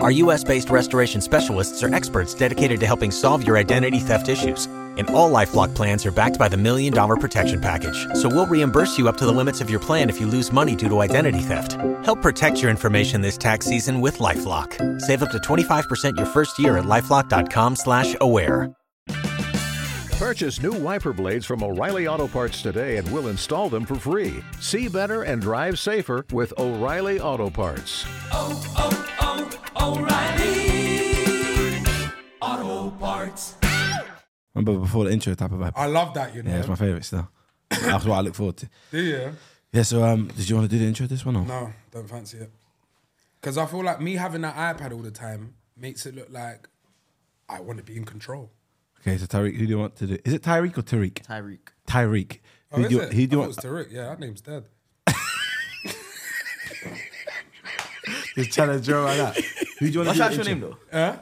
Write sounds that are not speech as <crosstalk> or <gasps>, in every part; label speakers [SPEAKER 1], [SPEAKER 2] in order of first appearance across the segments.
[SPEAKER 1] Our U.S. based restoration specialists are experts dedicated to helping solve your identity theft issues. And all LifeLock plans are backed by the Million Dollar Protection Package. So we'll reimburse you up to the limits of your plan if you lose money due to identity theft. Help protect your information this tax season with LifeLock. Save up to 25% your first year at LifeLock.com slash aware.
[SPEAKER 2] Purchase new wiper blades from O'Reilly Auto Parts today and we'll install them for free. See better and drive safer with O'Reilly Auto Parts.
[SPEAKER 3] oh, oh, oh, O'Reilly. Auto Parts.
[SPEAKER 4] Remember before the intro type of vibe?
[SPEAKER 5] I love that, you know.
[SPEAKER 4] Yeah, it's my favorite still. That's what I look forward to.
[SPEAKER 5] Do you?
[SPEAKER 4] Yeah, so um, did you want to do the intro this one or?
[SPEAKER 5] No, don't fancy it. Because I feel like me having that iPad all the time makes it look like I want to be in control.
[SPEAKER 4] Okay, so Tariq, who do you want to do? Is it Tyreek or Tariq?
[SPEAKER 6] Tyreek.
[SPEAKER 4] Tyreek.
[SPEAKER 5] Oh,
[SPEAKER 4] Who
[SPEAKER 5] is
[SPEAKER 4] do you,
[SPEAKER 5] it?
[SPEAKER 4] Who do you
[SPEAKER 5] I
[SPEAKER 4] want?
[SPEAKER 5] thought it was Tariq. Yeah, that name's dead.
[SPEAKER 4] Just trying to draw like that. Who do you want
[SPEAKER 6] What's
[SPEAKER 4] to
[SPEAKER 6] your
[SPEAKER 4] do?
[SPEAKER 6] actual
[SPEAKER 4] the
[SPEAKER 6] name
[SPEAKER 4] intro?
[SPEAKER 6] though?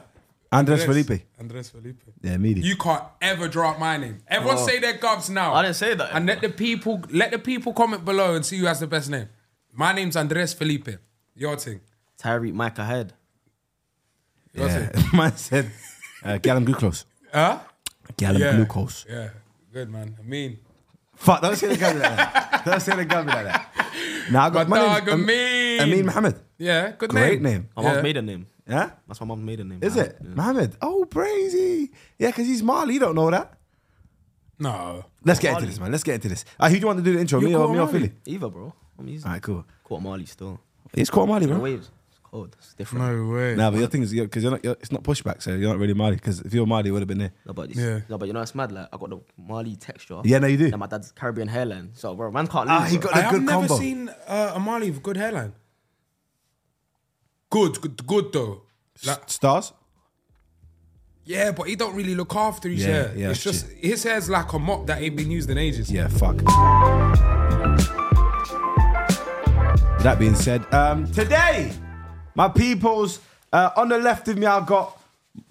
[SPEAKER 4] Andres Felipe.
[SPEAKER 5] Andres Felipe.
[SPEAKER 4] Yeah, me. dude.
[SPEAKER 5] You can't ever drop my name. Everyone
[SPEAKER 4] Oh.
[SPEAKER 5] say their gobs now.
[SPEAKER 6] I didn't say that.
[SPEAKER 5] And let the people let the people comment below and see who has the best name. My name's Andres Felipe. Your thing.
[SPEAKER 6] Tyreek Mike ahead.
[SPEAKER 5] Your
[SPEAKER 4] yeah. <laughs>
[SPEAKER 5] thing.
[SPEAKER 4] Man said, uh, Gallum glucose.
[SPEAKER 5] Huh?
[SPEAKER 4] Gallum
[SPEAKER 5] Yeah.
[SPEAKER 4] glucose.
[SPEAKER 5] Yeah. Good man. I mean.
[SPEAKER 4] Fuck, don't say the guy like that. Don't say the guy like that. Nah, I got my
[SPEAKER 5] Dog
[SPEAKER 4] name.
[SPEAKER 5] Amin.
[SPEAKER 4] Amin Mohammed.
[SPEAKER 5] Yeah, good name.
[SPEAKER 4] Great name.
[SPEAKER 6] My
[SPEAKER 5] Yeah.
[SPEAKER 6] mom's maiden name.
[SPEAKER 4] Yeah?
[SPEAKER 6] That's my mom's maiden name.
[SPEAKER 4] Is
[SPEAKER 6] man.
[SPEAKER 4] it?
[SPEAKER 6] Yeah.
[SPEAKER 4] Mohammed. Oh, crazy. Yeah, because he's Mali. You don't know that.
[SPEAKER 5] No.
[SPEAKER 4] Let's get into this, man. Let's get into this. Uh, who do you want to do the intro? Me or,
[SPEAKER 5] cool,
[SPEAKER 4] me or
[SPEAKER 5] Mali.
[SPEAKER 4] Philly?
[SPEAKER 6] Either, bro. I'm using
[SPEAKER 4] All right, cool.
[SPEAKER 6] Quarter Marley still.
[SPEAKER 4] It's quite Mali,
[SPEAKER 6] The
[SPEAKER 4] bro.
[SPEAKER 6] waves. It's cold. It's different.
[SPEAKER 5] No way.
[SPEAKER 4] Nah, but your thing is because you're not. You're, it's not pushback, so you're not really Mali. Because if you're Mali, it would have been there.
[SPEAKER 6] No, but it's,
[SPEAKER 5] Yeah.
[SPEAKER 6] no, but you know it's mad. Like I got the Marley texture.
[SPEAKER 4] Yeah, no, you do.
[SPEAKER 6] And my dad's Caribbean hairline. So bro, man can't lose.
[SPEAKER 4] Ah, he
[SPEAKER 6] bro.
[SPEAKER 4] got
[SPEAKER 5] I
[SPEAKER 4] a
[SPEAKER 5] have
[SPEAKER 4] good
[SPEAKER 5] never
[SPEAKER 4] combo.
[SPEAKER 5] seen uh, a Mali with good hairline. Good, good, good though. Like,
[SPEAKER 4] Stars.
[SPEAKER 5] yeah, but he don't really look after his
[SPEAKER 4] Yeah,
[SPEAKER 5] hair.
[SPEAKER 4] yeah,
[SPEAKER 5] it's just his hair's like a mop that ain't been used in ages.
[SPEAKER 4] Yeah, fuck. That being said, um, today, my peoples, uh, on the left of me, I've got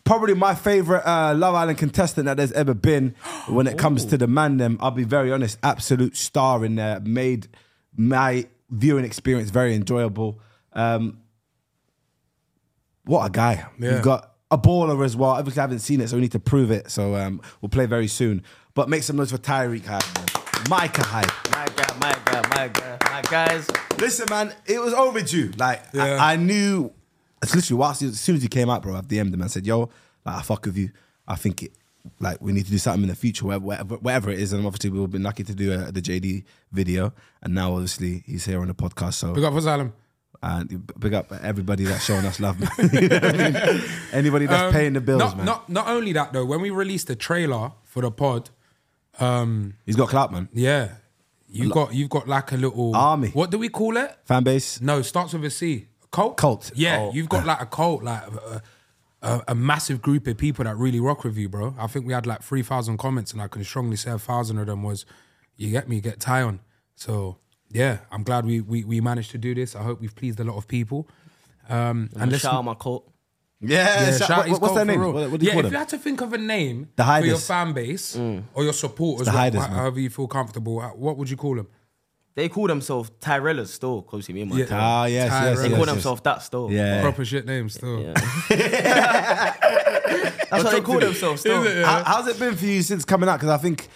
[SPEAKER 4] probably my favorite uh, Love Island contestant that there's ever been <gasps> when it comes to the man them. I'll be very honest, absolute star in there, made my viewing experience very enjoyable. Um, what a guy.
[SPEAKER 5] Yeah.
[SPEAKER 4] We've got a baller as well. Obviously, I haven't seen it, so we need to prove it. So um, we'll play very soon. But make some noise for Tyreek Hyde, Micah Hyde.
[SPEAKER 6] My guy, my guy, my guy, my guys.
[SPEAKER 4] Listen, man, it was overdue. Like
[SPEAKER 5] Yeah.
[SPEAKER 4] I, I knew. It's literally whilst, as soon as you came out, bro, I DM'd him and said, "Yo, like I fuck with you. I think it. Like we need to do something in the future, whatever, whatever, whatever it is." And obviously, we've been lucky to do uh, the JD video, and now obviously he's here on the podcast. So
[SPEAKER 5] We got Asylum.
[SPEAKER 4] and big up everybody that's showing us love, man. <laughs> You know what I mean? Anybody that's
[SPEAKER 5] Um,
[SPEAKER 4] paying the bills,
[SPEAKER 5] not,
[SPEAKER 4] man.
[SPEAKER 5] Not, not only that though, when we released the trailer for the pod, um,
[SPEAKER 4] He's got clout, man.
[SPEAKER 5] yeah, you got you've got like a little
[SPEAKER 4] Army.
[SPEAKER 5] What do we call it?
[SPEAKER 4] Fan base.
[SPEAKER 5] No, it starts with a C. Cult.
[SPEAKER 4] Cult. Oh.
[SPEAKER 5] Yeah,
[SPEAKER 4] Cult.
[SPEAKER 5] you've got like a cult, like a, a, a massive group of people that really rock with you, bro. I think we had like three thousand comments, and I can strongly say a thousand of them was, "You get me, get tie on." So yeah, I'm glad we we, we managed to do this. I hope we've pleased a lot of people. Um, and
[SPEAKER 6] And shout
[SPEAKER 5] listen,
[SPEAKER 6] out my coat.
[SPEAKER 4] Yeah.
[SPEAKER 5] yeah,
[SPEAKER 4] shout-
[SPEAKER 5] shout
[SPEAKER 4] what-
[SPEAKER 5] is
[SPEAKER 4] what's
[SPEAKER 5] cult
[SPEAKER 4] their
[SPEAKER 5] for
[SPEAKER 4] name?
[SPEAKER 5] real.
[SPEAKER 4] What, what do you
[SPEAKER 5] yeah,
[SPEAKER 4] call them?
[SPEAKER 5] if
[SPEAKER 4] Mm.
[SPEAKER 5] you had to think of a name
[SPEAKER 4] The
[SPEAKER 5] for your
[SPEAKER 4] Hiders.
[SPEAKER 5] fan base or your supporters,
[SPEAKER 4] the
[SPEAKER 5] wha-
[SPEAKER 4] Hiders, man.
[SPEAKER 5] however you feel comfortable, what would you call them?
[SPEAKER 6] They call themselves Tyrellas still. 'cause Obviously, me and my
[SPEAKER 5] Yeah.
[SPEAKER 6] Tyrell.
[SPEAKER 4] Ah, yes, yes,
[SPEAKER 5] Tyrell.
[SPEAKER 4] yes,
[SPEAKER 6] They call
[SPEAKER 4] yes.
[SPEAKER 6] themselves that still.
[SPEAKER 4] Yeah.
[SPEAKER 5] Proper shit names still.
[SPEAKER 6] That's what they call themselves still.
[SPEAKER 4] How, how's it been for you since coming out? Because I think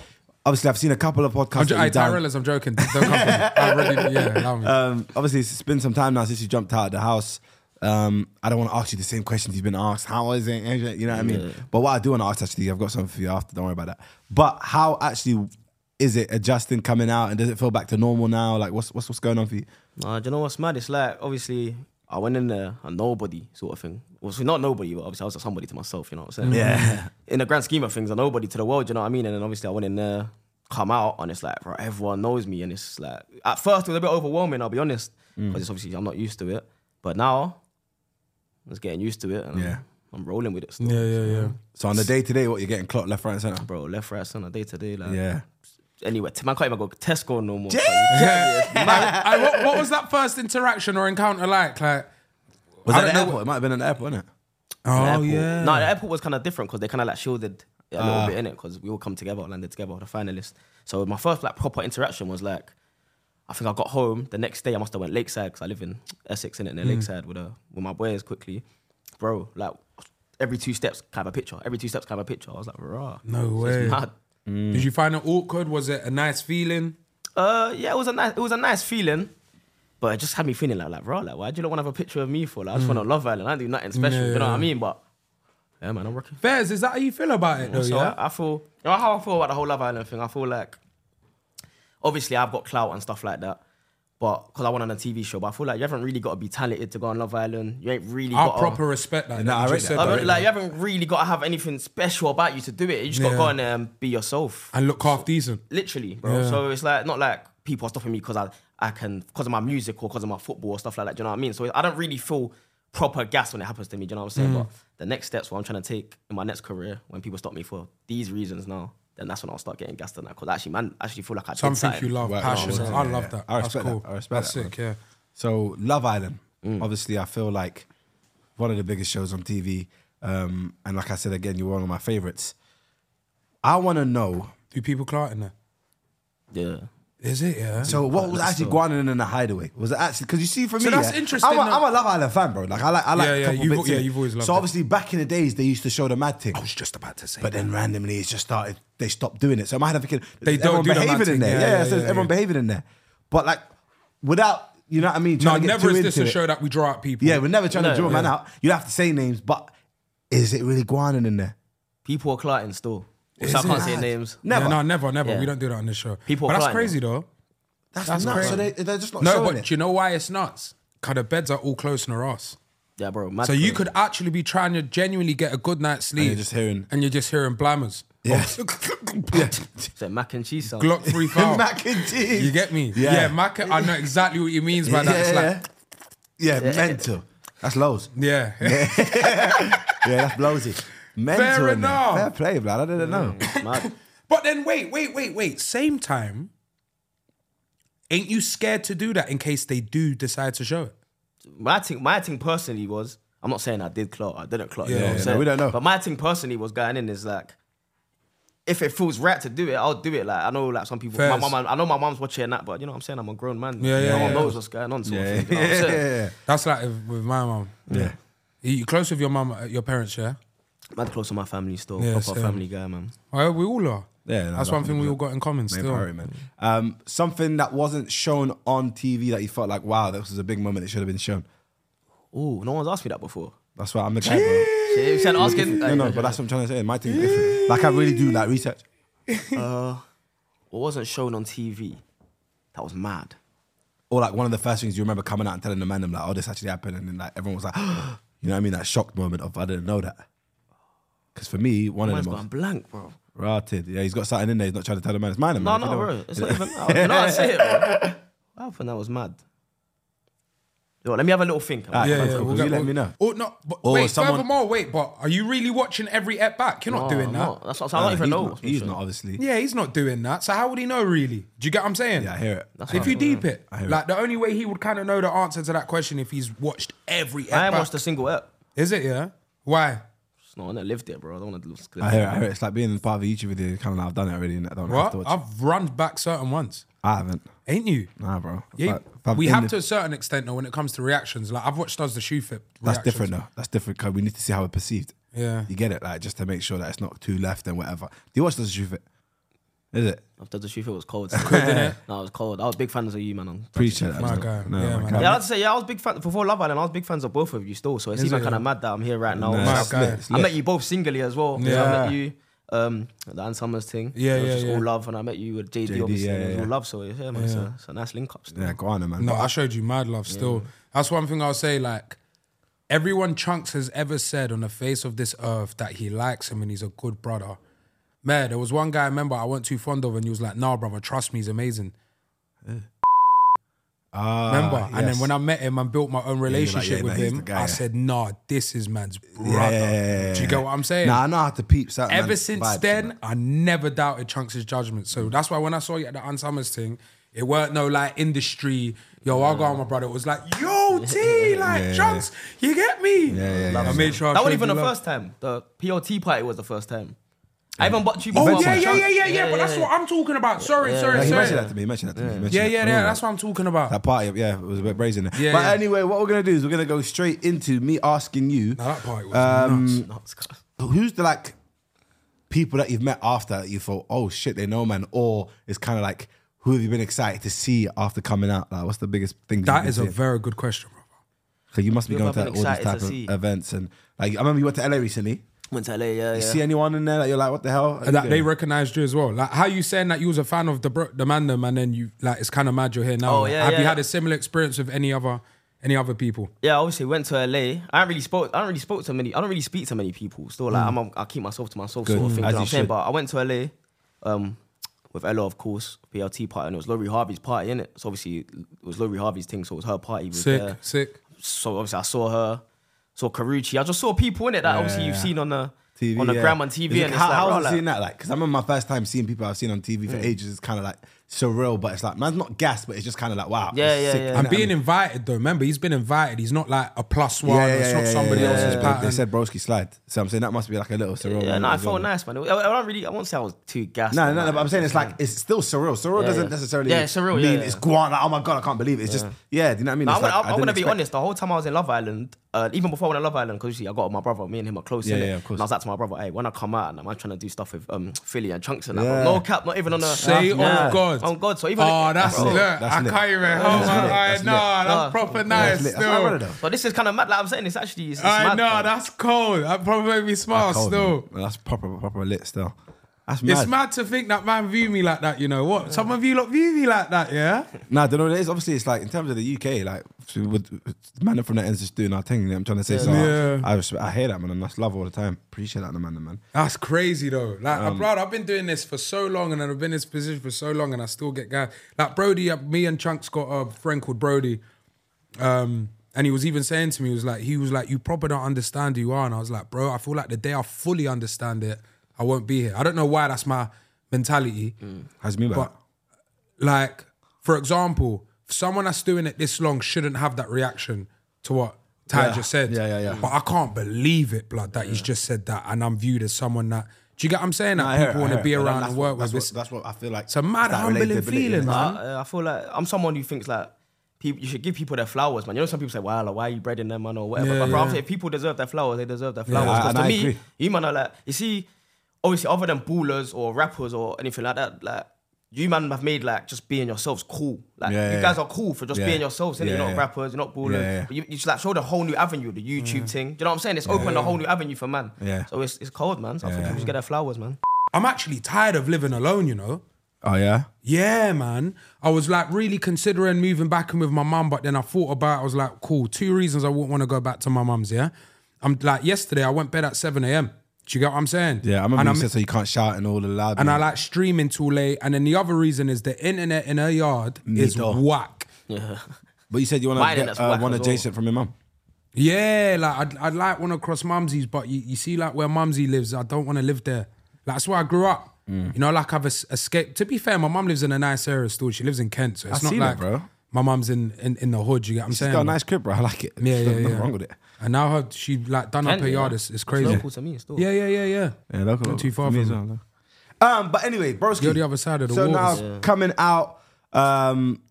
[SPEAKER 4] obviously I've seen a couple of podcasts.
[SPEAKER 5] I'm,
[SPEAKER 4] that
[SPEAKER 5] jo- I,
[SPEAKER 4] you've done.
[SPEAKER 5] Tyrellas, I'm joking. Don't come for me. I really,
[SPEAKER 4] <laughs>
[SPEAKER 5] yeah, allow me.
[SPEAKER 4] Um, obviously, it's been some time now since you jumped out of the house. Um, I don't want to ask you the same questions you've been asked. How is it? You know what I mean. But what I do want to ask actually, I've got something for you after. Don't worry about that. But how actually is it adjusting
[SPEAKER 6] Uh,
[SPEAKER 4] coming out, and does it feel back to normal now? Like what's what's what's going on for you?
[SPEAKER 6] Nah, do you know what's mad? It's like obviously I I went in there a nobody sort of thing. Well, so not nobody, but obviously I was a somebody to myself. You know what I'm saying?
[SPEAKER 7] Yeah.
[SPEAKER 6] <laughs> In the grand scheme of things, a nobody to the world. You know what I mean? And then obviously I went in there, come out, and it's like, right, everyone knows me, and it's like, at first it was a bit overwhelming. I'll be honest, because it's obviously I'm not used to it, but now I was getting used to it, and
[SPEAKER 4] Yeah.
[SPEAKER 6] I'm, I'm rolling with it. Still.
[SPEAKER 5] Yeah, yeah, yeah.
[SPEAKER 4] So on the day today, what you're getting clocked left, right, and centre.
[SPEAKER 6] Bro, left, right, center, day to day, like
[SPEAKER 4] Yeah.
[SPEAKER 6] anywhere. T- Man, I can't even go to Tesco no more.
[SPEAKER 5] I, what, what was that first interaction or encounter like? Like,
[SPEAKER 4] Was that
[SPEAKER 5] I don't
[SPEAKER 4] the
[SPEAKER 5] know
[SPEAKER 4] airport? It might have been an airport, wasn't it?
[SPEAKER 5] oh
[SPEAKER 6] No, the airport was kind of different because they kind of like shielded it a little
[SPEAKER 5] Ah.
[SPEAKER 6] bit in it because we all come together, landed together, the finalists. So my first like proper interaction was like, I think I got home the next day. I must have went lakeside because I live in Essex in it,
[SPEAKER 5] Hmm.
[SPEAKER 6] near lakeside with uh, with my boys quickly, bro. Like every two steps, kind of a picture. Every two steps, kind of a picture. I was like, rah.
[SPEAKER 5] No
[SPEAKER 6] It's
[SPEAKER 5] way.
[SPEAKER 6] mad.
[SPEAKER 5] Mm. Did you find it awkward? Was it a nice feeling?
[SPEAKER 6] Uh, yeah, it was a nice, it was a nice feeling, but it just had me feeling like, like, bro, like, why do you not want to have a picture of me for? Like, I just want to Love Island. I do nothing special.
[SPEAKER 5] Yeah,
[SPEAKER 6] you know what
[SPEAKER 5] Hmm. yeah.
[SPEAKER 6] I mean? But yeah, man, I'm working.
[SPEAKER 5] Bears, is that how you feel about it though?
[SPEAKER 6] So
[SPEAKER 5] yeah.
[SPEAKER 6] I, I feel, you know how I feel about the whole Love Island thing. I feel like, obviously, I've got clout and stuff like that. But because I went on a TV show, but I feel like you haven't really got to be talented to go on Love Island. You ain't really
[SPEAKER 5] I
[SPEAKER 6] got
[SPEAKER 5] proper respect that.
[SPEAKER 4] Nah,
[SPEAKER 5] that you
[SPEAKER 4] I
[SPEAKER 5] just
[SPEAKER 4] rate
[SPEAKER 5] said
[SPEAKER 4] that.
[SPEAKER 5] that.
[SPEAKER 4] I rate
[SPEAKER 6] like you haven't really got to have anything special about you to do it. You just got
[SPEAKER 5] Yeah.
[SPEAKER 6] to go in there and be yourself
[SPEAKER 5] And look half decent.
[SPEAKER 6] literally, bro.
[SPEAKER 5] Yeah.
[SPEAKER 6] So it's like not like people are stopping me because I I can because of my music or because of my football or stuff like that. Do you know what I mean? So I don't really feel proper gas when it happens to me. Do you know what I'm saying?
[SPEAKER 5] Mm.
[SPEAKER 6] But the next steps, what I'm trying to take in my next career, when people stop me for these reasons now, then that's when I'll start getting gassed and that. Because actually, man, I actually feel like I did
[SPEAKER 5] Something
[SPEAKER 6] something.
[SPEAKER 5] you love,
[SPEAKER 4] Right,
[SPEAKER 5] passion.
[SPEAKER 4] no,
[SPEAKER 5] I
[SPEAKER 4] yeah,
[SPEAKER 5] love
[SPEAKER 4] yeah.
[SPEAKER 5] that.
[SPEAKER 4] oh, I respect
[SPEAKER 5] That's cool.
[SPEAKER 4] that. I respect
[SPEAKER 5] That's
[SPEAKER 4] that.
[SPEAKER 5] sick, yeah.
[SPEAKER 4] So Love Island, obviously, I feel like one of the biggest shows on TV, um, and like I said again, you're one of my favorites. I want to know.
[SPEAKER 5] Do people clout in there?
[SPEAKER 6] Yeah.
[SPEAKER 5] Is it, yeah?
[SPEAKER 4] So what was actually going on in the hideaway? Was it actually because you see for
[SPEAKER 5] So
[SPEAKER 4] me?
[SPEAKER 5] that's
[SPEAKER 4] yeah,
[SPEAKER 5] interesting
[SPEAKER 4] I'm a,
[SPEAKER 5] that-
[SPEAKER 4] I'm a Love Island fan, bro. Like I like I like.
[SPEAKER 5] Yeah,
[SPEAKER 4] a
[SPEAKER 5] yeah,
[SPEAKER 4] couple
[SPEAKER 5] you've-
[SPEAKER 4] bits in
[SPEAKER 5] yeah,
[SPEAKER 4] it.
[SPEAKER 5] you've always loved
[SPEAKER 4] So
[SPEAKER 5] it.
[SPEAKER 4] obviously back in the days they used to show the mad thing.
[SPEAKER 5] I was just about to say.
[SPEAKER 4] But then randomly, it's just started. They stopped doing it. So I might have thinking
[SPEAKER 5] They
[SPEAKER 4] is
[SPEAKER 5] don't
[SPEAKER 4] everyone
[SPEAKER 5] do the mad
[SPEAKER 4] behaving in
[SPEAKER 5] thing.
[SPEAKER 4] there.
[SPEAKER 5] Yeah,
[SPEAKER 4] Yeah,
[SPEAKER 5] yeah,
[SPEAKER 4] so is
[SPEAKER 5] yeah,
[SPEAKER 4] everyone
[SPEAKER 5] yeah.
[SPEAKER 4] behaving in there. But like without, you know what I mean.
[SPEAKER 5] no,
[SPEAKER 4] Trying to get
[SPEAKER 5] never
[SPEAKER 4] too
[SPEAKER 5] is this a
[SPEAKER 4] into it.
[SPEAKER 5] show that we draw out people.
[SPEAKER 4] Yeah, we're never trying to
[SPEAKER 6] No,
[SPEAKER 4] draw man
[SPEAKER 5] yeah.
[SPEAKER 4] out. You have to say names, but is it really Guanan in there?
[SPEAKER 6] People are clotting still.
[SPEAKER 5] Is
[SPEAKER 6] So I can't
[SPEAKER 5] it?
[SPEAKER 6] say names.
[SPEAKER 5] Yeah,
[SPEAKER 4] Never.
[SPEAKER 5] no, never, never.
[SPEAKER 6] Yeah.
[SPEAKER 5] We don't do that on this show.
[SPEAKER 6] People
[SPEAKER 5] but that's
[SPEAKER 6] clout in
[SPEAKER 5] crazy, though.
[SPEAKER 4] that's
[SPEAKER 5] That's
[SPEAKER 4] nuts.
[SPEAKER 5] crazy.
[SPEAKER 4] So they, they're just not
[SPEAKER 5] No,
[SPEAKER 4] showing
[SPEAKER 5] but
[SPEAKER 4] it.
[SPEAKER 5] do you know why it's nuts? Because the beds are all close near us.
[SPEAKER 6] Yeah, bro. mad
[SPEAKER 5] So you
[SPEAKER 6] crazy.
[SPEAKER 5] could actually be trying to genuinely get a good night's sleep.
[SPEAKER 4] you're just hearing-
[SPEAKER 5] And you're just hearing blammers.
[SPEAKER 4] Yeah.
[SPEAKER 5] <laughs>
[SPEAKER 4] <laughs>
[SPEAKER 5] yeah.
[SPEAKER 6] It's like mac and cheese. sound.
[SPEAKER 5] <laughs> Glock 3 foul.
[SPEAKER 4] Mac and cheese.
[SPEAKER 5] You get me?
[SPEAKER 4] Yeah.
[SPEAKER 5] Yeah, Mac, I know exactly what he means by
[SPEAKER 4] yeah,
[SPEAKER 5] that.
[SPEAKER 4] yeah,
[SPEAKER 5] It's
[SPEAKER 4] yeah.
[SPEAKER 5] like,
[SPEAKER 4] yeah, mental. That's lows.
[SPEAKER 5] yeah.
[SPEAKER 4] Yeah, that's blowsy. Mental.
[SPEAKER 5] Fair
[SPEAKER 4] in there.
[SPEAKER 5] enough.
[SPEAKER 4] Fair play, blood. I didn't know.
[SPEAKER 6] Mad.
[SPEAKER 5] <laughs> But then wait, wait, wait, wait. Same time, ain't you scared to do that in case they do decide to show it?
[SPEAKER 6] my thing, my thing personally was, I'm not saying I did clot, I didn't clot. you know
[SPEAKER 5] Yeah,
[SPEAKER 6] what I'm
[SPEAKER 5] yeah,
[SPEAKER 6] saying?
[SPEAKER 4] no, we don't know.
[SPEAKER 6] But my thing personally was going in is like, if it feels right to do it, I'll do it. Like I know, like some people, my
[SPEAKER 5] Fairs.
[SPEAKER 6] mum, I know my mum's watching that, but you know what I'm saying. I'm a grown man.
[SPEAKER 5] Yeah, yeah,
[SPEAKER 6] My mum
[SPEAKER 5] yeah.
[SPEAKER 6] knows what's going on.
[SPEAKER 4] <laughs>
[SPEAKER 6] Sort
[SPEAKER 4] Yeah,
[SPEAKER 6] of thing, you know what
[SPEAKER 4] <laughs>
[SPEAKER 6] I'm saying?
[SPEAKER 4] yeah,
[SPEAKER 5] That's like if- with my mom.
[SPEAKER 4] yeah.
[SPEAKER 5] You close with your mum, uh, your parents, yeah?
[SPEAKER 6] Man, close to my family still.
[SPEAKER 5] Yeah,
[SPEAKER 6] proper
[SPEAKER 5] same.
[SPEAKER 6] family guy, man.
[SPEAKER 5] Well, we all are.
[SPEAKER 4] Yeah, no,
[SPEAKER 5] that's one
[SPEAKER 4] nothing
[SPEAKER 5] thing we
[SPEAKER 4] to
[SPEAKER 5] all got in common
[SPEAKER 4] Main
[SPEAKER 5] still.
[SPEAKER 4] priority, man. Um, something that wasn't shown on TV that you felt like, wow, this was a big moment that should have been shown.
[SPEAKER 6] Oh, no one's asked me that before.
[SPEAKER 4] That's why I'm the guy, bro.
[SPEAKER 6] Shit, you said asking.
[SPEAKER 4] <laughs> No, no, but that's what I'm trying to say. My thing is different. Like I really do like research.
[SPEAKER 6] what wasn't shown on TV. That was mad.
[SPEAKER 4] Or like one of the first things you remember coming out and telling the man, them like, oh, this actually happened. And then like everyone was like, <gasps> you know what I mean? That shocked moment of, I didn't know that. Because for me, one
[SPEAKER 6] Man's
[SPEAKER 4] of the
[SPEAKER 6] gone
[SPEAKER 4] most
[SPEAKER 6] blank, bro.
[SPEAKER 4] rotted. Yeah, he's got something in there. He's not trying to tell the man. It's mine, man.
[SPEAKER 6] No,
[SPEAKER 4] if you
[SPEAKER 6] no,
[SPEAKER 4] know.
[SPEAKER 6] bro. It's not
[SPEAKER 4] <laughs>
[SPEAKER 6] even. No, no, I say it, bro. What happened? That was mad. Yo, let me have a little think.
[SPEAKER 4] Ah,
[SPEAKER 5] Yeah,
[SPEAKER 4] man's
[SPEAKER 5] yeah,
[SPEAKER 4] cool.
[SPEAKER 5] we'll
[SPEAKER 4] You
[SPEAKER 5] get-
[SPEAKER 4] let
[SPEAKER 5] we'll-
[SPEAKER 4] me know.
[SPEAKER 5] Oh no! But
[SPEAKER 4] Or
[SPEAKER 5] wait,
[SPEAKER 4] someone-
[SPEAKER 5] furthermore, wait. But are you really watching every at back? You're not doing that.
[SPEAKER 6] No, that's what I'm saying. I don't even
[SPEAKER 4] he's
[SPEAKER 6] know.
[SPEAKER 4] Not,
[SPEAKER 6] what's
[SPEAKER 4] he's
[SPEAKER 6] mentioned.
[SPEAKER 4] not, obviously.
[SPEAKER 5] Yeah, he's not doing that. So how would he know really? Do you get what I'm saying?
[SPEAKER 4] Yeah, I hear it. That's
[SPEAKER 5] if
[SPEAKER 6] what
[SPEAKER 5] you
[SPEAKER 6] I'm-
[SPEAKER 5] deep it,
[SPEAKER 4] hear
[SPEAKER 5] like the only way he would kind of know the answer to that question if he's watched every. at
[SPEAKER 6] I haven't
[SPEAKER 5] back.
[SPEAKER 6] watched a single app.
[SPEAKER 5] Is it? Yeah. Why?
[SPEAKER 6] It's not. I don't live there, bro. I don't want to lose.
[SPEAKER 4] I hear it. I hear it. It's like being part of a YouTube video. Kind of like, I've done it already. And I don't have
[SPEAKER 5] What?
[SPEAKER 4] to watch. it.
[SPEAKER 5] I've run back certain ones.
[SPEAKER 4] I haven't.
[SPEAKER 5] Ain't you?
[SPEAKER 4] Nah, bro.
[SPEAKER 5] Yeah,
[SPEAKER 4] If I- if I'm
[SPEAKER 5] we
[SPEAKER 4] in
[SPEAKER 5] have
[SPEAKER 4] the-
[SPEAKER 5] to a certain extent though when it comes to reactions. Like I've watched us the shoe fit.
[SPEAKER 4] That's
[SPEAKER 5] reactions.
[SPEAKER 4] different though. That's different because we need to see how it's perceived.
[SPEAKER 5] Yeah.
[SPEAKER 4] You get it? Like just to make sure that it's not too left and whatever. Do you watch this shoot it? Is it?
[SPEAKER 6] After the shoot, it
[SPEAKER 4] <laughs>
[SPEAKER 6] was cold. no, it was cold. I was big fans of you, man. on-
[SPEAKER 4] Appreciate that.
[SPEAKER 5] My
[SPEAKER 4] man.
[SPEAKER 5] guy.
[SPEAKER 4] No,
[SPEAKER 5] yeah,
[SPEAKER 4] my
[SPEAKER 5] man.
[SPEAKER 4] guy.
[SPEAKER 6] Yeah, I have to say, yeah, I was big fan before Love Island. I was big fans of both of you still. So it's
[SPEAKER 5] Is
[SPEAKER 6] even
[SPEAKER 5] it,
[SPEAKER 6] kind
[SPEAKER 5] yeah?
[SPEAKER 6] of mad that I'm here right now.
[SPEAKER 4] No,
[SPEAKER 5] My
[SPEAKER 4] it's
[SPEAKER 5] guy.
[SPEAKER 4] lit, it's
[SPEAKER 6] I
[SPEAKER 4] lit.
[SPEAKER 6] met you both singly as well. Yeah. I
[SPEAKER 5] Yeah.
[SPEAKER 6] met you. um, the Ann Summers thing.
[SPEAKER 5] Yeah,
[SPEAKER 6] it was
[SPEAKER 5] yeah,
[SPEAKER 6] just
[SPEAKER 5] yeah.
[SPEAKER 6] all love, and I met you with JD,
[SPEAKER 4] JD,
[SPEAKER 6] obviously. and
[SPEAKER 4] yeah,
[SPEAKER 6] it was
[SPEAKER 4] yeah.
[SPEAKER 6] all love, so yeah, man, it's, a, it's a nice link up. Still.
[SPEAKER 4] Yeah, go on, then, man.
[SPEAKER 5] No, I showed you mad love still. That's one thing I'll say, like, everyone Chunks has ever said on the face of this earth that he likes him and he's a good brother. Man, there was one guy I remember I wasn't too fond of and he was like, nah, brother, trust me, he's amazing.
[SPEAKER 4] Ah,
[SPEAKER 5] Remember?
[SPEAKER 4] yes.
[SPEAKER 5] And then when I met him and built my own relationship
[SPEAKER 4] yeah, nah,
[SPEAKER 5] with
[SPEAKER 4] he's
[SPEAKER 5] him,
[SPEAKER 4] the guy,
[SPEAKER 5] I
[SPEAKER 4] yeah.
[SPEAKER 5] said, nah, this is man's brother.
[SPEAKER 4] Yeah, yeah, yeah, yeah,
[SPEAKER 5] Do you get what I'm saying?
[SPEAKER 4] Nah, I know how to peep. That
[SPEAKER 5] Ever
[SPEAKER 4] man's
[SPEAKER 5] since
[SPEAKER 4] vibes,
[SPEAKER 5] then,
[SPEAKER 4] man.
[SPEAKER 5] I never doubted Chunks' judgment. So that's why when I saw you at the Ann Summers thing, it weren't no like industry, yo, I'll go on my brother. It was like, yo,
[SPEAKER 4] <laughs>
[SPEAKER 5] T, like Chunks, you get me?
[SPEAKER 4] yeah,
[SPEAKER 5] Like,
[SPEAKER 4] yeah,
[SPEAKER 5] I made sure I
[SPEAKER 6] That
[SPEAKER 5] showed
[SPEAKER 6] wasn't even
[SPEAKER 5] you
[SPEAKER 6] the
[SPEAKER 5] love.
[SPEAKER 6] first time. The POT party was the first time. I even bought you.
[SPEAKER 5] Oh,
[SPEAKER 6] before
[SPEAKER 5] yeah,
[SPEAKER 6] my
[SPEAKER 5] yeah,
[SPEAKER 6] chance.
[SPEAKER 5] yeah, yeah, yeah. But that's what I'm talking about. Sorry, sorry,
[SPEAKER 4] Yeah, he
[SPEAKER 5] sorry.
[SPEAKER 4] mentioned that to me. He mentioned that to me. he mentioned
[SPEAKER 5] Yeah,
[SPEAKER 4] that
[SPEAKER 5] yeah,
[SPEAKER 4] to me.
[SPEAKER 5] yeah. That's what I'm talking about.
[SPEAKER 4] That party, yeah, it was a bit brazen. there.
[SPEAKER 5] Yeah,
[SPEAKER 4] but
[SPEAKER 5] yeah.
[SPEAKER 4] anyway, what we're gonna do is we're gonna go straight into me asking you, um,
[SPEAKER 5] Now, that part was nuts.
[SPEAKER 6] No, it's class.
[SPEAKER 4] who's the like people that you've met after that you thought, oh shit, they know, man, or it's kind of like who have you been excited to see after coming out? Like, what's the biggest thing?
[SPEAKER 5] That is a
[SPEAKER 4] event.
[SPEAKER 5] very good question, bro.
[SPEAKER 4] you must be
[SPEAKER 6] Who
[SPEAKER 4] going
[SPEAKER 6] have
[SPEAKER 4] to
[SPEAKER 6] I
[SPEAKER 4] all
[SPEAKER 6] been
[SPEAKER 4] these
[SPEAKER 6] excited
[SPEAKER 4] type
[SPEAKER 6] to
[SPEAKER 4] of
[SPEAKER 6] see?
[SPEAKER 4] events, and like I remember you went to LA recently.
[SPEAKER 6] Went to LA, yeah, yeah.
[SPEAKER 4] See anyone in there that you're like, what the hell?
[SPEAKER 5] And that they recognized you as well. Like how you saying that you was a fan of the bro- the man them, and then you like it's kind of mad you're here now.
[SPEAKER 6] Oh,
[SPEAKER 5] Like,
[SPEAKER 6] yeah,
[SPEAKER 5] Have
[SPEAKER 6] yeah,
[SPEAKER 5] you
[SPEAKER 6] yeah.
[SPEAKER 5] had a similar experience with any other any other people?
[SPEAKER 6] yeah, obviously went to LA. I don't really spoke. I don't really spoke to many. I don't really speak to many people. Still, like
[SPEAKER 5] Mm.
[SPEAKER 6] I'm, I keep myself to myself,
[SPEAKER 4] Good.
[SPEAKER 6] sort of thing.
[SPEAKER 4] As
[SPEAKER 6] you know
[SPEAKER 4] you
[SPEAKER 6] what I'm saying,
[SPEAKER 4] should.
[SPEAKER 6] but I went to LA, um, with Ella, of course, PLT party, and it was Laurie Harvey's party, innit? So obviously it was Laurie Harvey's thing, so it was her party. Was
[SPEAKER 5] Sick,
[SPEAKER 6] there.
[SPEAKER 5] sick.
[SPEAKER 6] So obviously I saw her, saw Karuchi. I just saw people in it that obviously you've seen on the
[SPEAKER 4] TV,
[SPEAKER 6] on the
[SPEAKER 4] yeah.
[SPEAKER 6] gram on TV,
[SPEAKER 4] It's
[SPEAKER 6] and
[SPEAKER 4] like,
[SPEAKER 6] it's
[SPEAKER 4] how,
[SPEAKER 6] like,
[SPEAKER 4] how
[SPEAKER 6] rah,
[SPEAKER 4] was
[SPEAKER 6] like- Mm.
[SPEAKER 4] seeing that? Like, because I remember my first time seeing people I've seen on TV for ages is kind of like surreal, but it's like man's not gassed, but it's just kind of like wow,
[SPEAKER 6] Yeah,
[SPEAKER 4] it's
[SPEAKER 6] yeah,
[SPEAKER 4] sick,
[SPEAKER 6] yeah.
[SPEAKER 4] innit?
[SPEAKER 5] And
[SPEAKER 4] I
[SPEAKER 5] being
[SPEAKER 4] mean-
[SPEAKER 5] invited though, remember he's been invited. He's not like a plus one.
[SPEAKER 4] Yeah, yeah,
[SPEAKER 5] it's
[SPEAKER 4] yeah,
[SPEAKER 5] not
[SPEAKER 4] yeah,
[SPEAKER 5] somebody
[SPEAKER 4] yeah,
[SPEAKER 5] else's
[SPEAKER 4] yeah.
[SPEAKER 5] pattern.
[SPEAKER 4] They, they said broski slide, so I'm saying that must be like a little surreal.
[SPEAKER 6] Yeah,
[SPEAKER 4] moment
[SPEAKER 6] no, I
[SPEAKER 4] as well.
[SPEAKER 6] felt nice, man. I, I don't really. I won't say I was too gassed.
[SPEAKER 4] No,
[SPEAKER 6] on
[SPEAKER 4] no,
[SPEAKER 6] that.
[SPEAKER 4] no, but I'm saying it's like it's still surreal. Surreal
[SPEAKER 6] Yeah,
[SPEAKER 4] doesn't
[SPEAKER 6] yeah.
[SPEAKER 4] necessarily
[SPEAKER 6] Yeah, it's surreal,
[SPEAKER 4] mean
[SPEAKER 6] yeah,
[SPEAKER 4] it's
[SPEAKER 6] yeah.
[SPEAKER 4] gone. Like, oh my god, I can't believe it. It's just yeah, do you know what I mean?
[SPEAKER 6] No,
[SPEAKER 4] It's
[SPEAKER 6] I'm,
[SPEAKER 4] like,
[SPEAKER 6] gonna, I'm,
[SPEAKER 4] I
[SPEAKER 6] I'm
[SPEAKER 4] didn't
[SPEAKER 6] gonna be
[SPEAKER 4] expect-
[SPEAKER 6] honest. The whole time I was in Love Island, uh, even before I went on Love Island, because I got my brother, me and him are close.
[SPEAKER 4] Yeah,
[SPEAKER 6] innit?
[SPEAKER 4] yeah, of course.
[SPEAKER 6] And I was like to my brother, hey, when I come out and I'm trying to do stuff with um, Philly and Chunks and that,
[SPEAKER 4] Yeah. oh,
[SPEAKER 6] no cap, not even on a.
[SPEAKER 5] Say
[SPEAKER 6] Yeah.
[SPEAKER 5] on God.
[SPEAKER 6] On God. So even.
[SPEAKER 5] Oh, that's
[SPEAKER 6] Bro.
[SPEAKER 5] look.
[SPEAKER 4] lit. That's
[SPEAKER 5] I
[SPEAKER 4] lit.
[SPEAKER 5] can't even
[SPEAKER 4] That's
[SPEAKER 5] hold my
[SPEAKER 4] lit.
[SPEAKER 5] eye.
[SPEAKER 4] That's
[SPEAKER 5] Nah,
[SPEAKER 4] lit.
[SPEAKER 5] that's proper nice.
[SPEAKER 4] That's lit. That's my brother,
[SPEAKER 5] Still.
[SPEAKER 4] though.
[SPEAKER 6] So this is kind of mad. Like I'm saying, it's actually. It's, it's
[SPEAKER 5] I
[SPEAKER 6] mad,
[SPEAKER 5] know
[SPEAKER 6] bro.
[SPEAKER 5] that's cold. That probably made me smile.
[SPEAKER 4] Cold,
[SPEAKER 5] still.
[SPEAKER 4] man. That's proper, proper lit still. That's mad.
[SPEAKER 5] It's mad to think that man view me like that, you know. What? Some of you lot view me like that, yeah?
[SPEAKER 4] No, I don't know what it is. Obviously, it's like in terms of the UK, like with man from the ends just doing our thing. you know what I'm trying to say, so
[SPEAKER 5] Yeah.
[SPEAKER 4] I, I, respect, I hear that man, and that's love all the time. Appreciate that, man, man.
[SPEAKER 5] That's crazy though. Like, bro, I've been doing this for so long and I've been in this position for so long and I still get guys. Like, Brody, uh, me and Chunks got a friend called Brody. Um, and he was even saying to me, he was like, he was like, you probably don't understand who you are. And I was like, bro, I feel like the day I fully understand it, I won't be here. I don't know why that's my mentality.
[SPEAKER 4] How's me,
[SPEAKER 5] But like, for example, someone that's doing it this long shouldn't have that reaction to what Ty
[SPEAKER 4] Yeah.
[SPEAKER 5] just said.
[SPEAKER 4] Yeah, yeah, yeah.
[SPEAKER 5] But I can't believe it, blood, that he's just said that, and I'm viewed as someone that. Do you get what I'm saying? That people want to be around and work with.
[SPEAKER 4] That's
[SPEAKER 5] This,
[SPEAKER 4] what, that's what I feel like.
[SPEAKER 5] It's a mad
[SPEAKER 4] that
[SPEAKER 5] humbling
[SPEAKER 4] relatability,
[SPEAKER 5] feeling,
[SPEAKER 4] innit?
[SPEAKER 5] man.
[SPEAKER 6] I, I feel like I'm someone who thinks like people. You should give people their flowers, man. You know, some people say, "Wow, like, why are you breading them, man?" or whatever.
[SPEAKER 5] Yeah,
[SPEAKER 6] but bro, I'm
[SPEAKER 5] yeah.
[SPEAKER 6] saying if people deserve their flowers, they deserve their flowers.
[SPEAKER 4] I-
[SPEAKER 6] 'Cause
[SPEAKER 4] and
[SPEAKER 6] to
[SPEAKER 4] I
[SPEAKER 6] me,
[SPEAKER 4] agree.
[SPEAKER 6] you man are like, you see, obviously, other than ballers or rappers or anything like that, like. You man have made like just being yourselves cool. Like
[SPEAKER 4] Yeah,
[SPEAKER 6] you
[SPEAKER 4] yeah,
[SPEAKER 6] guys
[SPEAKER 4] yeah.
[SPEAKER 6] are cool for just
[SPEAKER 4] Yeah.
[SPEAKER 6] being yourselves. innit?
[SPEAKER 4] Yeah,
[SPEAKER 6] you're not
[SPEAKER 4] yeah.
[SPEAKER 6] rappers, you're not ballers.
[SPEAKER 4] Yeah, yeah. Mm.
[SPEAKER 6] But you, you just like showed a whole new avenue, the YouTube thing. Do you know what I'm saying? It's opened a whole new avenue for man.
[SPEAKER 4] Yeah.
[SPEAKER 6] So it's, it's cold, man. So I
[SPEAKER 4] Yeah,
[SPEAKER 6] think
[SPEAKER 4] yeah.
[SPEAKER 6] people should get their flowers, man.
[SPEAKER 5] I'm actually tired of living alone. You know.
[SPEAKER 4] Oh yeah,
[SPEAKER 5] Yeah, man. I was like really considering moving back in with my mum, but then I thought about it. I was like, cool, two reasons I wouldn't want to go back to my mum's, yeah? I'm like, yesterday I went bed at 7 a.m. Do you get what I'm saying?
[SPEAKER 4] yeah. I remember
[SPEAKER 5] and
[SPEAKER 4] you
[SPEAKER 5] I'm-
[SPEAKER 4] said so you can't shout and all the loud.
[SPEAKER 5] and I
[SPEAKER 4] music.
[SPEAKER 5] like streaming too late. And then the other reason is the internet in her yard is
[SPEAKER 4] dog.
[SPEAKER 5] whack.
[SPEAKER 4] but you said you
[SPEAKER 6] Mine
[SPEAKER 4] want to
[SPEAKER 6] that's
[SPEAKER 4] get uh,
[SPEAKER 6] whack
[SPEAKER 4] one
[SPEAKER 6] as well.
[SPEAKER 4] adjacent from your mum.
[SPEAKER 5] Yeah, like I'd, I'd like one across Mumsy's, but you, you see, like where Mumsy lives, I don't want to live there. Like, that's where I grew up.
[SPEAKER 4] Mm.
[SPEAKER 5] You know, like I've es- escaped. To be fair, my mum lives in a nice area still. She lives in Kent, so it's not
[SPEAKER 4] seen it,
[SPEAKER 5] like
[SPEAKER 4] bro.
[SPEAKER 5] my mum's in, in in the hood. You get what I'm
[SPEAKER 4] She's
[SPEAKER 5] saying?
[SPEAKER 4] got a nice crib, bro. I like it.
[SPEAKER 5] yeah,
[SPEAKER 4] There's
[SPEAKER 5] yeah,
[SPEAKER 4] nothing
[SPEAKER 5] yeah.
[SPEAKER 4] wrong with it.
[SPEAKER 5] And now her, she like done up
[SPEAKER 6] Kent,
[SPEAKER 5] her
[SPEAKER 6] yeah.
[SPEAKER 5] yard. It's, it's
[SPEAKER 6] It's
[SPEAKER 5] crazy.
[SPEAKER 6] local to me, still.
[SPEAKER 5] Yeah, yeah, yeah, yeah.
[SPEAKER 4] Yeah, local.
[SPEAKER 5] Not too far
[SPEAKER 4] for me
[SPEAKER 5] from
[SPEAKER 4] as
[SPEAKER 5] me.
[SPEAKER 4] well. look. Um, but anyway, broski.
[SPEAKER 5] You're the other side of the
[SPEAKER 4] so
[SPEAKER 5] walls.
[SPEAKER 4] now coming out, um,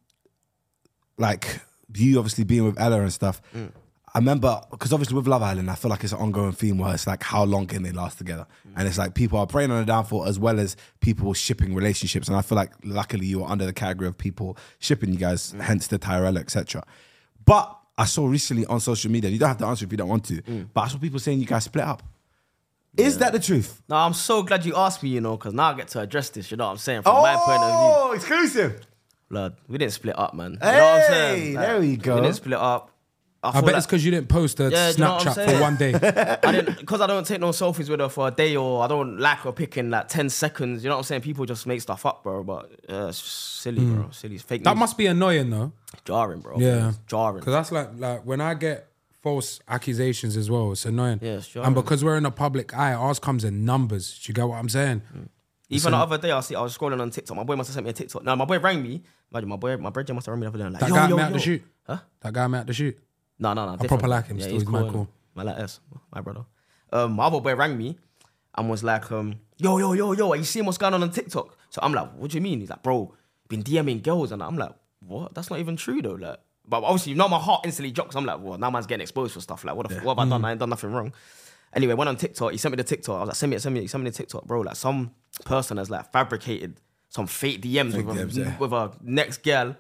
[SPEAKER 4] like you obviously being with Ella and stuff. I remember because obviously with Love Island, I feel like it's an ongoing theme where it's like how long can they last together, and it's like people are preying on the downfall as well as people shipping relationships, and I feel like luckily you are under the category of people shipping you guys, hence the Tyrell etc. But I saw recently on social media, you don't have to answer if you don't want to, but I saw people saying you guys split up. Is that the truth?
[SPEAKER 6] No, I'm so glad you asked me, you know, because now I get to address this, you know what I'm saying, from
[SPEAKER 4] Oh,
[SPEAKER 6] my point of view.
[SPEAKER 4] exclusive.
[SPEAKER 6] Blood, we didn't split up, man. you know what I'm
[SPEAKER 4] Hey,
[SPEAKER 6] saying?
[SPEAKER 4] there we go.
[SPEAKER 6] didn't split up.
[SPEAKER 5] I
[SPEAKER 6] feel
[SPEAKER 5] bet
[SPEAKER 6] like-
[SPEAKER 5] it's because you didn't post a
[SPEAKER 6] Yeah, do you know what I'm
[SPEAKER 5] Snapchat for
[SPEAKER 6] saying?
[SPEAKER 5] one
[SPEAKER 6] <laughs>
[SPEAKER 5] day.
[SPEAKER 6] I didn't because I don't take no selfies with her for a day, or I don't like her picking like ten seconds. You know what I'm saying? People just make stuff up, bro. But uh, it's just silly, bro. Silly, It's fake.
[SPEAKER 5] Hmm. that
[SPEAKER 6] news.
[SPEAKER 5] must be annoying though.
[SPEAKER 6] jarring, bro.
[SPEAKER 5] Yeah.
[SPEAKER 6] It's jarring.
[SPEAKER 5] Because that's like like when I get false accusations as well, it's annoying.
[SPEAKER 6] Yeah, it's jarring.
[SPEAKER 5] and because we're in the public eye, ours comes in numbers. Do you get what I'm saying?
[SPEAKER 6] Mm. Even the other day, I see I was scrolling on TikTok. My boy must have sent me a TikTok. No, my boy rang me. Imagine my boy, my brother must have rang me the other day. Like,
[SPEAKER 5] That
[SPEAKER 6] yo,
[SPEAKER 5] guy
[SPEAKER 6] yo,
[SPEAKER 5] me out
[SPEAKER 6] yo.
[SPEAKER 5] the shoot.
[SPEAKER 6] Huh?
[SPEAKER 5] That guy me out the shoot.
[SPEAKER 6] No, no, no. I
[SPEAKER 5] proper like him still, he's mad cool.
[SPEAKER 6] My like us, my brother. Um, my other boy rang me and was like, um, yo, yo, yo, yo, are you seeing what's going on on TikTok? So I'm like, what do you mean? He's like, bro, been DMing girls. And I'm like, what? That's not even true though. Like, but obviously, you know, my heart instantly jocks. I'm like, well, now man's getting exposed for stuff. Like, what, the f- what have I
[SPEAKER 5] Mm.
[SPEAKER 6] done? I ain't done nothing wrong. Anyway, went on TikTok. He sent me the TikTok. I was like, send me it, send me it, send me the TikTok, bro. Like, some person has like fabricated some fake DMs, with,
[SPEAKER 4] DMs,
[SPEAKER 6] a,
[SPEAKER 4] yeah.
[SPEAKER 6] with a next girl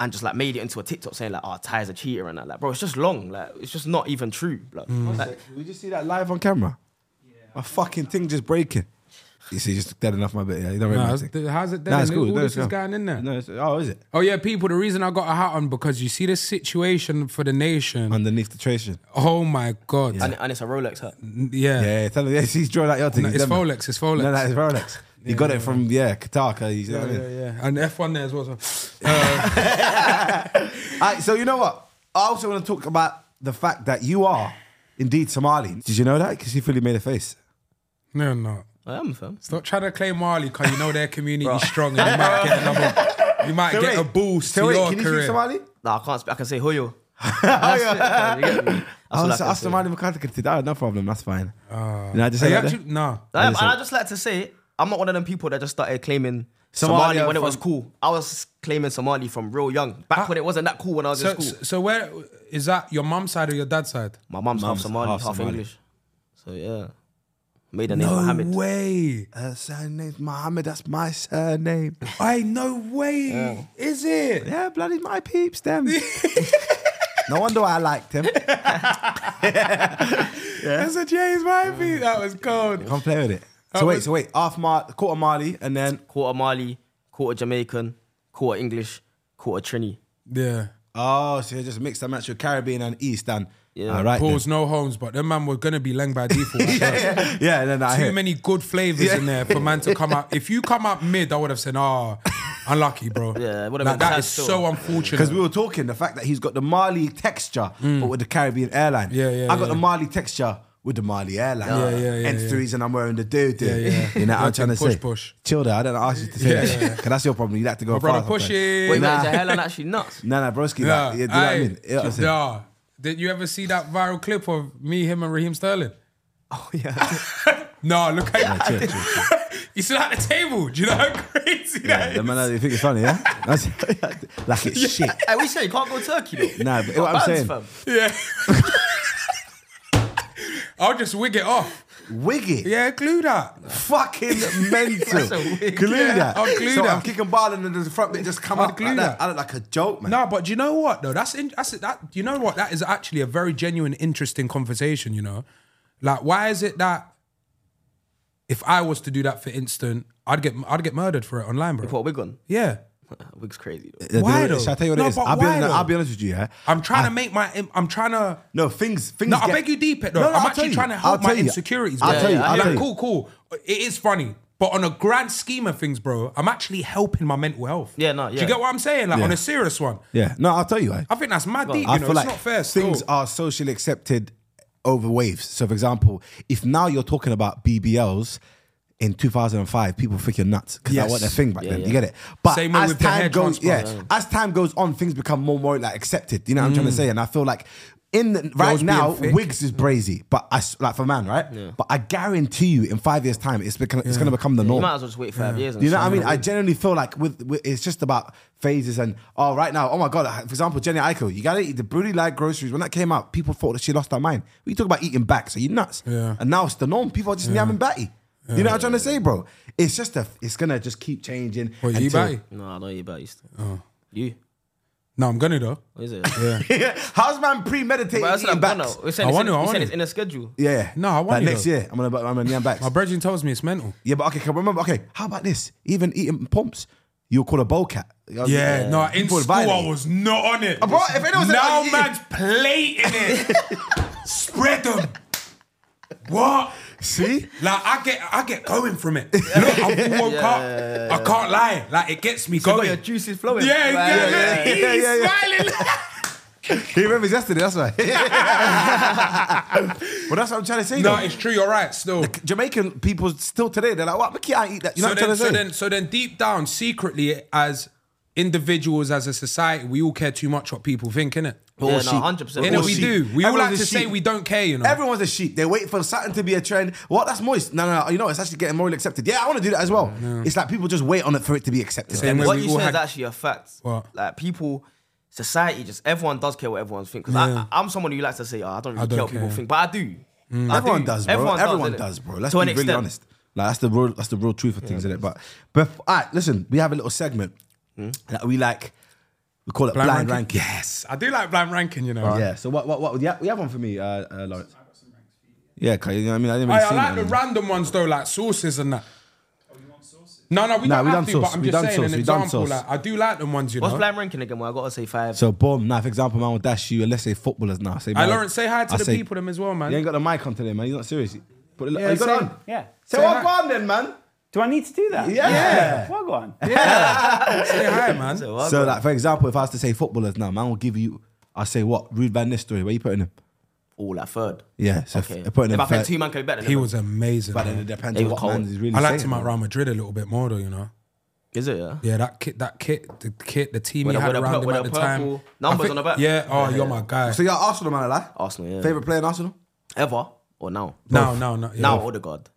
[SPEAKER 6] and just like made it into a TikTok saying like, "Oh, Ty's a cheater" and that. Like, bro, it's just long. Like, it's just not even true. Like, like,
[SPEAKER 4] Can we just see that live on camera? My fucking thing just breaking. You see, just dead enough, my bit. Yeah, you don't
[SPEAKER 5] Nah,
[SPEAKER 4] really
[SPEAKER 5] it's-
[SPEAKER 4] matter.
[SPEAKER 5] how's it dead?
[SPEAKER 4] Nah, it's
[SPEAKER 5] All
[SPEAKER 4] cool. No,
[SPEAKER 5] this
[SPEAKER 4] it's
[SPEAKER 5] is
[SPEAKER 4] cool.
[SPEAKER 5] going in there.
[SPEAKER 4] No, it's, oh, is it
[SPEAKER 5] Oh yeah, people. The reason I got a hat on because you see the situation for the nation.
[SPEAKER 4] underneath the tracer?
[SPEAKER 5] oh my god. Yeah.
[SPEAKER 6] and, and it's a Rolex. Huh?
[SPEAKER 4] Yeah, yeah, tell him. Yeah, he's drawn out your thing.
[SPEAKER 5] No,
[SPEAKER 4] he's
[SPEAKER 5] it's
[SPEAKER 4] done that.
[SPEAKER 5] Rolex, it's Rolex.
[SPEAKER 4] No, no, it's Rolex. You got it from yeah, Qatar. 'cause You know
[SPEAKER 5] Yeah,
[SPEAKER 4] what I mean?
[SPEAKER 5] yeah, yeah. and F1 there as well. So. uh,
[SPEAKER 4] All right, so you know what? I also want to talk about the fact that you are indeed Somali. Did you know that? Because you fully made a face.
[SPEAKER 5] <laughs> No, no.
[SPEAKER 6] I am fam.
[SPEAKER 5] Stop trying to claim Mali because you know their community strong and you might get another. You might
[SPEAKER 4] So
[SPEAKER 5] get
[SPEAKER 4] wait,
[SPEAKER 5] a boost
[SPEAKER 4] so
[SPEAKER 5] to
[SPEAKER 4] wait,
[SPEAKER 5] your
[SPEAKER 4] can you
[SPEAKER 5] career.
[SPEAKER 4] speak Somali?
[SPEAKER 6] Nah, I can't. Speak, I can say Hoyo. That's it, fam, <laughs> you get me? That's all
[SPEAKER 4] That's Oh,
[SPEAKER 6] I can
[SPEAKER 4] that's
[SPEAKER 6] say.
[SPEAKER 4] Somali Mukata I have no problem. That's fine. you know, I just say
[SPEAKER 5] Ah. Are you
[SPEAKER 4] that.
[SPEAKER 5] actually, no.
[SPEAKER 6] I, am- and I just like to say, I'm not one of them people that just started claiming.
[SPEAKER 4] Somalia
[SPEAKER 6] Somali when it was
[SPEAKER 4] from-
[SPEAKER 6] cool. I was claiming Somali from real young, back when it wasn't that cool when I was
[SPEAKER 5] So,
[SPEAKER 6] in school.
[SPEAKER 5] so where is that your mum's side or your dad's side?
[SPEAKER 6] My mum's half
[SPEAKER 4] Mum's
[SPEAKER 6] Somali,
[SPEAKER 4] half
[SPEAKER 6] half,
[SPEAKER 4] Somali.
[SPEAKER 6] English. So yeah, made the name Mohammed.
[SPEAKER 5] way.
[SPEAKER 4] Her surname's Mohammed. That's my surname.
[SPEAKER 5] I no way. Is it?
[SPEAKER 4] yeah, bloody my peeps,
[SPEAKER 5] <laughs>
[SPEAKER 4] them. no wonder why I liked him.
[SPEAKER 5] That's a James Oh, Murphy. That was cold.
[SPEAKER 4] Come play with it. So
[SPEAKER 5] That
[SPEAKER 4] wait,
[SPEAKER 5] was-
[SPEAKER 4] so wait. Half Mar- quarter Mali, and then
[SPEAKER 6] quarter Mali, quarter Jamaican, quarter English, quarter Trini.
[SPEAKER 5] Yeah.
[SPEAKER 4] oh, so you just mixed and matched your Caribbean and East and
[SPEAKER 6] Yeah.
[SPEAKER 4] All right. then.
[SPEAKER 5] Paul's no homes, but them man were gonna be lang by
[SPEAKER 4] <laughs>
[SPEAKER 5] default.
[SPEAKER 4] yeah, yeah. Then I
[SPEAKER 5] Too
[SPEAKER 4] hear.
[SPEAKER 5] many good flavors in there for man to come out. If you come out mid, I would have said, "Ah, unlucky, bro."
[SPEAKER 6] Yeah, it would have
[SPEAKER 5] like,
[SPEAKER 6] been
[SPEAKER 5] that
[SPEAKER 6] sad
[SPEAKER 5] is
[SPEAKER 6] still.
[SPEAKER 5] so unfortunate.
[SPEAKER 4] Because we were talking the fact that he's got the Mali texture, but with the Caribbean airline.
[SPEAKER 5] Mm. Yeah, yeah,
[SPEAKER 4] I got
[SPEAKER 5] yeah.
[SPEAKER 4] the Mali texture with the Mali airline.
[SPEAKER 5] Yeah, yeah, yeah,
[SPEAKER 4] Hence the
[SPEAKER 5] yeah.
[SPEAKER 4] reason I'm wearing the doo doo.
[SPEAKER 5] Yeah, yeah.
[SPEAKER 4] You know what I'm trying to
[SPEAKER 5] Like push,
[SPEAKER 4] say?
[SPEAKER 5] push.
[SPEAKER 4] Chill there. I don't ask you to say
[SPEAKER 5] Yeah,
[SPEAKER 4] that
[SPEAKER 5] yeah,
[SPEAKER 4] shit. <laughs> Because that's your problem. You like to go
[SPEAKER 5] My brother,
[SPEAKER 4] fast
[SPEAKER 5] push
[SPEAKER 4] sometimes.
[SPEAKER 5] it.
[SPEAKER 6] Wait,
[SPEAKER 4] Nah.
[SPEAKER 6] wait, is the hairline actually nuts?
[SPEAKER 4] Nah, nah, broski.
[SPEAKER 5] Yeah,
[SPEAKER 4] Like, yeah, do you know what I
[SPEAKER 5] aye.
[SPEAKER 4] mean? You know what I'm saying? <laughs>
[SPEAKER 5] Yeah. Did you ever see that viral clip of me, him, and Raheem Sterling?
[SPEAKER 6] Oh
[SPEAKER 5] <laughs>
[SPEAKER 6] yeah.
[SPEAKER 5] No, look at that.
[SPEAKER 4] chill, chill,
[SPEAKER 5] <laughs> He's still at the table. Do you know how <laughs> crazy that
[SPEAKER 4] Yeah,
[SPEAKER 5] is?
[SPEAKER 4] the man, you think it's funny,
[SPEAKER 5] <laughs>
[SPEAKER 4] yeah? That's, <laughs> like it's shit.
[SPEAKER 6] <laughs> hey, we say you can't go Turkey though.
[SPEAKER 4] Nah, but what I'm
[SPEAKER 6] Bans,
[SPEAKER 4] saying,
[SPEAKER 6] fam.
[SPEAKER 5] I'll just wig it off.
[SPEAKER 4] wiggy.
[SPEAKER 5] Yeah, glue that. <laughs>
[SPEAKER 4] fucking mental.
[SPEAKER 6] That's a wig.
[SPEAKER 4] Glue
[SPEAKER 5] Yeah,
[SPEAKER 4] that.
[SPEAKER 5] I'll glue
[SPEAKER 4] so
[SPEAKER 5] that.
[SPEAKER 4] I'm kicking ball and then the front bit just come
[SPEAKER 5] I'll
[SPEAKER 4] up
[SPEAKER 5] glue
[SPEAKER 4] like that.
[SPEAKER 5] that.
[SPEAKER 4] I look like a joke, man.
[SPEAKER 5] No, but do you know what though? That's in, that's that. You know what? That is actually a very genuine, interesting conversation. You know, like why is it that if I was to do that for instant, I'd get I'd get murdered for it online, bro.
[SPEAKER 6] Put a wig on.
[SPEAKER 5] Yeah,
[SPEAKER 6] Wig's crazy though.
[SPEAKER 4] Yeah,
[SPEAKER 5] Why
[SPEAKER 4] do you know-
[SPEAKER 5] though?
[SPEAKER 4] Shall I tell you what
[SPEAKER 5] No,
[SPEAKER 4] it is?
[SPEAKER 5] but
[SPEAKER 4] I'll be,
[SPEAKER 5] why
[SPEAKER 4] honest,
[SPEAKER 5] though?
[SPEAKER 4] I'll be honest with you, yeah.
[SPEAKER 5] I'm trying to make my. I'm trying to.
[SPEAKER 4] No, things, things.
[SPEAKER 5] No, I
[SPEAKER 4] Ah. get-
[SPEAKER 5] beg you deep it though.
[SPEAKER 4] No, no,
[SPEAKER 5] I'm
[SPEAKER 4] I'll tell
[SPEAKER 5] actually
[SPEAKER 4] you.
[SPEAKER 5] trying to
[SPEAKER 4] I'll
[SPEAKER 5] help
[SPEAKER 4] tell
[SPEAKER 5] my
[SPEAKER 4] you.
[SPEAKER 5] insecurities.
[SPEAKER 4] I'll
[SPEAKER 5] bro.
[SPEAKER 4] tell you, I'll
[SPEAKER 5] like,
[SPEAKER 4] tell you.
[SPEAKER 5] cool, cool. It is funny, but on a grand scheme of things, bro, I'm actually helping my mental health.
[SPEAKER 6] Yeah, no,
[SPEAKER 5] Do
[SPEAKER 6] yeah.
[SPEAKER 5] you get what I'm saying? Like
[SPEAKER 4] Yeah.
[SPEAKER 5] on a serious one.
[SPEAKER 4] Yeah, no, I'll tell you. eh? I,
[SPEAKER 5] I think that's mad deep. You
[SPEAKER 4] I
[SPEAKER 5] know,
[SPEAKER 4] feel
[SPEAKER 5] it's
[SPEAKER 4] like
[SPEAKER 5] not fair.
[SPEAKER 4] things
[SPEAKER 5] still.
[SPEAKER 4] are socially accepted over waves. So, for example, if now you're talking about BBLs in 2005, people think you're nuts because that
[SPEAKER 5] Yes.
[SPEAKER 4] was their thing back then.
[SPEAKER 6] yeah.
[SPEAKER 4] You get it? But
[SPEAKER 5] Same way
[SPEAKER 4] as
[SPEAKER 5] with the
[SPEAKER 4] time
[SPEAKER 5] hair
[SPEAKER 4] goes, yeah,
[SPEAKER 5] transplant.
[SPEAKER 4] as time goes on, things become more and more like accepted. You know what I'm trying to say? And I feel like. In the, right
[SPEAKER 5] Mm. being
[SPEAKER 4] now,
[SPEAKER 5] thick.
[SPEAKER 4] wigs is brazy, but I s- like for man, right? But I guarantee you, in five years' time, it's become, it's going to become the norm.
[SPEAKER 6] You might as well just wait five years. And
[SPEAKER 4] Do you know
[SPEAKER 6] see.
[SPEAKER 4] what I mean? I generally feel like with, with it's just about phases and oh right now oh my god for example Jenny Aiko you gotta eat the Brutally Light groceries when that came out people thought that she lost her mind we talk about eating back so you nuts
[SPEAKER 5] Yeah.
[SPEAKER 4] and now it's the norm people are just yamming batty you know what I'm trying to say bro it's just a it's gonna just keep changing
[SPEAKER 5] What, you
[SPEAKER 4] until-
[SPEAKER 5] batty?
[SPEAKER 4] Oh.
[SPEAKER 6] No, I don't eat about you still. You?
[SPEAKER 5] No, I'm gonna though.
[SPEAKER 6] What
[SPEAKER 4] <laughs>
[SPEAKER 6] is it?
[SPEAKER 4] How's man premeditating
[SPEAKER 6] But I said
[SPEAKER 4] eating
[SPEAKER 6] I'm gonna.
[SPEAKER 4] backs?
[SPEAKER 6] We're saying
[SPEAKER 5] I
[SPEAKER 6] it's
[SPEAKER 5] want to,
[SPEAKER 6] in-
[SPEAKER 5] I
[SPEAKER 6] we're
[SPEAKER 5] want
[SPEAKER 6] saying
[SPEAKER 5] to.
[SPEAKER 6] it's in a schedule.
[SPEAKER 4] Yeah.
[SPEAKER 5] No, I want
[SPEAKER 4] like
[SPEAKER 5] you
[SPEAKER 4] next
[SPEAKER 5] though.
[SPEAKER 4] year. I'm gonna I'm gonna yam backs.
[SPEAKER 5] My brethren tells me it's mental.
[SPEAKER 4] Yeah, but okay, can remember, okay, how about this? Even eating pumps, you'll call a bowl cat.
[SPEAKER 5] Oh, Yeah, no, in
[SPEAKER 4] People
[SPEAKER 5] school
[SPEAKER 4] would violate.
[SPEAKER 5] I was not on it.
[SPEAKER 4] Uh, bro, if anyone said I
[SPEAKER 5] now
[SPEAKER 4] was eating-
[SPEAKER 5] man's plating <laughs> it, spread them. What? <laughs>
[SPEAKER 4] See?
[SPEAKER 5] Like I get, I get going from <laughs> it. Look, I woke up. I can't lie. Like it gets me
[SPEAKER 6] You got
[SPEAKER 5] going.
[SPEAKER 6] your juices flowing.
[SPEAKER 5] yeah, yeah, yeah,
[SPEAKER 4] yeah, yeah,
[SPEAKER 5] he's
[SPEAKER 4] yeah, yeah.
[SPEAKER 5] <laughs> smiling.
[SPEAKER 4] He remembers yesterday, that's
[SPEAKER 5] <laughs>
[SPEAKER 4] why. but that's what I'm trying to say.
[SPEAKER 5] no,
[SPEAKER 4] though.
[SPEAKER 5] it's true. You're right. Still.
[SPEAKER 4] Jamaican people still today, they're like, what? Mickey, I eat that. You know
[SPEAKER 5] so
[SPEAKER 4] what I'm
[SPEAKER 5] then, so
[SPEAKER 4] trying to say?
[SPEAKER 5] then, so then, deep down, secretly, as individuals, as a society, we all care too much what people think, innit?
[SPEAKER 6] Yeah, no,
[SPEAKER 4] sheep.
[SPEAKER 6] 100%.
[SPEAKER 5] Innit,
[SPEAKER 4] all
[SPEAKER 5] we
[SPEAKER 4] sheep.
[SPEAKER 5] do. We all
[SPEAKER 4] Everyone's
[SPEAKER 5] like
[SPEAKER 4] a
[SPEAKER 5] to say
[SPEAKER 4] sheep.
[SPEAKER 5] we don't care, you know.
[SPEAKER 4] Everyone's a sheep. They wait for something to be a trend. What? That's moist. No, no, no. You know, it's actually getting morally accepted. Yeah, I want to do that as well. It's like people just wait on it for it to be accepted.
[SPEAKER 5] Same way
[SPEAKER 6] What
[SPEAKER 5] we
[SPEAKER 6] you
[SPEAKER 5] all
[SPEAKER 6] said
[SPEAKER 5] had-
[SPEAKER 6] is actually a fact.
[SPEAKER 5] What?
[SPEAKER 6] Like people, society, just everyone does care what everyone's thinking.
[SPEAKER 5] Yeah.
[SPEAKER 6] Because I'm someone who likes to say, oh, I don't really
[SPEAKER 5] I don't
[SPEAKER 6] care what people
[SPEAKER 5] care. Mm.
[SPEAKER 6] think, but I do. I
[SPEAKER 4] Everyone
[SPEAKER 6] do.
[SPEAKER 4] does, bro. Everyone,
[SPEAKER 6] innit?
[SPEAKER 4] does, bro. Let's
[SPEAKER 6] To
[SPEAKER 4] be
[SPEAKER 6] an
[SPEAKER 4] really
[SPEAKER 6] extent.
[SPEAKER 4] honest. Like that's the real, that's the real truth of things, in it? But, but all right, listen, we have a little segment
[SPEAKER 6] Hmm?
[SPEAKER 4] that we like. We call it blind, ranking.
[SPEAKER 5] Yes, I do like blind ranking. You know.
[SPEAKER 4] Yeah. So what? What? What? Yeah, we have one for me, uh, uh, Lawrence. Yeah, 'cause, you know what I mean. I didn't
[SPEAKER 5] Aye,
[SPEAKER 4] really
[SPEAKER 5] I
[SPEAKER 4] see
[SPEAKER 5] like the
[SPEAKER 4] it.
[SPEAKER 5] random ones though, like sauces and that. No, no, we
[SPEAKER 4] Nah,
[SPEAKER 5] don't
[SPEAKER 4] we
[SPEAKER 5] have
[SPEAKER 4] done
[SPEAKER 5] to,
[SPEAKER 4] sauce.
[SPEAKER 5] but I'm
[SPEAKER 4] We
[SPEAKER 5] just
[SPEAKER 4] done sauce.
[SPEAKER 5] saying an
[SPEAKER 4] We done
[SPEAKER 5] example.
[SPEAKER 4] sauce.
[SPEAKER 5] Like, I do like them ones, you
[SPEAKER 6] What's
[SPEAKER 5] know.
[SPEAKER 6] blind ranking again? Well, I gotta say five.
[SPEAKER 4] So boom. Now, for example, man, with Dash you, and let's say footballers now. Say, man,
[SPEAKER 5] Lawrence, say hi to
[SPEAKER 4] I
[SPEAKER 5] the
[SPEAKER 4] say-
[SPEAKER 5] people them as well, man.
[SPEAKER 4] You ain't got the mic on today, man. You're not serious. Put it, yeah, you got
[SPEAKER 5] say-
[SPEAKER 4] it on.
[SPEAKER 7] Yeah.
[SPEAKER 4] Say
[SPEAKER 5] Say
[SPEAKER 4] what
[SPEAKER 5] hi.
[SPEAKER 4] go on then, man.
[SPEAKER 7] Do I need to do that?
[SPEAKER 4] Yeah.
[SPEAKER 7] Well, go on.
[SPEAKER 5] Say hi, man.
[SPEAKER 6] So, well,
[SPEAKER 4] So, like for example, if I was to say footballers now, man, will give you. I say what? Rude Van Nistelrooy. Where you putting him?
[SPEAKER 6] all at third.
[SPEAKER 4] Yeah. So
[SPEAKER 6] Okay.
[SPEAKER 4] f- putting
[SPEAKER 6] if
[SPEAKER 4] him.
[SPEAKER 6] I think
[SPEAKER 4] third.
[SPEAKER 6] two man can be better. Than
[SPEAKER 5] he
[SPEAKER 6] him.
[SPEAKER 5] was amazing.
[SPEAKER 4] But then
[SPEAKER 5] man.
[SPEAKER 4] it depends
[SPEAKER 6] He
[SPEAKER 4] on
[SPEAKER 6] was
[SPEAKER 4] what
[SPEAKER 6] cold.
[SPEAKER 4] man is really
[SPEAKER 5] I liked
[SPEAKER 4] saying.
[SPEAKER 5] him at Real Madrid a little bit more though, you know.
[SPEAKER 6] Is it? Yeah.
[SPEAKER 5] Yeah, that kit, that kit, the kit, the team
[SPEAKER 6] With
[SPEAKER 5] he
[SPEAKER 6] a-
[SPEAKER 5] had
[SPEAKER 6] with a
[SPEAKER 5] around
[SPEAKER 6] pur-
[SPEAKER 5] him
[SPEAKER 6] with
[SPEAKER 5] at
[SPEAKER 6] a
[SPEAKER 5] the
[SPEAKER 6] purple
[SPEAKER 5] time.
[SPEAKER 6] numbers
[SPEAKER 5] I think-
[SPEAKER 6] on the back.
[SPEAKER 5] Yeah. Oh, you're my guy.
[SPEAKER 4] So you're Arsenal man, like
[SPEAKER 6] Arsenal. Yeah.
[SPEAKER 4] favorite player in Arsenal.
[SPEAKER 6] ever or now?
[SPEAKER 5] No, no, no. yeah.
[SPEAKER 6] Now Odegaard,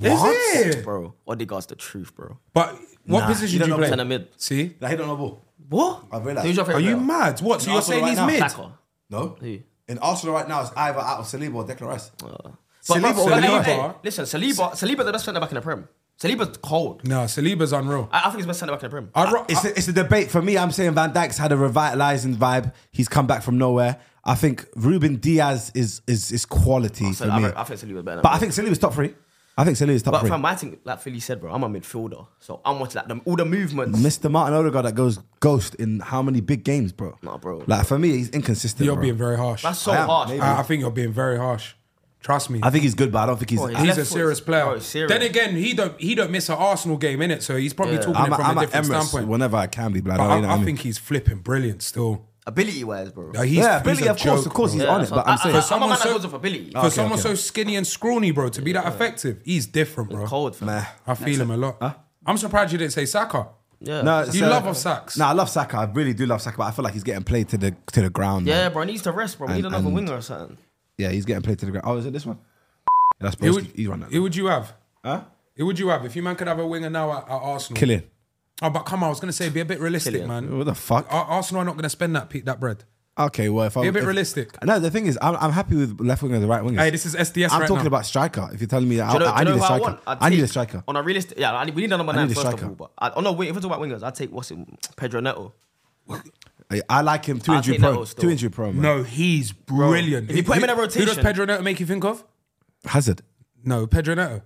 [SPEAKER 5] Is it?
[SPEAKER 6] bro. Odegaard's the truth, bro.
[SPEAKER 5] But what
[SPEAKER 4] Nah, you
[SPEAKER 5] position do
[SPEAKER 4] don't
[SPEAKER 5] you
[SPEAKER 4] know
[SPEAKER 5] play?
[SPEAKER 6] Centre mid.
[SPEAKER 5] See,
[SPEAKER 4] Like he don't know ball.
[SPEAKER 6] What?
[SPEAKER 4] I've realised.
[SPEAKER 6] Who's your
[SPEAKER 5] are
[SPEAKER 6] favorite?
[SPEAKER 5] you mad? What? So you're
[SPEAKER 4] Arsenal
[SPEAKER 5] saying
[SPEAKER 4] right
[SPEAKER 5] he's
[SPEAKER 4] now.
[SPEAKER 5] mid?
[SPEAKER 6] Saka.
[SPEAKER 4] No.
[SPEAKER 6] Who?
[SPEAKER 4] In Arsenal right now, it's either out of Saliba or Declan Rice.
[SPEAKER 6] Uh, But, but,
[SPEAKER 4] Saliba or
[SPEAKER 6] but,
[SPEAKER 5] Odegaard?
[SPEAKER 6] hey, listen, Saliba, Saliba's the best centre back in the Prem. Saliba's cold.
[SPEAKER 5] No, Saliba's unreal.
[SPEAKER 6] I, I think he's the best centre back in the Prem.
[SPEAKER 4] Oh,
[SPEAKER 5] I'd ro-
[SPEAKER 4] It's a, it's a debate for me. I'm saying Van Dijk's had a revitalizing vibe. He's come back from nowhere. I think Ruben Diaz is is is quality
[SPEAKER 6] So
[SPEAKER 4] for
[SPEAKER 6] I,
[SPEAKER 4] me.
[SPEAKER 6] think- I think Saliba's better. Than
[SPEAKER 4] but I
[SPEAKER 6] him.
[SPEAKER 4] think Saliba's top three. I think Saliba's top
[SPEAKER 6] But
[SPEAKER 4] three.
[SPEAKER 6] fam, I think like Philly said, bro, I'm a midfielder, so I'm watching like them, all the movements.
[SPEAKER 4] Mr. Martin Odegaard that goes ghost in how many big games, bro?
[SPEAKER 6] Nah, bro.
[SPEAKER 4] Like for me, he's inconsistent.
[SPEAKER 5] You're
[SPEAKER 4] bro.
[SPEAKER 5] being very harsh.
[SPEAKER 6] That's so
[SPEAKER 4] I am,
[SPEAKER 6] harsh.
[SPEAKER 4] maybe.
[SPEAKER 6] bro.
[SPEAKER 5] I, I think you're being very harsh. Trust me.
[SPEAKER 4] I think he's good, but I don't think he's.
[SPEAKER 6] Oh, yeah.
[SPEAKER 5] He's
[SPEAKER 6] Left
[SPEAKER 5] a
[SPEAKER 6] foot
[SPEAKER 5] serious
[SPEAKER 6] is-
[SPEAKER 5] player.
[SPEAKER 6] bro, he's serious.
[SPEAKER 5] Then again, he don't he don't miss an Arsenal game in it, so he's probably
[SPEAKER 6] Yeah.
[SPEAKER 5] talking
[SPEAKER 4] I'm,
[SPEAKER 5] it
[SPEAKER 4] at-
[SPEAKER 5] from
[SPEAKER 4] I'm
[SPEAKER 5] a
[SPEAKER 4] at
[SPEAKER 5] different
[SPEAKER 4] Emirates
[SPEAKER 5] standpoint.
[SPEAKER 4] whenever I can be, blind.
[SPEAKER 5] But
[SPEAKER 4] I,
[SPEAKER 5] I,
[SPEAKER 4] you know
[SPEAKER 5] I
[SPEAKER 4] what I mean?
[SPEAKER 5] think he's flipping brilliant still.
[SPEAKER 6] Ability wise, bro.
[SPEAKER 5] Like, he's,
[SPEAKER 4] yeah,
[SPEAKER 5] he's
[SPEAKER 4] Billy,
[SPEAKER 5] a
[SPEAKER 4] of course,
[SPEAKER 5] joke,
[SPEAKER 4] of course, he's
[SPEAKER 5] bro.
[SPEAKER 4] on it.
[SPEAKER 6] so
[SPEAKER 4] But
[SPEAKER 6] I-
[SPEAKER 4] I'm
[SPEAKER 6] I-
[SPEAKER 4] saying
[SPEAKER 6] I'm
[SPEAKER 5] For someone
[SPEAKER 6] a man that
[SPEAKER 5] so-
[SPEAKER 6] goes with ability.
[SPEAKER 5] For someone so skinny and scrawny, bro, to be that effective, he's different, bro.
[SPEAKER 6] cold, fam.
[SPEAKER 4] Nah.
[SPEAKER 5] I feel him a lot. I'm surprised you didn't say Saka.
[SPEAKER 6] Yeah.
[SPEAKER 4] No,
[SPEAKER 5] You love of sacks.
[SPEAKER 4] No, I love Saka. I really do love Saka, but I feel like he's getting played to the to the ground. man.
[SPEAKER 6] yeah, bro. He needs to rest, bro. We need
[SPEAKER 4] And-
[SPEAKER 6] another
[SPEAKER 4] and-
[SPEAKER 6] winger or something.
[SPEAKER 4] yeah, he's getting played to the ground. Oh, is it this one? That's
[SPEAKER 5] Who
[SPEAKER 4] Broski.
[SPEAKER 5] would,
[SPEAKER 4] He's one.
[SPEAKER 5] who would you have?
[SPEAKER 4] Huh?
[SPEAKER 5] Who would you have? If you man could have a winger now at, at Arsenal.
[SPEAKER 4] Killing.
[SPEAKER 5] Oh, but come on, I was going to say, be a bit realistic,
[SPEAKER 6] Killian.
[SPEAKER 5] man.
[SPEAKER 4] What the fuck?
[SPEAKER 5] Ar- Arsenal are not going to spend that pe- that bread.
[SPEAKER 4] Okay, well, if I'm
[SPEAKER 5] Uh, Be a bit
[SPEAKER 4] if-
[SPEAKER 5] realistic.
[SPEAKER 4] No, the thing is, I'm, I'm happy with left winger and the right winger.
[SPEAKER 5] Hey, this is SDS
[SPEAKER 4] I'm
[SPEAKER 5] right
[SPEAKER 4] talking
[SPEAKER 5] now.
[SPEAKER 4] about striker. If you're telling me, that, I,
[SPEAKER 6] Do you know,
[SPEAKER 4] I
[SPEAKER 6] do you
[SPEAKER 4] need a
[SPEAKER 6] know who I
[SPEAKER 4] striker.
[SPEAKER 6] want?
[SPEAKER 4] I,
[SPEAKER 6] I'd
[SPEAKER 4] need a
[SPEAKER 6] take-
[SPEAKER 4] striker.
[SPEAKER 6] On a realistic, yeah, I need, we need another
[SPEAKER 4] need
[SPEAKER 6] nine
[SPEAKER 4] a
[SPEAKER 6] first of
[SPEAKER 4] striker.
[SPEAKER 6] all. But I, oh no, wait, if we're talking about wingers, I'd take what's it, Pedro Neto.
[SPEAKER 4] I, I like him. Two
[SPEAKER 6] I'll
[SPEAKER 4] injury
[SPEAKER 6] take
[SPEAKER 4] pro.
[SPEAKER 6] Neto still.
[SPEAKER 4] Two injury pro. Man.
[SPEAKER 5] No, he's brilliant.
[SPEAKER 6] If you
[SPEAKER 5] Who-
[SPEAKER 6] put him in a
[SPEAKER 5] who- Who does
[SPEAKER 6] rotation-
[SPEAKER 5] Pedro Neto make you think of?
[SPEAKER 4] Hazard.
[SPEAKER 5] No, Pedro Neto.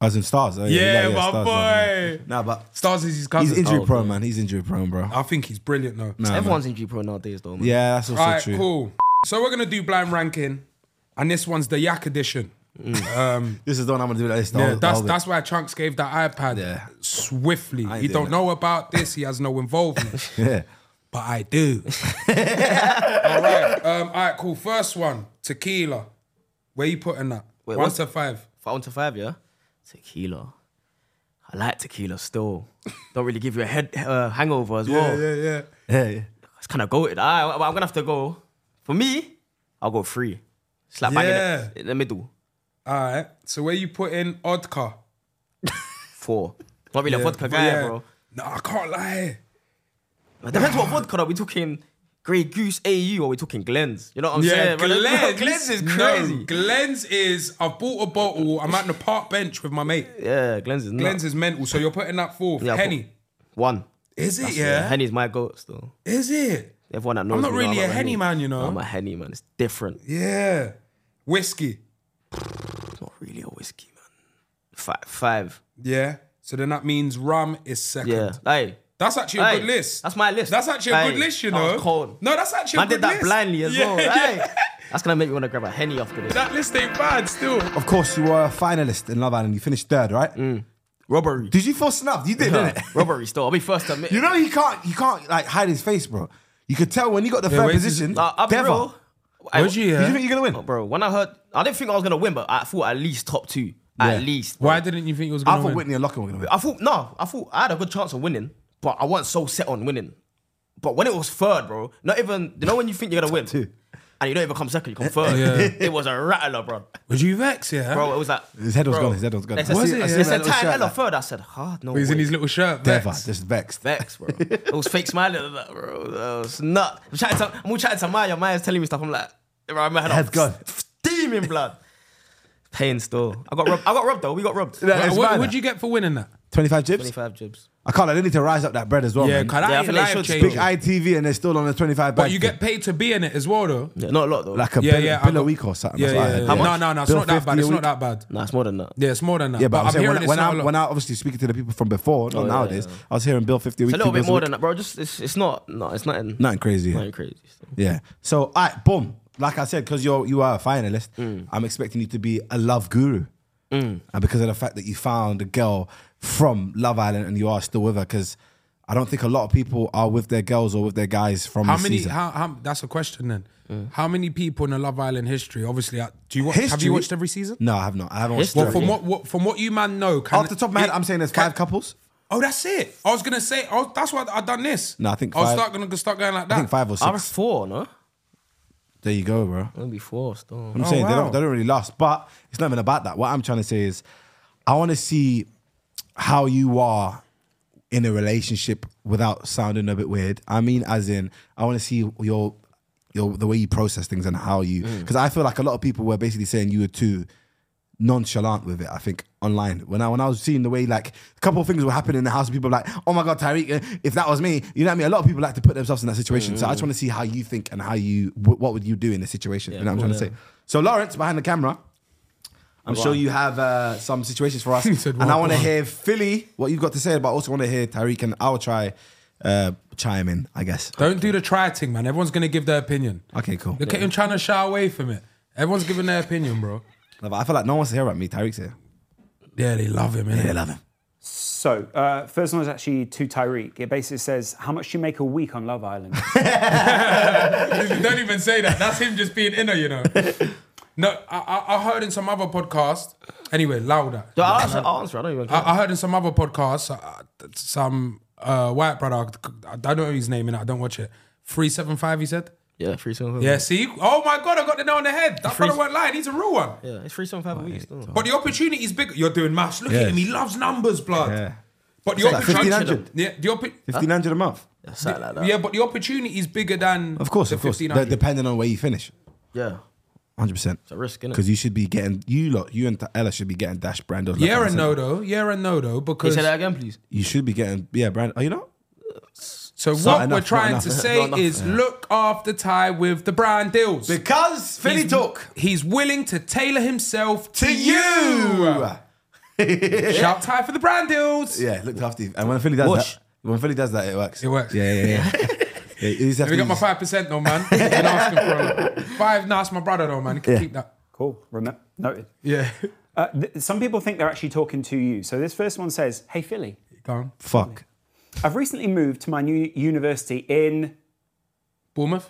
[SPEAKER 4] As in stars. Oh,
[SPEAKER 5] Yeah,
[SPEAKER 4] like,
[SPEAKER 5] my
[SPEAKER 4] stars, man.
[SPEAKER 5] boy. Oh,
[SPEAKER 4] Nah, but
[SPEAKER 5] Stars is his
[SPEAKER 4] he's
[SPEAKER 5] cousin.
[SPEAKER 4] injury
[SPEAKER 6] Oh,
[SPEAKER 4] prone, man. He's injury prone, bro.
[SPEAKER 5] I think he's brilliant though.
[SPEAKER 4] Nah, man.
[SPEAKER 6] Everyone's in G Pro nowadays, though. Man.
[SPEAKER 4] Yeah, that's
[SPEAKER 5] All
[SPEAKER 4] also
[SPEAKER 5] right,
[SPEAKER 4] true.
[SPEAKER 5] cool. So we're gonna do blind ranking, and this one's the Yak edition. Um,
[SPEAKER 4] This is the one I'm gonna do like this. the
[SPEAKER 5] yeah,
[SPEAKER 4] whole-
[SPEAKER 5] that's
[SPEAKER 4] the whole-
[SPEAKER 5] that's why Chunks gave that iPad
[SPEAKER 4] Yeah.
[SPEAKER 5] swiftly.
[SPEAKER 4] ain't
[SPEAKER 5] He
[SPEAKER 4] doing
[SPEAKER 5] don't
[SPEAKER 4] that.
[SPEAKER 5] know about this. He has no
[SPEAKER 4] <laughs>
[SPEAKER 5] involvement,
[SPEAKER 4] yeah.
[SPEAKER 5] but I do.
[SPEAKER 4] <laughs>
[SPEAKER 5] all right, um, all right, cool. First one, tequila. Where you putting that?
[SPEAKER 6] Wait,
[SPEAKER 5] one
[SPEAKER 6] what?
[SPEAKER 5] to five.
[SPEAKER 6] Five to five, yeah. Tequila. I like
[SPEAKER 4] <laughs>
[SPEAKER 6] tequila still. Don't really give you a head uh, hangover as well.
[SPEAKER 5] yeah.
[SPEAKER 4] yeah, yeah.
[SPEAKER 6] It's kind of goated. I, I'm gonna have to go. For me, I'll go three. Slap bang in the, in the middle.
[SPEAKER 5] All right. So where you putting Odka?
[SPEAKER 6] Four. Not really a vodka guy,
[SPEAKER 5] yeah.
[SPEAKER 6] bro.
[SPEAKER 5] No, I can't lie.
[SPEAKER 6] It depends what vodka. Are we talking Grey Goose AU or are we talking Glens? You know what I'm
[SPEAKER 5] Yeah,
[SPEAKER 6] saying? bro?
[SPEAKER 5] Glenn's,
[SPEAKER 6] <laughs> Glens is
[SPEAKER 5] no,
[SPEAKER 6] crazy.
[SPEAKER 5] Glenn's is I bought a bottle. I'm at the park bench with my mate.
[SPEAKER 6] yeah, Glens is nuts.
[SPEAKER 5] Glenn's is mental. So you're putting that fourth.
[SPEAKER 6] Yeah, I
[SPEAKER 5] Henny.
[SPEAKER 6] One.
[SPEAKER 5] Is it?
[SPEAKER 6] Henny's my goat still.
[SPEAKER 5] Is it?
[SPEAKER 6] Everyone that knows
[SPEAKER 5] not
[SPEAKER 6] me,
[SPEAKER 5] really
[SPEAKER 6] know
[SPEAKER 5] a
[SPEAKER 6] I'm
[SPEAKER 5] henny man, you know.
[SPEAKER 6] I'm a henny man. It's different.
[SPEAKER 5] Yeah. Whiskey.
[SPEAKER 6] It's not really a whiskey, man. Five, five.
[SPEAKER 5] Yeah. So then that means rum is second.
[SPEAKER 6] Yeah, hey.
[SPEAKER 5] That's actually a
[SPEAKER 6] Hey,
[SPEAKER 5] good list.
[SPEAKER 6] that's my list.
[SPEAKER 5] That's actually a
[SPEAKER 6] Hey,
[SPEAKER 5] good list, you
[SPEAKER 6] that
[SPEAKER 5] know.
[SPEAKER 6] was cold.
[SPEAKER 5] No, that's actually
[SPEAKER 6] Man
[SPEAKER 5] a good
[SPEAKER 6] did that
[SPEAKER 5] list.
[SPEAKER 6] blindly as
[SPEAKER 5] Yeah,
[SPEAKER 6] well.
[SPEAKER 5] yeah.
[SPEAKER 6] Hey, that's gonna make me wanna grab a henny after this.
[SPEAKER 5] <laughs> That list ain't bad still.
[SPEAKER 4] Of course, you were a finalist in Love Island. You finished third, right?
[SPEAKER 6] Mm. Robbery.
[SPEAKER 4] Did you feel snubbed?
[SPEAKER 6] <laughs>
[SPEAKER 4] You did, didn't it?
[SPEAKER 6] Robbery still. I'll be first to admit.
[SPEAKER 4] You know he can't. He can't like hide his face, bro. You could tell when he got the third
[SPEAKER 5] wait, this is-
[SPEAKER 4] position.
[SPEAKER 6] Uh, I'll be
[SPEAKER 4] Deva,
[SPEAKER 6] real. I-
[SPEAKER 5] Would you, yeah?
[SPEAKER 4] Did you think you're gonna
[SPEAKER 6] Oh,
[SPEAKER 4] win?
[SPEAKER 6] bro, when I heard, I didn't think I was gonna win, but I thought at least top two,
[SPEAKER 4] Yeah.
[SPEAKER 6] at least. bro.
[SPEAKER 5] Why didn't you think it was
[SPEAKER 4] I
[SPEAKER 5] going to
[SPEAKER 4] thought
[SPEAKER 5] win?
[SPEAKER 4] Whitney and Lockham were gonna win.
[SPEAKER 6] I thought no, I thought I had a good chance of winning, but I wasn't so set on winning. But when it was third, bro, not even you know when you think
[SPEAKER 4] <laughs>
[SPEAKER 6] you're gonna win,
[SPEAKER 4] two.
[SPEAKER 6] and you don't even come second, you come third.
[SPEAKER 5] Yeah.
[SPEAKER 6] <laughs> It was a rattler, bro.
[SPEAKER 5] Would you vex, yeah?
[SPEAKER 6] Bro, it was like
[SPEAKER 4] His head was
[SPEAKER 6] bro,
[SPEAKER 4] gone, his head was gone.
[SPEAKER 6] They said,
[SPEAKER 5] Was
[SPEAKER 6] "See-
[SPEAKER 5] it? Yeah.
[SPEAKER 6] I said- they
[SPEAKER 4] Man,
[SPEAKER 6] said
[SPEAKER 4] it was
[SPEAKER 6] Ty
[SPEAKER 4] shirt,
[SPEAKER 6] Ella
[SPEAKER 4] like-
[SPEAKER 6] third. I said, "Hard no."
[SPEAKER 5] He's
[SPEAKER 6] way."
[SPEAKER 5] in his little shirt.
[SPEAKER 4] Deva,
[SPEAKER 5] Vex.
[SPEAKER 4] just vexed.
[SPEAKER 6] Vex, bro. it was fake smiling, and that, bro. That was nut. I'm chatting to, I'm all chatting to Maya. Maya's telling me stuff. I'm like, bro, my head
[SPEAKER 4] Head's
[SPEAKER 6] up,
[SPEAKER 4] gone.
[SPEAKER 6] <laughs> steaming blood. Pain still. I got robbed. I got robbed though. We got robbed.
[SPEAKER 4] Yeah,
[SPEAKER 5] What,
[SPEAKER 4] it's
[SPEAKER 5] what
[SPEAKER 4] mad.
[SPEAKER 5] would you get for winning that?
[SPEAKER 4] 25 jibs?
[SPEAKER 6] 25 jibs.
[SPEAKER 4] I can't. I need to rise up that bread as well.
[SPEAKER 5] Yeah,
[SPEAKER 4] man.
[SPEAKER 5] cause that
[SPEAKER 6] Yeah, I
[SPEAKER 5] ain't
[SPEAKER 6] think they
[SPEAKER 5] life
[SPEAKER 6] should
[SPEAKER 5] changing.
[SPEAKER 4] big ITV and they're still on the 25
[SPEAKER 5] But
[SPEAKER 4] bag
[SPEAKER 5] you
[SPEAKER 4] thing.
[SPEAKER 5] get paid to be in it as well, though.
[SPEAKER 6] Yeah, not a lot though.
[SPEAKER 4] like a
[SPEAKER 5] Yeah,
[SPEAKER 4] bill,
[SPEAKER 5] yeah. I
[SPEAKER 4] bill a
[SPEAKER 5] got-
[SPEAKER 4] week or something.
[SPEAKER 5] Yeah,
[SPEAKER 4] that's what I
[SPEAKER 5] yeah,
[SPEAKER 4] heard.
[SPEAKER 5] yeah.
[SPEAKER 6] How much?
[SPEAKER 5] No, no, no. It's
[SPEAKER 4] Bill
[SPEAKER 5] not that
[SPEAKER 4] 50
[SPEAKER 5] bad.
[SPEAKER 4] a
[SPEAKER 5] It's
[SPEAKER 4] week.
[SPEAKER 5] not that bad.
[SPEAKER 6] nah, it's more than that.
[SPEAKER 5] Yeah, it's more than that.
[SPEAKER 4] Yeah, but, I'm, saying
[SPEAKER 5] hearing
[SPEAKER 4] when,
[SPEAKER 5] it's
[SPEAKER 4] when,
[SPEAKER 5] not
[SPEAKER 4] I,
[SPEAKER 5] a lot.
[SPEAKER 4] when I obviously speaking to the people from before, not
[SPEAKER 5] Oh,
[SPEAKER 6] yeah,
[SPEAKER 4] nowadays,
[SPEAKER 6] yeah.
[SPEAKER 4] I was hearing bill 50 a week.
[SPEAKER 6] It's a little
[SPEAKER 4] two
[SPEAKER 6] bit
[SPEAKER 4] bills
[SPEAKER 6] more
[SPEAKER 4] week.
[SPEAKER 6] than that, bro. Just it's, it's not no, it's nothing.
[SPEAKER 4] Nothing crazy. Yeah.
[SPEAKER 6] Nothing crazy. still.
[SPEAKER 4] Yeah. So, all right, boom. Like I said, because you're you are a finalist,
[SPEAKER 5] Mm.
[SPEAKER 4] I'm expecting you to be a love guru, and because of the fact that you found a girl from Love Island and you are still with her, because I don't think a lot of people are with their girls or with their guys from
[SPEAKER 5] How
[SPEAKER 4] this
[SPEAKER 5] many?
[SPEAKER 4] season.
[SPEAKER 5] How, how? That's a question then. How many people in the Love Island history? Obviously, uh, do you watch, have
[SPEAKER 4] History?
[SPEAKER 5] you watched every season?
[SPEAKER 4] no, I have not. I haven't. Watched
[SPEAKER 6] History.
[SPEAKER 5] Well,
[SPEAKER 4] it.
[SPEAKER 5] from what, what from what you man know, can,
[SPEAKER 4] Off the top of my head,
[SPEAKER 5] it-
[SPEAKER 4] I'm saying there's
[SPEAKER 5] can-
[SPEAKER 4] five couples.
[SPEAKER 5] Oh, that's it. I was gonna say. Oh, that's why I done this.
[SPEAKER 4] No, I think
[SPEAKER 5] I was
[SPEAKER 4] five-
[SPEAKER 5] start gonna start going like that.
[SPEAKER 4] I think five or
[SPEAKER 6] I was
[SPEAKER 4] six.
[SPEAKER 6] four, no?
[SPEAKER 4] There you go, bro.
[SPEAKER 6] Maybe four still.
[SPEAKER 4] I'm saying they,
[SPEAKER 5] wow.
[SPEAKER 4] don't, they don't really last, but it's not even about that. What I'm trying to say is, I want to see how you are in a relationship without sounding a bit weird. I mean, as in, I want to see your your the way you process things and how you because I feel like a lot of people were basically saying you were too nonchalant with it. I think online when I when I was seeing the way like a couple of things were happening in the house, people were like, oh my god, Tyreek, eh, if that was me, you know what I mean. A lot of people like to put themselves in that situation, so I just want to see how you think and how you wh- what would you do in the situation. you know what I'm trying to say. So Lawrence behind the camera. I'm sure you have uh, some situations for us,
[SPEAKER 5] <laughs> He said,
[SPEAKER 4] and
[SPEAKER 5] "Wow,
[SPEAKER 4] I want to
[SPEAKER 5] wow."
[SPEAKER 4] hear Philly what you've got to say, but I also want to hear Tariq, and I'll try uh, chime in, I guess.
[SPEAKER 5] Don't do the try thing, man. Everyone's gonna give their opinion.
[SPEAKER 4] Okay, cool.
[SPEAKER 5] Look at him trying to shy away from it. Everyone's giving their opinion, bro.
[SPEAKER 4] No, but I feel like no one's here at me. Tariq's here.
[SPEAKER 5] Yeah, they love him. innit?
[SPEAKER 4] I love him.
[SPEAKER 7] So, uh, first one is actually to Tyreek. It basically says, How much do you make a week on Love <laughs> Island?
[SPEAKER 5] <laughs> Don't even say that. That's him just being inner, you know. No, I, I, I heard in some other podcast. Anyway, louder.
[SPEAKER 6] Yo, I'll answer, I'll answer. I don't even
[SPEAKER 4] Ah.
[SPEAKER 6] care.
[SPEAKER 5] I, I heard in some other podcast, uh, some uh, white brother. I don't know his name, and I don't watch it. Three seven five. He said.
[SPEAKER 6] yeah, three seven five.
[SPEAKER 5] Yeah. See. Oh my god, I got the nail on the head. That brother won't lie. He's a real one.
[SPEAKER 6] Yeah, it's three seven five a week still.
[SPEAKER 5] But the opportunity is big. You're doing maths. Look
[SPEAKER 4] Yeah.
[SPEAKER 5] at him. He loves numbers, blood.
[SPEAKER 4] Yeah.
[SPEAKER 5] But the
[SPEAKER 4] It's like
[SPEAKER 5] opportunity.
[SPEAKER 4] 1500.
[SPEAKER 5] yeah. The opportunity.
[SPEAKER 4] 1500 a month.
[SPEAKER 6] Something like that.
[SPEAKER 5] Yeah, but the opportunity is bigger than
[SPEAKER 4] Of course,
[SPEAKER 5] the
[SPEAKER 4] of course. De-
[SPEAKER 5] 1500.
[SPEAKER 4] depending on where you finish.
[SPEAKER 6] Yeah.
[SPEAKER 4] 100%. It's
[SPEAKER 6] a risk, innit?
[SPEAKER 4] Because you should be getting, you lot, you and Ta- Ella should be getting Dash brand. or
[SPEAKER 5] Yeah
[SPEAKER 4] like I
[SPEAKER 5] and
[SPEAKER 4] said.
[SPEAKER 5] no though. Yeah and no though.
[SPEAKER 6] Can you
[SPEAKER 5] Because
[SPEAKER 6] say that again, please?
[SPEAKER 4] You should be getting, yeah, brand. Are you not?
[SPEAKER 5] so
[SPEAKER 4] not
[SPEAKER 5] what
[SPEAKER 4] enough,
[SPEAKER 5] we're
[SPEAKER 4] not
[SPEAKER 5] trying
[SPEAKER 4] enough.
[SPEAKER 5] to
[SPEAKER 4] Not
[SPEAKER 5] say
[SPEAKER 6] enough.
[SPEAKER 5] is look after Ty with the brand deals.
[SPEAKER 4] Because
[SPEAKER 5] he's, He's willing to tailor himself to,
[SPEAKER 4] to you.
[SPEAKER 5] Shout Ty for the brand deals.
[SPEAKER 4] Yeah, looked after you. And when Philly does
[SPEAKER 6] Whoosh.
[SPEAKER 4] that, when Philly does that, it works.
[SPEAKER 5] It works.
[SPEAKER 4] Yeah, yeah,
[SPEAKER 5] <laughs>
[SPEAKER 4] yeah. yeah you just have
[SPEAKER 5] Have
[SPEAKER 4] to
[SPEAKER 5] you got my
[SPEAKER 4] use-
[SPEAKER 5] five percent though, man? Been asking
[SPEAKER 4] <laughs>
[SPEAKER 5] for a five. Nice, my brother though, man. You Can
[SPEAKER 4] Yeah.
[SPEAKER 5] keep that.
[SPEAKER 7] cool. Remember, noted.
[SPEAKER 5] Yeah. <laughs>
[SPEAKER 7] Uh, th- some people think they're actually talking to you. So, this first one says, Hey, Philly,
[SPEAKER 5] Go on.
[SPEAKER 4] Fuck.
[SPEAKER 7] I've recently moved to my new university in.
[SPEAKER 5] Bournemouth.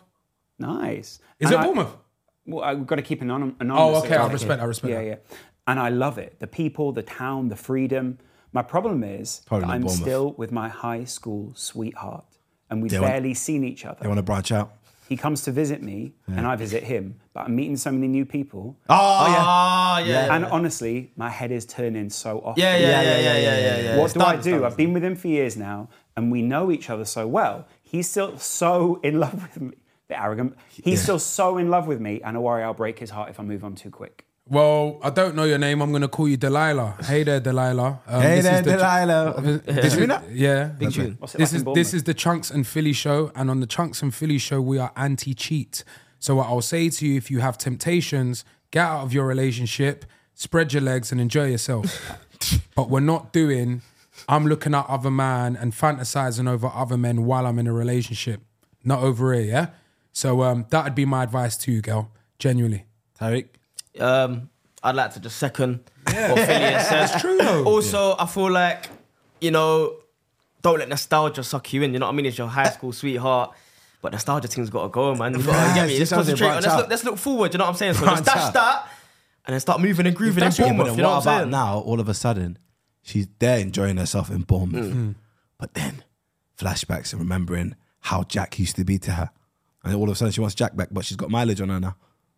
[SPEAKER 7] Nice.
[SPEAKER 5] Is
[SPEAKER 7] And
[SPEAKER 5] it
[SPEAKER 7] I-
[SPEAKER 5] Bournemouth?
[SPEAKER 7] Well, I've got to keep anon- anonymous.
[SPEAKER 5] Oh, okay. I
[SPEAKER 7] about it.
[SPEAKER 5] respect. I respect.
[SPEAKER 7] Yeah,
[SPEAKER 5] that.
[SPEAKER 7] yeah. And I love it. The people, the town, the freedom. My problem is
[SPEAKER 4] Probably
[SPEAKER 7] that
[SPEAKER 4] not
[SPEAKER 7] I'm
[SPEAKER 4] Bournemouth.
[SPEAKER 7] still with my high school sweetheart and we've
[SPEAKER 4] They want-
[SPEAKER 7] barely seen each other.
[SPEAKER 4] They want to branch out.
[SPEAKER 7] he comes to visit me and I visit him, but I'm meeting so many new people.
[SPEAKER 4] Oh, yeah.
[SPEAKER 6] Ah, yeah.
[SPEAKER 7] And honestly, my head is turning so often.
[SPEAKER 6] Yeah, yeah, yeah, yeah, yeah, yeah, yeah.
[SPEAKER 7] What
[SPEAKER 6] It's
[SPEAKER 7] do
[SPEAKER 6] done,
[SPEAKER 7] I
[SPEAKER 6] it's
[SPEAKER 7] do?
[SPEAKER 6] done, it's
[SPEAKER 7] I've been with him for years now and we know each other so well. He's still so in <laughs> love with me. The arrogant. He's still so in love with me and I worry I'll break his heart if I move on too quick.
[SPEAKER 5] Well, I don't know your name. I'm going to call you Delilah. Hey there, Delilah. Um,
[SPEAKER 4] Hey
[SPEAKER 5] this
[SPEAKER 4] there,
[SPEAKER 5] is
[SPEAKER 4] <laughs>
[SPEAKER 5] the-
[SPEAKER 4] Delilah.
[SPEAKER 5] This is,
[SPEAKER 4] you mean that?
[SPEAKER 5] yeah.
[SPEAKER 6] Big tune.
[SPEAKER 7] What's it
[SPEAKER 5] This
[SPEAKER 7] like in
[SPEAKER 5] is
[SPEAKER 7] Bournemouth?
[SPEAKER 5] this is the Chunks and Philly show, and on the Chunks and Philly show, we are anti-cheat. So what I'll say to you, if you have temptations, get out of your relationship, spread your legs, and enjoy
[SPEAKER 4] <laughs>
[SPEAKER 5] yourself. but we're not doing. I'm looking at other man and fantasizing over other men while I'm in a relationship. Not over here, yeah. So um, that'd be my advice to you, girl. Genuinely.
[SPEAKER 4] Tariq.
[SPEAKER 6] Um, I'd like to just second what
[SPEAKER 4] <laughs>
[SPEAKER 6] Phileas says.
[SPEAKER 5] true though.
[SPEAKER 6] Also, I feel like, you know, don't let nostalgia suck you in. You know what I mean? It's your high school sweetheart. But nostalgia thing's got to go, man. You got to
[SPEAKER 4] Yes,
[SPEAKER 6] get me.
[SPEAKER 4] you
[SPEAKER 6] Let's
[SPEAKER 4] gotta
[SPEAKER 6] concentrate on
[SPEAKER 4] branch
[SPEAKER 6] let's
[SPEAKER 4] out.
[SPEAKER 6] look, let's look forward. You know what I'm saying? So
[SPEAKER 4] Branch
[SPEAKER 6] let's dash
[SPEAKER 4] out.
[SPEAKER 6] that and then start moving and grooving in
[SPEAKER 5] that's it, but
[SPEAKER 6] Bournemouth.
[SPEAKER 4] then
[SPEAKER 6] you know
[SPEAKER 4] what
[SPEAKER 6] what I'm
[SPEAKER 4] about
[SPEAKER 6] saying?
[SPEAKER 4] now? All of a sudden, she's there enjoying herself in Bournemouth,
[SPEAKER 6] Mm.
[SPEAKER 4] but then flashbacks and remembering how Jack used to be to her, and all of a sudden she wants Jack back, but she's got mileage on her now.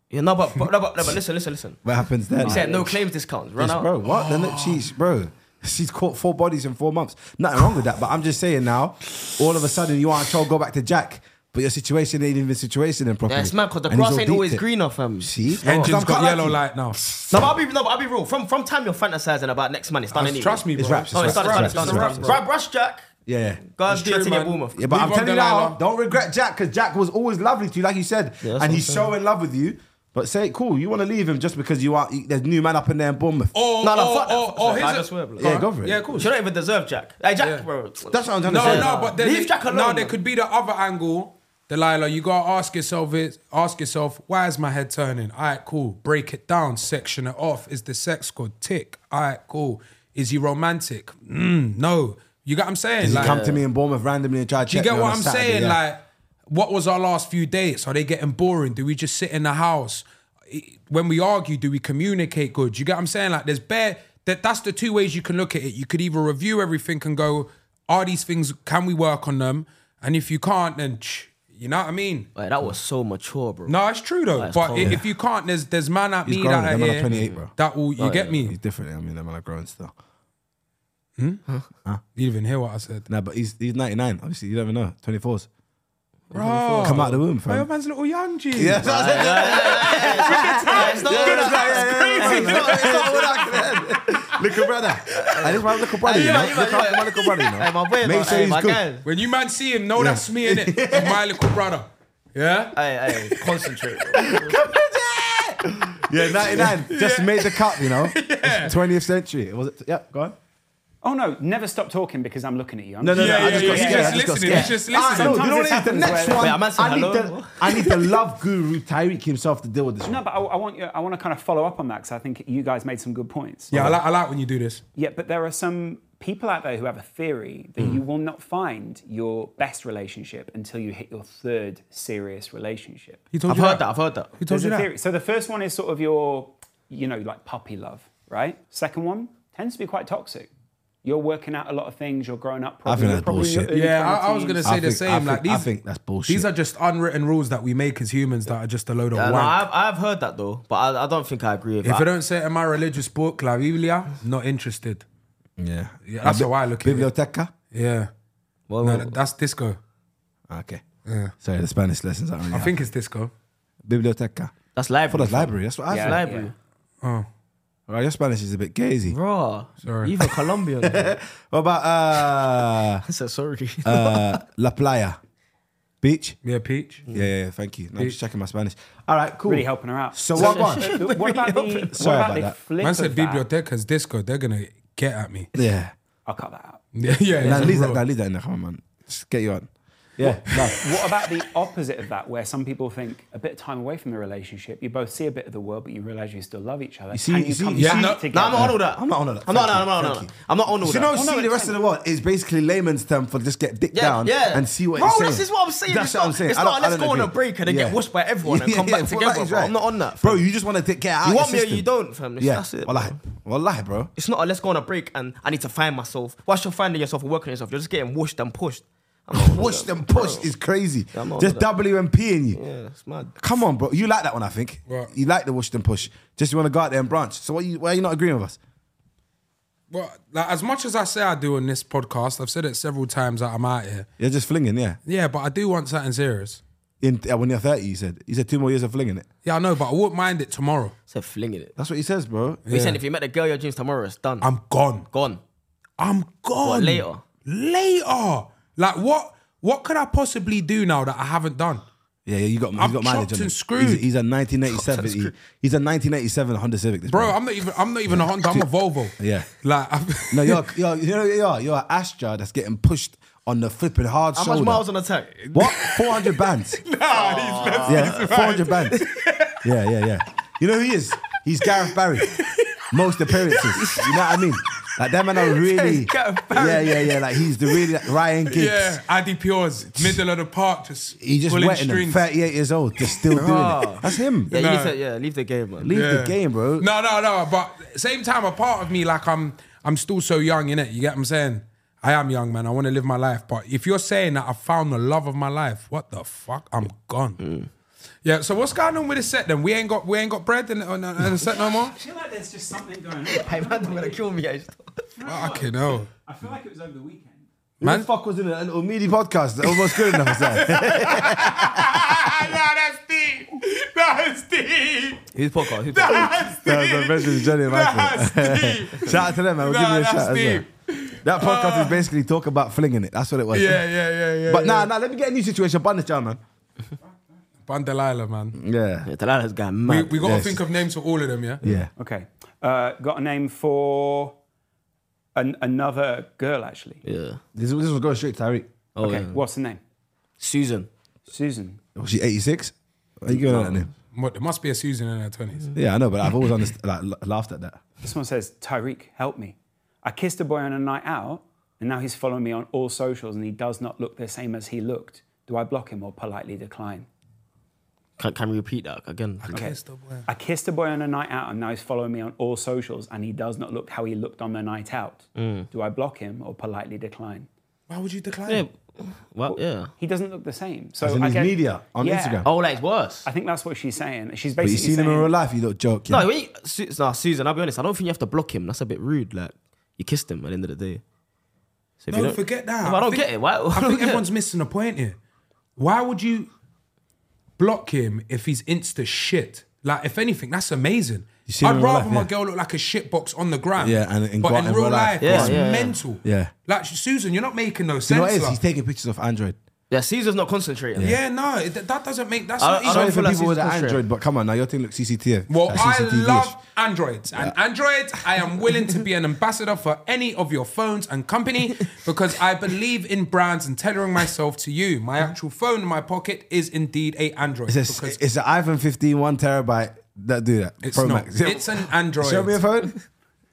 [SPEAKER 6] Yeah, no, but, but, no, but, no, but listen, listen, listen.
[SPEAKER 4] What happens then?
[SPEAKER 6] You said no claims discounts. Run
[SPEAKER 4] Yes,
[SPEAKER 6] out.
[SPEAKER 4] bro. What? Then look, she's bro. She's caught four bodies in four months. Nothing wrong with that, but I'm just saying now. All of a sudden, you want to try go back to Jack, but your situation ain't even situation then properly.
[SPEAKER 6] Yeah, it's mad because the
[SPEAKER 4] And he's
[SPEAKER 6] grass
[SPEAKER 4] all
[SPEAKER 6] ain't always
[SPEAKER 4] deeped it.
[SPEAKER 6] greener, fam.
[SPEAKER 4] See,
[SPEAKER 5] Engine's
[SPEAKER 4] I'm
[SPEAKER 5] got
[SPEAKER 4] quite like
[SPEAKER 5] yellow
[SPEAKER 4] you. <laughs>
[SPEAKER 5] light now.
[SPEAKER 6] No, but I'll be no, but I'll be real. From from time you're fantasizing about next man, it's done anyway.
[SPEAKER 5] Trust me, bro.
[SPEAKER 4] It's raps,
[SPEAKER 6] Oh,
[SPEAKER 4] it's
[SPEAKER 6] it's done,
[SPEAKER 4] raps,
[SPEAKER 6] it's
[SPEAKER 4] it's
[SPEAKER 6] done, it's
[SPEAKER 4] raps,
[SPEAKER 6] done.
[SPEAKER 4] it's
[SPEAKER 6] Brush, brush, Jack.
[SPEAKER 4] Yeah.
[SPEAKER 6] Go and
[SPEAKER 5] It's
[SPEAKER 6] do your
[SPEAKER 5] true,
[SPEAKER 6] thing at
[SPEAKER 5] man.
[SPEAKER 6] Bournemouth.
[SPEAKER 4] Yeah, but
[SPEAKER 5] Leave
[SPEAKER 4] I'm
[SPEAKER 5] on
[SPEAKER 4] telling you
[SPEAKER 5] Delilah.
[SPEAKER 4] now, don't regret Jack because Jack was always lovely to you, like you said,
[SPEAKER 6] Yeah, that's
[SPEAKER 4] and
[SPEAKER 6] what
[SPEAKER 4] he's
[SPEAKER 6] I'm saying.
[SPEAKER 4] so in love with you. But say, cool, you want to leave him just because you are there's new man up in there in Bournemouth.
[SPEAKER 5] Oh,
[SPEAKER 6] No, no,
[SPEAKER 5] oh,
[SPEAKER 6] fuck that,
[SPEAKER 5] oh,
[SPEAKER 6] fuck
[SPEAKER 5] oh,
[SPEAKER 6] that.
[SPEAKER 5] here's
[SPEAKER 6] I
[SPEAKER 5] a-
[SPEAKER 6] just swear, bro.
[SPEAKER 4] Yeah, go for it.
[SPEAKER 5] Yeah, cool.
[SPEAKER 6] You don't even deserve Jack. Hey, Jack,
[SPEAKER 5] Yeah.
[SPEAKER 6] bro.
[SPEAKER 4] That's what I'm trying to
[SPEAKER 5] No,
[SPEAKER 4] say.
[SPEAKER 5] no, but then
[SPEAKER 6] Leave Jack
[SPEAKER 5] No,
[SPEAKER 6] alone,
[SPEAKER 5] there
[SPEAKER 6] man.
[SPEAKER 5] could be the other angle, Delilah. You gotta ask yourself it. Ask yourself, why is my head turning? All right, cool. Break it down. Section it off. Is the sex good? Tick. All right, cool. Is he romantic? Mm, no. You get what I'm saying?
[SPEAKER 4] Does he
[SPEAKER 5] Like-
[SPEAKER 4] come to me in Bournemouth randomly and try to
[SPEAKER 5] do you
[SPEAKER 4] check
[SPEAKER 5] get
[SPEAKER 4] me on
[SPEAKER 5] what
[SPEAKER 4] a
[SPEAKER 5] I'm
[SPEAKER 4] Saturday,
[SPEAKER 5] saying?
[SPEAKER 4] yeah.
[SPEAKER 5] Like, what was our last few dates? Are they getting boring? Do we just sit in the house? I- When we argue, do we communicate good? Do you get what I'm saying? Like, there's bare that that's the two ways you can look at it. You could either review everything and go, are these things? Can we work on them? And if you can't, then tch, you know what I mean.
[SPEAKER 6] Wait, that was so mature, bro.
[SPEAKER 5] No, it's true though.
[SPEAKER 6] That's
[SPEAKER 5] but
[SPEAKER 6] cold.
[SPEAKER 5] i- if you can't, there's there's man at me
[SPEAKER 4] grown,
[SPEAKER 5] that
[SPEAKER 4] them
[SPEAKER 5] are
[SPEAKER 4] man are
[SPEAKER 5] here
[SPEAKER 4] 28, bro.
[SPEAKER 5] That will you get me?
[SPEAKER 4] He's different. I mean, them man are growing still.
[SPEAKER 5] You didn't even hear what I said.
[SPEAKER 4] No, but he's he's 99. Obviously, you never know. 24s.
[SPEAKER 5] Bro,
[SPEAKER 4] Come out the womb,
[SPEAKER 5] Oh. Your
[SPEAKER 4] fam.
[SPEAKER 5] man's little young, G.
[SPEAKER 4] Yeah, that's what I said.
[SPEAKER 6] Yeah, <laughs> it's not-
[SPEAKER 4] That's right, yeah, yeah, yeah, yeah. That's not what I said. <laughs> Little brother. I think my little brother, you
[SPEAKER 6] Yeah,
[SPEAKER 4] know.
[SPEAKER 6] yeah,
[SPEAKER 4] Look
[SPEAKER 6] yeah.
[SPEAKER 4] after my little brother,
[SPEAKER 5] <laughs>
[SPEAKER 4] you know.
[SPEAKER 6] Hey, my boy,
[SPEAKER 4] Make
[SPEAKER 6] bro.
[SPEAKER 4] sure
[SPEAKER 6] Hey,
[SPEAKER 4] he's
[SPEAKER 6] my
[SPEAKER 4] good.
[SPEAKER 6] guy.
[SPEAKER 5] When you man see him, know that's me
[SPEAKER 4] <laughs>
[SPEAKER 5] in it. My little brother. Yeah.
[SPEAKER 6] Hey, hey, concentrate. bro.
[SPEAKER 4] Yeah, 99. Just made the cut, <laughs> you know. 20th century. Was it? Yeah, go on.
[SPEAKER 7] Oh no, never stop talking because I'm looking at you. I'm
[SPEAKER 4] No, no,
[SPEAKER 5] Yeah,
[SPEAKER 4] no. I
[SPEAKER 5] yeah,
[SPEAKER 4] just
[SPEAKER 5] yeah,
[SPEAKER 4] got
[SPEAKER 5] yeah.
[SPEAKER 4] scared. I
[SPEAKER 5] He's
[SPEAKER 4] just got
[SPEAKER 5] listening,
[SPEAKER 4] scared.
[SPEAKER 5] he's just
[SPEAKER 4] Ah,
[SPEAKER 5] listening.
[SPEAKER 4] no, you know what it is? The
[SPEAKER 7] Sometimes it
[SPEAKER 4] next
[SPEAKER 7] happens
[SPEAKER 4] one,
[SPEAKER 6] where- Wait, I might say
[SPEAKER 4] I need
[SPEAKER 6] hello.
[SPEAKER 4] the I need the love guru Tyreek himself to deal with this one.
[SPEAKER 7] No, but I, I want you. I want to kind of follow up on that because I think you guys made some good points.
[SPEAKER 5] Yeah, I like, I like when you do this.
[SPEAKER 7] Yeah, but there are some people out there who have a theory that
[SPEAKER 4] Hmm.
[SPEAKER 7] you will not find your best relationship until you hit your third serious relationship.
[SPEAKER 5] He told
[SPEAKER 6] I've heard that. I've heard that.
[SPEAKER 5] He told
[SPEAKER 7] There's
[SPEAKER 5] you
[SPEAKER 7] a
[SPEAKER 5] that.
[SPEAKER 7] theory. So the first one is sort of your, you know, like puppy love, right? Second one tends to be quite toxic. You're working out a lot of things. You're growing up.
[SPEAKER 4] think
[SPEAKER 7] Probably, you're
[SPEAKER 4] that's
[SPEAKER 7] probably in your
[SPEAKER 4] bullshit.
[SPEAKER 7] early
[SPEAKER 5] Yeah, I, I was
[SPEAKER 7] 20s.
[SPEAKER 5] gonna
[SPEAKER 4] I
[SPEAKER 5] say
[SPEAKER 4] think- I
[SPEAKER 5] the same.
[SPEAKER 4] think-
[SPEAKER 5] like these,
[SPEAKER 4] I think that's bullshit.
[SPEAKER 5] These are just unwritten rules that we make as humans that are just a load of
[SPEAKER 6] Uh, no,
[SPEAKER 5] wank.
[SPEAKER 6] I've, I've heard that though, but I, I don't think I agree with
[SPEAKER 5] if I
[SPEAKER 6] that.
[SPEAKER 5] don't say it in my religious book, La Biblia, not interested.
[SPEAKER 4] Yeah.
[SPEAKER 5] Yeah, that's how I look at it.
[SPEAKER 4] Biblioteca?
[SPEAKER 5] Yeah,
[SPEAKER 6] Well,
[SPEAKER 5] no,
[SPEAKER 6] well,
[SPEAKER 5] that- that's disco.
[SPEAKER 4] Okay. Sorry, the Spanish lessons aren't really
[SPEAKER 5] I think it's disco.
[SPEAKER 4] Biblioteca.
[SPEAKER 6] that's
[SPEAKER 4] I thought
[SPEAKER 6] library.
[SPEAKER 4] that's library. That's what I
[SPEAKER 7] Yeah.
[SPEAKER 4] said.
[SPEAKER 6] library.
[SPEAKER 5] Oh,
[SPEAKER 4] Right, your Spanish is a bit gazy.
[SPEAKER 6] Bro,
[SPEAKER 5] Sorry.
[SPEAKER 6] even Colombian. I
[SPEAKER 4] What about uh,
[SPEAKER 6] said <laughs> sorry.
[SPEAKER 4] uh, La Playa? Beach?
[SPEAKER 5] yeah, peach.
[SPEAKER 6] Mm.
[SPEAKER 4] Yeah, yeah, yeah, thank you. No, I'm just checking my Spanish. All right, cool.
[SPEAKER 7] Really helping her out.
[SPEAKER 4] So what- what?
[SPEAKER 7] <laughs> What, about the, what
[SPEAKER 4] Sorry
[SPEAKER 7] about
[SPEAKER 4] about
[SPEAKER 7] the
[SPEAKER 4] that.
[SPEAKER 7] flip
[SPEAKER 5] Man
[SPEAKER 7] of
[SPEAKER 5] said
[SPEAKER 7] that?
[SPEAKER 5] biblioteca's disco. They're gonna get at me. <laughs>
[SPEAKER 4] Yeah.
[SPEAKER 7] I'll cut that out.
[SPEAKER 5] yeah, yeah.
[SPEAKER 4] Nah, leave that,
[SPEAKER 5] bro.
[SPEAKER 4] nah, leave that in there. Come on, man. Just get you on. Yeah. no.
[SPEAKER 7] <laughs> What about the opposite of that, where some people think a bit of time away from the relationship, you both see a bit of the world, but you realize you still love each other?
[SPEAKER 4] see-
[SPEAKER 7] Can you,
[SPEAKER 4] you see-
[SPEAKER 7] come
[SPEAKER 4] you
[SPEAKER 7] back
[SPEAKER 5] see- No, no,
[SPEAKER 6] No,
[SPEAKER 7] together?
[SPEAKER 6] I'm not on all that.
[SPEAKER 4] I'm not on all that.
[SPEAKER 6] I'm not.
[SPEAKER 4] Thank
[SPEAKER 6] I'm
[SPEAKER 4] you.
[SPEAKER 6] not on all
[SPEAKER 4] Thank
[SPEAKER 6] that. I'm not on all
[SPEAKER 4] You know,
[SPEAKER 6] that. Oh,
[SPEAKER 4] see the rest of the world is basically layman's term for just get dick
[SPEAKER 6] Yeah,
[SPEAKER 4] down
[SPEAKER 6] yeah.
[SPEAKER 4] and see what
[SPEAKER 6] Bro,
[SPEAKER 4] it's saying.
[SPEAKER 6] this is what I'm saying.
[SPEAKER 4] That's
[SPEAKER 6] It's
[SPEAKER 4] what I'm
[SPEAKER 6] not-
[SPEAKER 4] saying.
[SPEAKER 6] it's
[SPEAKER 4] I
[SPEAKER 6] not
[SPEAKER 4] don't-
[SPEAKER 6] let's
[SPEAKER 4] I don't
[SPEAKER 6] go on a
[SPEAKER 4] agree.
[SPEAKER 6] break and then get washed by everyone
[SPEAKER 4] <laughs>
[SPEAKER 6] and come back
[SPEAKER 4] well,
[SPEAKER 6] together,
[SPEAKER 4] that is
[SPEAKER 6] bro. I'm not on that,
[SPEAKER 4] Bro,
[SPEAKER 6] fam.
[SPEAKER 4] you just want to get out
[SPEAKER 6] You
[SPEAKER 4] of
[SPEAKER 6] want me
[SPEAKER 4] your
[SPEAKER 6] or
[SPEAKER 4] system.
[SPEAKER 6] you don't, fam. That's-
[SPEAKER 4] Yeah,
[SPEAKER 6] that's it,
[SPEAKER 4] Wallahi. Wallahi, bro.
[SPEAKER 6] It's not a let's go on a break and I need to find myself. Whilst you're finding yourself and working on yourself, you're just getting washed and pushed. I'm not on all
[SPEAKER 4] Push
[SPEAKER 6] that,
[SPEAKER 4] and
[SPEAKER 6] bro.
[SPEAKER 4] push is crazy.
[SPEAKER 6] Yeah, I'm not
[SPEAKER 4] Just
[SPEAKER 6] on that.
[SPEAKER 4] WMP in you.
[SPEAKER 6] Yeah, it's mad.
[SPEAKER 4] Come on, bro. You like that one, I think.
[SPEAKER 5] Right.
[SPEAKER 4] You like the wash and push. Just you want to go out there and branch. So why you, why are you not agreeing with us?
[SPEAKER 5] Well, like, as much as I say I do on this podcast, I've said it several times that I'm out here.
[SPEAKER 4] You're just flinging, yeah.
[SPEAKER 5] Yeah, but I do want something serious.
[SPEAKER 4] in uh, when you're 30, he said. He said two more years of flinging it.
[SPEAKER 5] Yeah, I know, but I wouldn't mind it tomorrow.
[SPEAKER 6] said flinging it.
[SPEAKER 4] That's what he says, bro.
[SPEAKER 6] He said if you met the girl your dreams tomorrow, it's done.
[SPEAKER 5] I'm gone.
[SPEAKER 6] gone.
[SPEAKER 5] I'm gone.
[SPEAKER 6] later?
[SPEAKER 5] Later. Like what? What could I possibly do now that I haven't done?
[SPEAKER 4] Yeah, yeah, you got,
[SPEAKER 5] I'm
[SPEAKER 4] he's got mileage
[SPEAKER 5] chopped
[SPEAKER 4] on
[SPEAKER 5] and
[SPEAKER 4] him.
[SPEAKER 5] screwed.
[SPEAKER 4] He's, he's a 1987. he- he's a 1987 Honda Civic. This
[SPEAKER 5] Bro, I'm not even. I'm not even a Honda. I'm a Volvo.
[SPEAKER 4] Yeah.
[SPEAKER 5] Like, <laughs> I'm,
[SPEAKER 4] no, you're, you're, you know, you're you're an Astra that's getting pushed on the flipping hard
[SPEAKER 6] How
[SPEAKER 4] shoulder.
[SPEAKER 6] much miles on the tank?
[SPEAKER 4] What? 400 bands. yeah, 400 bands. Yeah, yeah, yeah. You know who he is? He's Gareth Barry. Most appearances. You know what I mean? Like, that man are really.
[SPEAKER 6] Gareth Barry.
[SPEAKER 4] Yeah, yeah, yeah. Like, he's the really. Like, Ryan Giggs.
[SPEAKER 5] yeah, Addy Pures, middle of the park, just
[SPEAKER 4] He just
[SPEAKER 5] pulling
[SPEAKER 4] wet in them,
[SPEAKER 5] strings.
[SPEAKER 4] 38 years old, just still doing
[SPEAKER 6] Ah.
[SPEAKER 4] it. That's him.
[SPEAKER 6] Yeah,
[SPEAKER 5] No.
[SPEAKER 6] leave the, yeah, leave the game, man.
[SPEAKER 4] Leave the game, bro.
[SPEAKER 5] No, no, no. But same time, a part of me, like I'm, I'm still so young, innit? You get what I'm saying? I am young, man. I want to live my life. But if you're saying that I found the love of my life, what the fuck? I'm gone. Yeah. So what's going on with the set then? We ain't got, we ain't got bread in, on, on the set no more.
[SPEAKER 7] I feel like there's just something going on. <laughs>
[SPEAKER 6] Hey, <laughs> man, they're gonna kill me. guys.
[SPEAKER 5] Fucking hell,
[SPEAKER 7] I feel like it was over the weekend.
[SPEAKER 4] Man,
[SPEAKER 5] man.
[SPEAKER 4] the
[SPEAKER 5] <laughs>
[SPEAKER 4] fuck was in an Omidi podcast? That almost good enough. is that?
[SPEAKER 5] Ah, that's deep. That's deep.
[SPEAKER 6] Who's podcast? Who's podcast?
[SPEAKER 4] That was a version of Johnny and Michael. <laughs>
[SPEAKER 5] deep.
[SPEAKER 4] Shout out to them, man. We'll give you
[SPEAKER 5] Nah,
[SPEAKER 4] a
[SPEAKER 5] that's Ah.
[SPEAKER 4] shout. as well. That podcast is basically talk about flinging it. That's what it was.
[SPEAKER 5] Yeah, yeah, yeah, yeah.
[SPEAKER 4] But
[SPEAKER 5] yeah.
[SPEAKER 4] nah, nah, let me get a new situation. Bun this down, man.
[SPEAKER 5] Ban Delilah, man.
[SPEAKER 4] Yeah.
[SPEAKER 6] Delilah's gone
[SPEAKER 5] We,
[SPEAKER 6] mad.
[SPEAKER 5] we got to
[SPEAKER 4] Yes.
[SPEAKER 5] think of names for all of them, yeah?
[SPEAKER 4] Yeah.
[SPEAKER 7] Okay. Uh, got a name for an, another girl, actually.
[SPEAKER 6] yeah.
[SPEAKER 4] This, this was going straight to Tyreek.
[SPEAKER 6] Oh,
[SPEAKER 7] okay.
[SPEAKER 6] yeah.
[SPEAKER 7] What's the name?
[SPEAKER 6] Susan.
[SPEAKER 7] Susan.
[SPEAKER 4] Was she 86? Are you going at that name?
[SPEAKER 5] What, there must be a Susan in her 20s.
[SPEAKER 4] Yeah, I know, but I've always underst- like, la- laughed at that.
[SPEAKER 7] This one says, Tyreek, help me. I kissed a boy on a night out, and now he's following me on all socials, and he does not look the same as he looked. Do I block him or politely decline?
[SPEAKER 6] Can, can we repeat that again?
[SPEAKER 7] Okay. I kissed a boy on a night out, and now he's following me on all socials, and he does not look how he looked on the night out. Do I block him or politely decline?
[SPEAKER 5] Why would you decline?
[SPEAKER 6] Yeah. Well, yeah.
[SPEAKER 7] He doesn't look the same. So
[SPEAKER 4] As in
[SPEAKER 7] I
[SPEAKER 4] his
[SPEAKER 7] guess-
[SPEAKER 4] media on
[SPEAKER 7] Yeah.
[SPEAKER 4] Instagram.
[SPEAKER 6] Oh, like it's worse.
[SPEAKER 7] I think that's what she's saying. She's
[SPEAKER 4] But
[SPEAKER 7] basically
[SPEAKER 4] you seen
[SPEAKER 7] saying,
[SPEAKER 4] him in real life, you don't joke. Yeah.
[SPEAKER 6] No, when you, Su- nah, Susan, I'll be honest. I don't think you have to block him. That's a bit rude. Like you kissed him at the end of the day. So if
[SPEAKER 5] No, forget that.
[SPEAKER 6] No, I don't
[SPEAKER 5] think-
[SPEAKER 6] get it. Why? I,
[SPEAKER 5] I
[SPEAKER 6] don't <laughs>
[SPEAKER 5] think
[SPEAKER 6] get it.
[SPEAKER 5] everyone's missing a point here. Why would you block him if he's insta shit? Like, if anything, that's amazing.
[SPEAKER 4] see him
[SPEAKER 5] I'd
[SPEAKER 4] in real
[SPEAKER 5] rather
[SPEAKER 4] life,
[SPEAKER 5] my
[SPEAKER 4] yeah.
[SPEAKER 5] girl look like a shit box on the ground.
[SPEAKER 4] Yeah, and in-
[SPEAKER 5] but in,
[SPEAKER 4] in
[SPEAKER 5] real
[SPEAKER 4] real life.
[SPEAKER 5] life,
[SPEAKER 6] Yeah,
[SPEAKER 5] it's
[SPEAKER 6] yeah, yeah.
[SPEAKER 5] mental.
[SPEAKER 4] Yeah.
[SPEAKER 5] like Susan, you're not making no sense.
[SPEAKER 4] You know what it is?
[SPEAKER 5] like-
[SPEAKER 4] He's taking pictures of Android.
[SPEAKER 6] Yeah, Caesar's not concentrating.
[SPEAKER 5] yeah, no, it, that doesn't make. That's
[SPEAKER 6] I-
[SPEAKER 5] not
[SPEAKER 6] I
[SPEAKER 5] even
[SPEAKER 4] Sorry
[SPEAKER 6] don't
[SPEAKER 4] for
[SPEAKER 6] feel like
[SPEAKER 4] people with
[SPEAKER 6] he's
[SPEAKER 4] an
[SPEAKER 6] pushing.
[SPEAKER 4] Android, but come on, now your thing looks CCTV.
[SPEAKER 5] Well,
[SPEAKER 4] like
[SPEAKER 5] I
[SPEAKER 4] CCTV -ish.
[SPEAKER 5] love Androids. And Androids, I am willing
[SPEAKER 4] <laughs>
[SPEAKER 5] to be an ambassador for any of your phones and company because I believe in brands and tailoring myself to you. My actual phone in my pocket is indeed a Android.
[SPEAKER 4] It's,
[SPEAKER 5] because
[SPEAKER 4] a, it's an iPhone 15, one terabyte. That do that.
[SPEAKER 5] it's
[SPEAKER 4] Pro
[SPEAKER 5] not.
[SPEAKER 4] Max.
[SPEAKER 5] It's an Android.
[SPEAKER 4] <laughs> Show me a phone.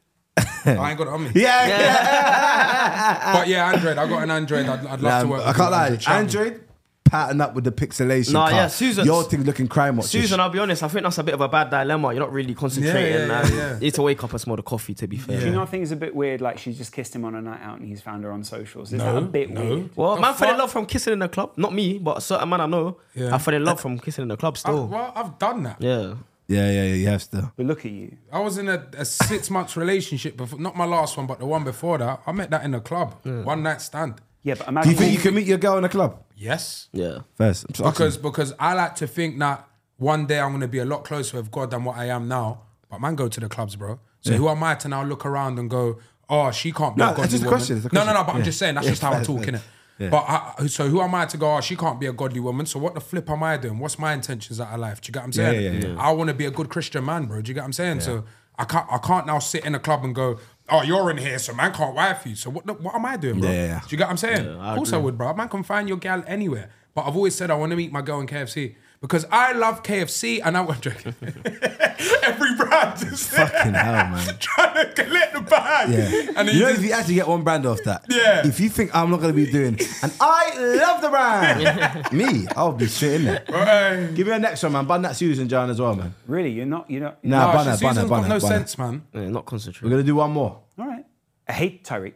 [SPEAKER 5] <laughs> I ain't got it on me.
[SPEAKER 4] Yeah, yeah.
[SPEAKER 5] But yeah, Android. I got an Android. I'd, I'd love
[SPEAKER 4] Nah,
[SPEAKER 5] to work
[SPEAKER 4] Um, I
[SPEAKER 5] with
[SPEAKER 4] can't
[SPEAKER 5] an
[SPEAKER 4] lie.
[SPEAKER 5] Shout me.
[SPEAKER 4] Android pattern up with the pixelation.
[SPEAKER 6] Nah,
[SPEAKER 4] car.
[SPEAKER 6] yeah, Susan-
[SPEAKER 4] Your thing looking crime watch.
[SPEAKER 6] Susan, I'll be honest. I think that's a bit of a bad dilemma. You're not really concentrating.
[SPEAKER 5] yeah,
[SPEAKER 6] and
[SPEAKER 5] yeah.
[SPEAKER 6] You need to wake up and smell the coffee. To be fair.
[SPEAKER 7] Do you not think it's a bit weird? Like she's just kissed him on a night out and he's found her on socials. Is that a
[SPEAKER 5] No,
[SPEAKER 7] bit
[SPEAKER 5] no.
[SPEAKER 7] weird?
[SPEAKER 6] Well,
[SPEAKER 5] The
[SPEAKER 6] man fell in
[SPEAKER 5] fuck?
[SPEAKER 6] love from kissing in the club. Not me, but a certain man I know.
[SPEAKER 5] Yeah.
[SPEAKER 6] I fell in love from kissing in the club.
[SPEAKER 5] I-
[SPEAKER 6] Still.
[SPEAKER 5] well, I've done that.
[SPEAKER 6] yeah.
[SPEAKER 4] Yeah, yeah, yeah. You have still.
[SPEAKER 7] But look at you.
[SPEAKER 5] I was in a, a six months relationship before, not my last one, but the one before that. I met that in a club, one night stand.
[SPEAKER 7] Yeah, but
[SPEAKER 4] Do
[SPEAKER 7] imagine.
[SPEAKER 4] you think you can meet your girl in a club
[SPEAKER 5] Yes.
[SPEAKER 6] Yeah.
[SPEAKER 4] first? I'm just
[SPEAKER 5] because
[SPEAKER 4] <laughs> asking.
[SPEAKER 5] because I like to think that one day I'm gonna be a lot closer with God than what I am now. But man, go to the clubs, bro. So who am I to now look around and go, oh, she can't be
[SPEAKER 4] No,
[SPEAKER 5] a
[SPEAKER 4] that's
[SPEAKER 5] godly
[SPEAKER 4] just a
[SPEAKER 5] woman?
[SPEAKER 4] question, it's a
[SPEAKER 5] No, no, no.
[SPEAKER 4] question.
[SPEAKER 5] But I'm
[SPEAKER 4] Yeah.
[SPEAKER 5] just saying that's
[SPEAKER 4] Yeah,
[SPEAKER 5] just how I
[SPEAKER 4] fair,
[SPEAKER 5] talk,
[SPEAKER 4] fair.
[SPEAKER 5] innit?
[SPEAKER 4] Yeah.
[SPEAKER 5] But I, so who am I to go? Oh, she can't be a godly woman. So what the flip am I doing? What's my intentions out of life? Do you get what I'm
[SPEAKER 4] Yeah,
[SPEAKER 5] saying?
[SPEAKER 4] yeah, yeah.
[SPEAKER 5] I want to be a good Christian man, bro. Do you get what I'm saying? So I can't I can't now sit in a club and go, oh, you're in here, so man can't wife you. So what the, what am I doing, bro?
[SPEAKER 4] Yeah, yeah, yeah.
[SPEAKER 5] Do you get what I'm saying? of course I would, bro. Man can find your gal anywhere. But I've always said I want to meet my girl in KFC because I love KFC and I want joking. <laughs> Every brand is <laughs>
[SPEAKER 4] fucking hell, man.
[SPEAKER 5] trying to collect the bag.
[SPEAKER 4] Yeah.
[SPEAKER 5] And then
[SPEAKER 4] you
[SPEAKER 5] you
[SPEAKER 4] know,
[SPEAKER 5] just,
[SPEAKER 4] if you actually get one brand off that,
[SPEAKER 5] Yeah.
[SPEAKER 4] If you think I'm not gonna be doing, and I love the brand, me, I'll be straight in there.
[SPEAKER 5] Right.
[SPEAKER 4] Give me a next one, man. Bun that Susan John as well, man.
[SPEAKER 7] Really, you're not. You're not.
[SPEAKER 4] Nah,
[SPEAKER 5] Oh,
[SPEAKER 4] bun that,
[SPEAKER 5] she's
[SPEAKER 4] bun
[SPEAKER 5] using-
[SPEAKER 4] that, bun
[SPEAKER 5] got
[SPEAKER 4] that,
[SPEAKER 5] no
[SPEAKER 4] bun that.
[SPEAKER 5] sense, man.
[SPEAKER 6] yeah not
[SPEAKER 4] We're
[SPEAKER 6] concentrating.
[SPEAKER 4] gonna do one more.
[SPEAKER 7] All right. I hate Tariq.